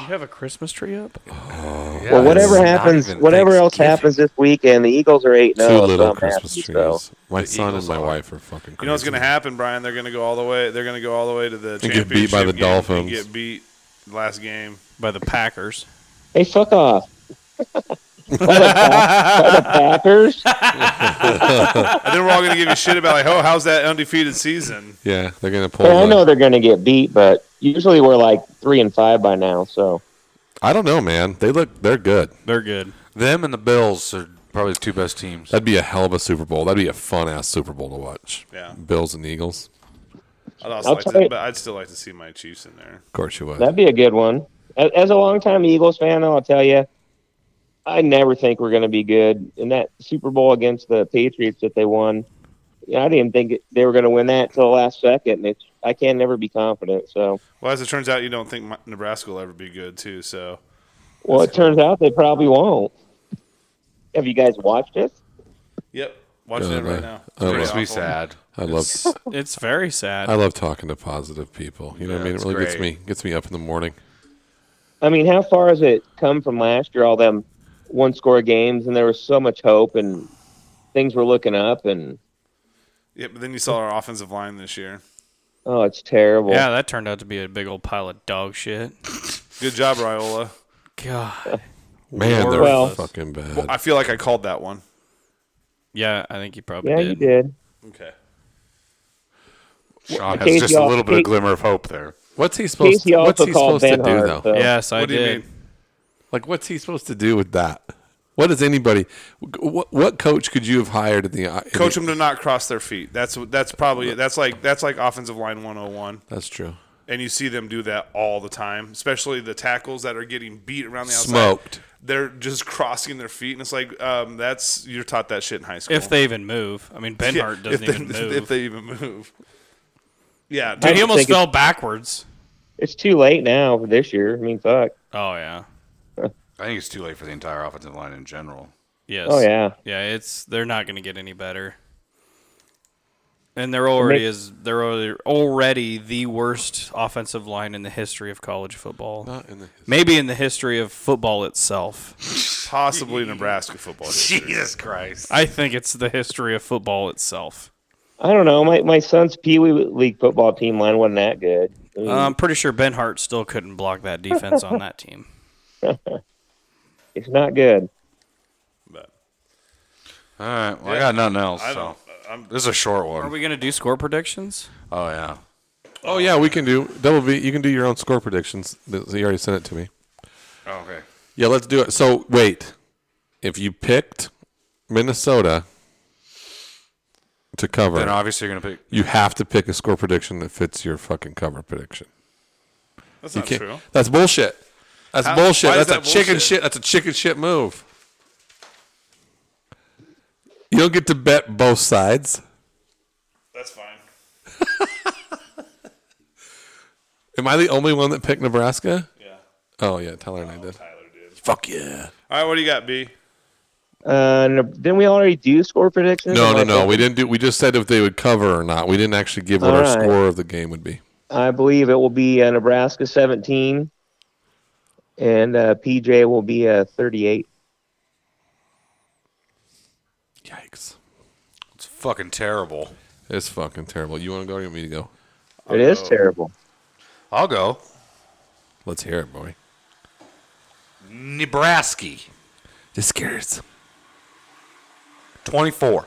S3: You have a Christmas tree up?
S5: Yeah,
S6: well,
S5: it's
S6: whatever
S5: not
S6: happens,
S5: even
S6: whatever else
S5: Thanksgiving.
S6: happens this weekend, the Eagles are eight. oh,
S2: Two
S6: No,
S2: little Christmas trees. My
S5: The
S2: son and
S5: Eagles
S2: my
S5: are.
S2: wife are fucking. Crazy.
S4: You know what's going to happen, Brian? They're going to go all the way. They're going to go all the way to the
S2: And
S4: championship
S2: get beat by the
S4: game and
S2: Dolphins.
S4: get beat last game.
S3: By the Packers.
S6: Hey, fuck off. By the Pack- by the Packers.
S4: And then we're all going to give you shit about like, oh, how's that undefeated season?
S2: Yeah, they're going to pull.
S6: Well, I
S2: the-
S6: know they're going to get beat, but usually we're like three and five by now. So
S2: I don't know, man. They look. They're good.
S3: They're good.
S5: Them and the Bills are probably the two best teams.
S2: That'd be a hell of a Super Bowl. That'd be a fun ass Super Bowl to watch.
S4: Yeah.
S2: Bills and Eagles.
S4: I'd also
S6: I'll
S4: like
S6: tell
S4: to,
S6: you-
S4: but I'd still like to see my Chiefs in there.
S2: Of course you would.
S6: that'd be a good one. A- As a longtime Eagles fan, I'll tell you, I never think we're going to be good. In that Super Bowl against the Patriots that they won, yeah, I didn't think it- they were going to win that till the last second. And it's, I can never be confident. So,
S4: Well, as it turns out, you don't think my, Nebraska will ever be good too. So
S6: well, it turns out they probably won't. Have you guys watched it?
S4: yep, watching
S2: Uh,
S4: it right
S2: uh,
S4: now.
S2: uh,
S4: Pretty
S5: Makes me
S4: awful.
S5: sad.
S2: I love.
S3: It's very sad.
S2: I love talking to positive people. You know what I mean? It
S5: it's
S2: really gets me
S5: great.
S2: gets me up in the morning.
S6: I mean, how far has it come from last year? All them one score games, and there was so much hope, and things were looking up, and
S4: Yep, but then you saw our offensive line this year.
S6: oh, it's terrible.
S3: yeah, that turned out to be a big old pile of dog shit.
S4: Good job, Raiola.
S3: God.
S2: Man, they're
S6: Well-
S2: fucking bad.
S4: I feel like I called that one.
S3: Yeah, I think you probably
S6: yeah,
S3: did.
S6: you did.
S4: Okay.
S5: Sean
S6: Casey
S5: has just a little bit
S6: Al-
S5: of glimmer of hope there.
S2: what's he supposed?
S6: Casey
S2: what's
S6: also
S2: he
S6: called
S2: supposed to
S6: Ben
S2: do
S6: Hart,
S2: though?
S6: so-
S3: Yes, I
S4: What do you
S3: did.
S4: mean?
S2: Like, what's he supposed to do with that? What does anybody? What what coach could you have hired in the in
S4: Coach
S2: the-
S4: them to not cross their feet. That's that's probably that's like that's like offensive line 101.
S2: That's true.
S4: and you see them do that all the time, especially the tackles that are getting beat around the outside.
S2: Smoked.
S4: They're just crossing their feet, and it's like um, that's you're taught that shit in high school.
S3: If they even move. I mean, Ben
S4: Yeah,
S3: Hart doesn't
S4: if they-
S3: even move.
S4: if they even move, yeah,
S3: Dude,
S4: dude,
S3: he
S6: don't
S3: almost
S6: think it-
S3: fell backwards.
S6: It's too late now for this year. I mean, fuck.
S3: Oh, yeah.
S5: I think it's too late for the entire offensive line in general.
S3: Yes.
S6: Oh yeah.
S3: Yeah, it's they're not going to get any better. And they're already is they're already, already the worst offensive line in the history of college football.
S2: Not in the
S3: Maybe in the history of football itself.
S4: possibly Nebraska football. history.
S5: Christ.
S3: I think it's the history of football itself.
S6: I don't know. My my son's pee wee league football team line wasn't that good. I mean,
S3: I'm pretty sure Ben Hart still couldn't block that defense on that team.
S6: it's not good.
S4: But
S5: All right. Well, I uh, got nothing else.
S4: I
S5: So
S4: don't. I'm,
S5: this is a short
S3: Are
S5: one.
S3: we going to do score predictions?
S5: oh yeah.
S2: Oh yeah, we can do double V. You can do your own score predictions. Th- You already sent it to me.
S5: Oh, okay.
S2: Yeah, let's do it. So wait, if you picked Minnesota to cover,
S5: Then obviously you're gonna pick.
S2: you have to pick a score prediction that fits your fucking cover prediction.
S4: that's
S2: You
S4: not
S2: can't-
S4: true.
S2: That's bullshit. That's
S4: How-
S2: bullshit.
S4: why is
S2: That's a
S4: that
S2: chicken
S4: bullshit?
S2: shit. That's a chicken shit move. You don't get to bet both sides.
S4: That's fine.
S2: Am I the only one that picked Nebraska?
S4: Yeah,
S2: Oh yeah, Tyler and I did.
S4: Tyler did.
S2: Fuck yeah.
S4: All right, what do you got, B?
S6: Uh, no- didn't we already do score predictions?
S2: No,
S6: Am
S2: no,
S6: I
S2: no.
S6: thinking-
S2: We didn't do. We just said if they would cover or not. We didn't actually give what
S6: All
S2: our
S6: right.
S2: score of the game would be.
S6: I believe it will be uh, Nebraska 17, and uh, PJ will be uh, 38.
S2: Yikes!
S5: It's fucking terrible.
S2: It's fucking terrible. You want to go? Or you want me to go?
S6: It is
S2: Oh.
S4: no.
S6: terrible.
S5: I'll go.
S2: Let's hear it, boy.
S5: Nebraska,
S2: This scares.
S5: twenty-four.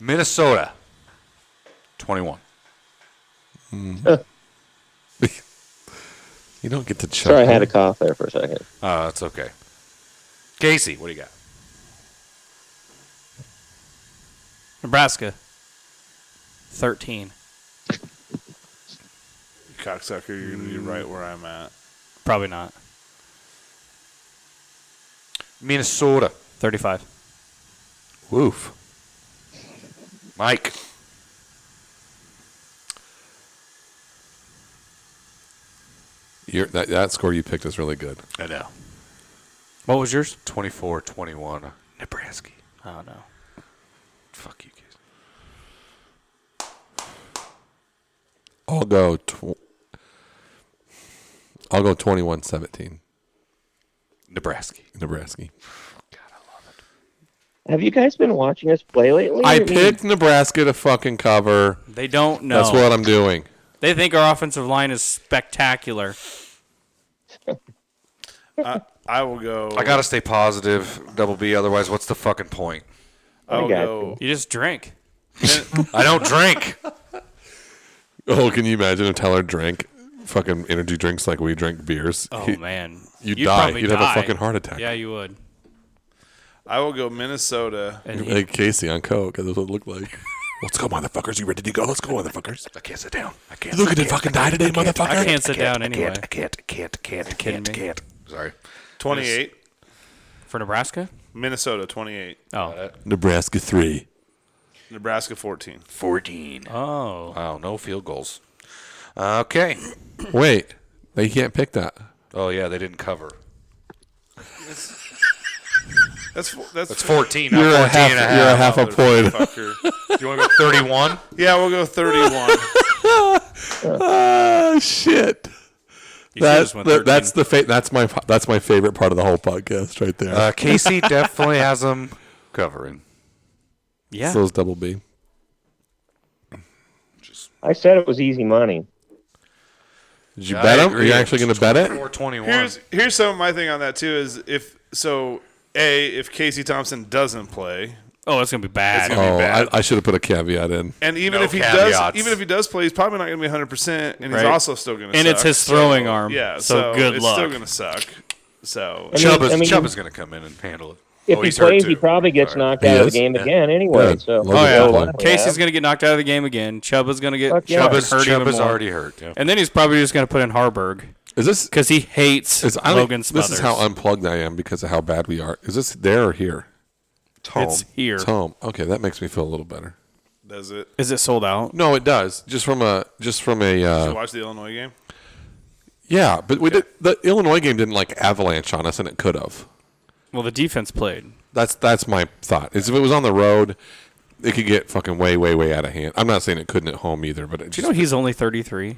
S5: Minnesota, twenty-one.
S2: You don't get to chuckle.
S6: Sorry, I had a cough there for a second.
S5: Uh, that's okay. Casey, what do you got?
S3: Nebraska 13.
S4: You cocksucker, you're gonna be right where I'm at.
S3: Probably not.
S5: Minnesota,
S3: 35.
S2: Woof.
S5: Mike.
S2: You're, that, that score you picked is really good.
S5: I know.
S3: What was yours?
S5: 24 21 Nebraska.
S3: Oh no.
S5: Fuck you, Casey.
S2: I'll go. Tw- I'll go 21-17,
S5: Nebraska.
S2: Nebraska.
S6: Have you guys been watching us play lately?
S2: I
S6: mean,
S2: picked Nebraska to fucking cover.
S3: They don't know.
S2: That's what I'm doing.
S3: they think our offensive line is spectacular.
S4: I, I will go.
S5: I gotta stay positive, Double B. Otherwise, what's the fucking point?
S4: I
S2: Oh,
S4: will
S6: I got
S4: go.
S3: You just drink.
S5: I don't drink.
S2: Oh, can you imagine if Tyler drank fucking energy drinks like we drink beers?
S3: Oh
S2: He-
S3: man,
S2: You'd,
S3: You'd
S2: die.
S3: probably
S2: You'd have
S3: die.
S2: a fucking heart attack.
S3: Yeah, you would.
S4: I will go Minnesota.
S3: And he-
S2: Like Casey on coke. 'cause That's what it looked like. Let's go, motherfuckers. You ready to go? Let's go, motherfuckers.
S5: I can't sit down. I can't.
S2: Look at it fucking die today, motherfucker.
S3: I can't sit down anyway.
S5: can't. I can't. I can't. I
S3: kidding me?
S5: Sorry.
S4: 28.
S3: For Nebraska?
S4: Minnesota 28.
S3: Oh.
S2: Nebraska three.
S4: Nebraska 14.
S5: Fourteen.
S3: Oh.
S5: Wow. No field goals. Uh, Okay.
S2: Wait, they can't pick that.
S5: Oh yeah, they didn't cover.
S4: That's fo- that's,
S5: It's fourteen.
S2: You're a
S5: not 14
S2: half.
S5: and a
S2: You're a
S5: half.
S2: half a point.
S4: fucker.
S5: Do you want to go thirty-one?
S4: yeah, we'll go 31.
S2: Oh shit.
S3: You should've
S2: That,
S3: just went
S2: that- that's
S3: 13.
S2: the fa- that's my that's my favorite part of the whole podcast right there.
S5: Uh, Casey definitely has them covering.
S3: yeah.
S2: So it's double B.
S6: I said it was easy money.
S2: Did you
S5: I
S2: bet 'em? Are
S5: agree.
S2: you actually going to bet it?
S5: Four twenty-one.
S4: Here's here's some of my thing on that too is if so a if Casey Thompson doesn't play
S3: oh, it's gonna be bad.
S4: It's gonna
S2: Oh,
S4: be bad.
S2: I, I should have put a caveat in.
S4: and even
S5: No
S4: if he does
S5: caveats.
S4: even if he does play he's probably not going to be 100 percent and
S3: Right.
S4: he's also still going to
S3: and it's his throwing arm.
S4: yeah
S3: So, good
S4: it's
S3: luck.
S4: still going to suck so
S6: I mean,
S5: Chubb is,
S6: I mean,
S5: Chubb is going to come in and handle it.
S6: If
S5: Oh,
S6: he
S5: he's hurt
S6: plays,
S5: too.
S6: he probably gets
S5: Sorry.
S6: knocked
S2: He
S6: out of
S2: is?
S6: the game again anyway.
S2: Good.
S6: So,
S2: Logan Oh, yeah. Paul.
S3: Casey's gonna get knocked out of the game again. Chubb is gonna get
S6: Fuck yeah.
S3: Chubb
S5: Chubb
S3: is
S5: is,
S3: hurt
S5: Chubb
S3: even
S5: is
S3: more.
S5: already hurt. Yeah.
S3: And then he's probably just gonna put in Harburg
S2: Is this
S3: because he hates
S2: is I don't-
S3: Logan
S2: This
S3: Smothers.
S2: is how unplugged I am because of how bad we are. Is this there or here?
S3: it's here.
S2: It's home. Okay, that makes me feel a little better.
S4: does it
S3: Is it sold out?
S2: No, it does. Just from a just from a
S4: you
S2: uh,
S4: watch the Illinois game
S2: yeah, but we did the Illinois game didn't like avalanche on us, and it could have.
S3: Well, the defense played.
S2: That's that's my thought. Is if it was on the road, it could get fucking way way way out of hand. I'm not saying it couldn't at home either, but it
S3: Do
S2: just,
S3: you know he's only 33?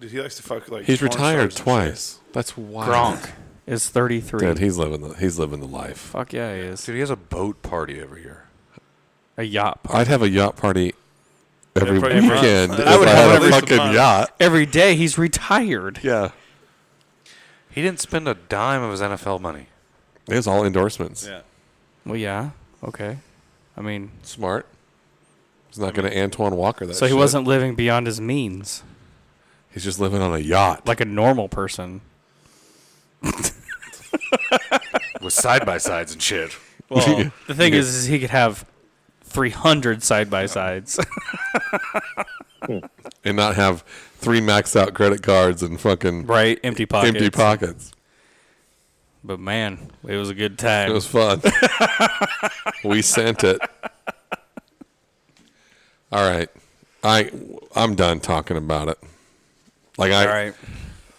S4: Dude, he likes to fuck like
S2: he's
S4: porn
S2: retired
S4: stars and
S2: twice. That's wild.
S3: Gronk is 33.
S2: Dude, he's living the he's living the life.
S3: Fuck yeah, he is.
S5: Dude, he has a boat party every year.
S3: A yacht.
S2: I'd have a yacht party every
S4: Every month.
S2: weekend.
S4: I
S2: if
S4: would
S2: I
S4: have at
S2: had a
S4: least a
S2: fucking
S4: month.
S2: yacht.
S3: Every day he's retired.
S2: Yeah,
S5: He didn't spend a dime of his NFL money.
S2: it was all endorsements.
S4: shit. yeah
S3: Well, yeah. Okay. I mean,
S2: Smart. He's not going to Antoine Walker that.
S3: so he
S2: shit.
S3: wasn't living beyond his means
S2: He's just living on a yacht.
S3: like a normal person.
S5: With side by sides and shit.
S3: Well, the thing is, is he could have 300 side by sides.
S2: and not have three maxed out credit cards and fucking
S3: right? Empty pockets.
S2: empty pockets.
S3: But man, it was a good time.
S2: It was fun. we sent it. All right, I I'm done talking about it. Like I
S3: All right.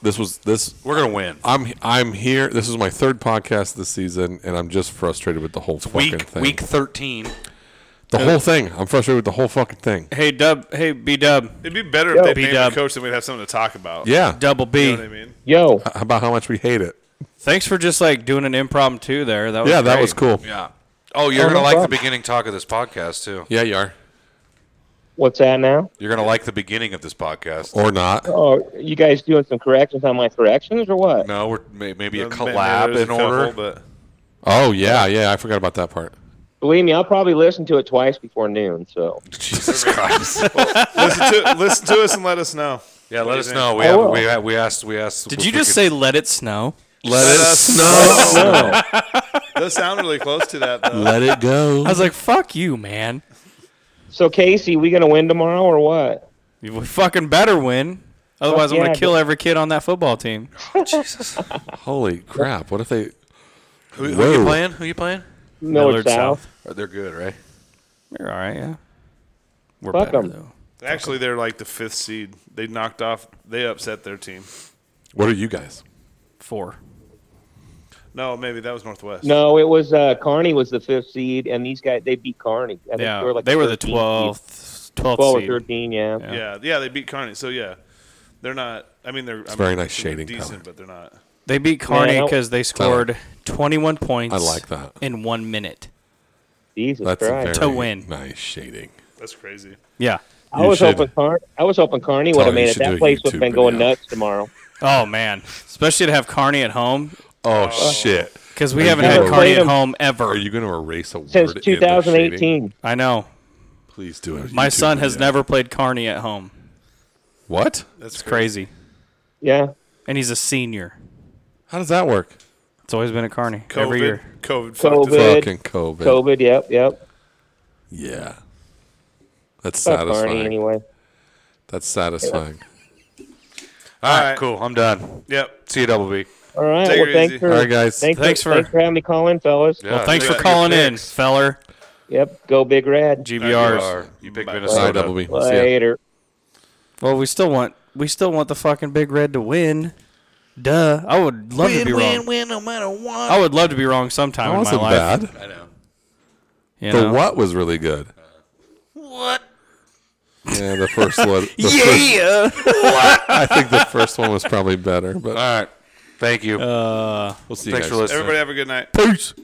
S2: this was this
S5: We're going to win.
S2: I'm I'm here. This is my third podcast this season, and I'm just frustrated with the whole fucking
S5: Week,
S2: thing.
S5: week 13.
S2: the whole thing. I'm frustrated with the whole fucking thing.
S3: Hey, Dub. Hey, B Dub.
S4: it'd be better
S6: Yo.
S4: if they named
S3: B-dub.
S4: the coach then we'd have something to talk about
S2: Yeah,
S3: Double B.
S4: you know what I mean
S6: Yo,
S2: How about how much we hate it.
S3: Thanks for just like doing an impromptu there. That was
S2: Yeah, that
S3: Oh, great.
S2: was cool.
S5: Yeah. Oh, you're
S6: Oh,
S5: going
S6: no
S5: to like the
S6: problem.
S5: beginning talk of this podcast, too.
S2: Yeah, you are
S6: what's that now?
S5: You're going to like the beginning of this podcast.
S2: or not.
S6: Oh, you guys doing some corrections on my corrections or what?
S5: No, we're may, maybe a
S4: Maybe there's
S5: collab
S4: a
S5: in order.
S4: couple, but
S2: Oh yeah, yeah. I forgot about that part.
S6: Believe me, I'll probably listen to it twice before noon. So
S5: Jesus Christ.
S4: listen to listen to us and let us know
S5: Yeah,
S4: do
S5: let
S4: you
S5: us
S4: think?
S5: know. We,
S6: I
S5: have,
S6: will.
S5: we, have, we asked. We asked.
S3: Did
S5: if
S3: you
S5: we
S3: just
S5: could-
S3: say let it snow?
S2: Let,
S4: Let
S2: it
S4: us
S2: snow.
S6: no,
S4: that sounded really close to that though
S2: Let it go.
S3: I was like, fuck you, man.
S6: so Casey, we gonna win tomorrow or what?
S3: You fucking better win. Otherwise, I'm
S6: yeah,
S3: gonna kill
S6: dude. Oh,
S3: every kid on that football team.
S2: Holy crap! What if they?
S5: Who, who you
S2: Whoa.
S5: playing? Who you playing?
S6: Miller,
S3: Millard
S6: South.
S5: Oh, They're good, right?
S3: You're all right, yeah. We're
S6: Fuck
S3: better
S6: 'em.
S3: though.
S4: Actually, they're like the fifth seed. They knocked off. They upset their team.
S2: What are you guys?
S3: Four.
S4: No, maybe that was Northwest.
S6: No, it was uh, Carney was the fifth seed, and these guys they beat Carney. I think
S3: Yeah,
S6: they were like
S3: they were the
S6: 13th seed.
S3: twelfth, 12th
S6: twelve
S3: seed.
S6: or thirteen. Yeah.
S3: Yeah.
S4: Yeah, yeah, they beat Carney. So yeah, they're not. I mean, they're I
S2: very
S4: mean,
S2: nice
S4: they're
S2: shading, Tyler.
S4: decent, but they're not.
S3: They beat Carney
S6: Yeah.
S3: because they scored 21 points
S2: I like that.
S3: in one minute.
S6: Jesus
S2: That's a
S6: Christ.
S2: very
S3: To win.
S2: nice shading.
S4: That's crazy.
S3: Yeah.
S6: I
S2: You
S6: was
S2: should-
S6: hoping Car- I was hoping Carney would
S2: Tell
S6: have
S2: her you
S6: made it.
S2: should do a
S6: That place would have
S2: YouTube
S6: been going
S2: video.
S6: nuts tomorrow.
S3: Oh, man. Especially to have Carney at home
S2: Oh, shit!
S3: because
S2: Are
S3: we
S2: you
S3: haven't
S2: gonna
S3: had
S2: erase-
S3: Carney at home ever.
S2: Are you going to erase a word
S6: Since
S2: in the shading?
S6: 2018,
S3: I know.
S2: Please do it.
S3: My son has never played Carney at home.
S2: What?
S4: That's
S3: It's crazy.
S6: yeah,
S3: And he's a senior.
S2: How does that work?
S3: It's always been at Carney
S4: COVID,
S3: every year.
S4: COVID, fucked us
S6: COVID.
S4: up.
S6: Good.
S2: Fucking COVID.
S6: COVID. Yep, yep.
S2: Yeah. That's
S6: Fuck
S2: satisfying.
S6: Carney anyway.
S2: That's satisfying.
S5: All
S4: All
S5: right,
S4: right.
S5: cool. I'm done.
S4: Yep.
S5: See you, Double B.
S6: All right.
S4: Take
S6: well,
S4: it
S6: thanks
S4: easy.
S6: for,
S2: All right, guys.
S6: Thanks,
S3: Thanks
S6: for,
S3: for-
S6: thanks for having me call in, fellas.
S5: Yeah,
S3: Well, thanks
S5: you
S3: for
S5: got
S3: calling
S5: your
S3: in,
S5: picks.
S3: feller.
S6: Yep. Go Big Red.
S5: You,
S3: GBRs.
S5: are. you pick
S4: Bye.
S2: All right,
S5: Minnesota.
S2: Double B. See ya.
S6: Later.
S3: Well, we still want we still want the fucking big red to win. Duh. I would love to be wrong.
S5: win, no matter what.
S3: I would love to be wrong sometime
S2: That
S3: in
S2: wasn't
S3: my life.
S2: bad.
S5: I know.
S3: you
S2: The
S3: know?
S2: what was really good.
S5: What?
S2: Yeah, the first one. the first-
S3: Yeah.
S2: I think the first one was probably better, but
S5: All right. Thank you.
S2: we'll see.
S5: Thanks
S2: you guys.
S5: for listening.
S4: Everybody have a good night.
S3: Peace.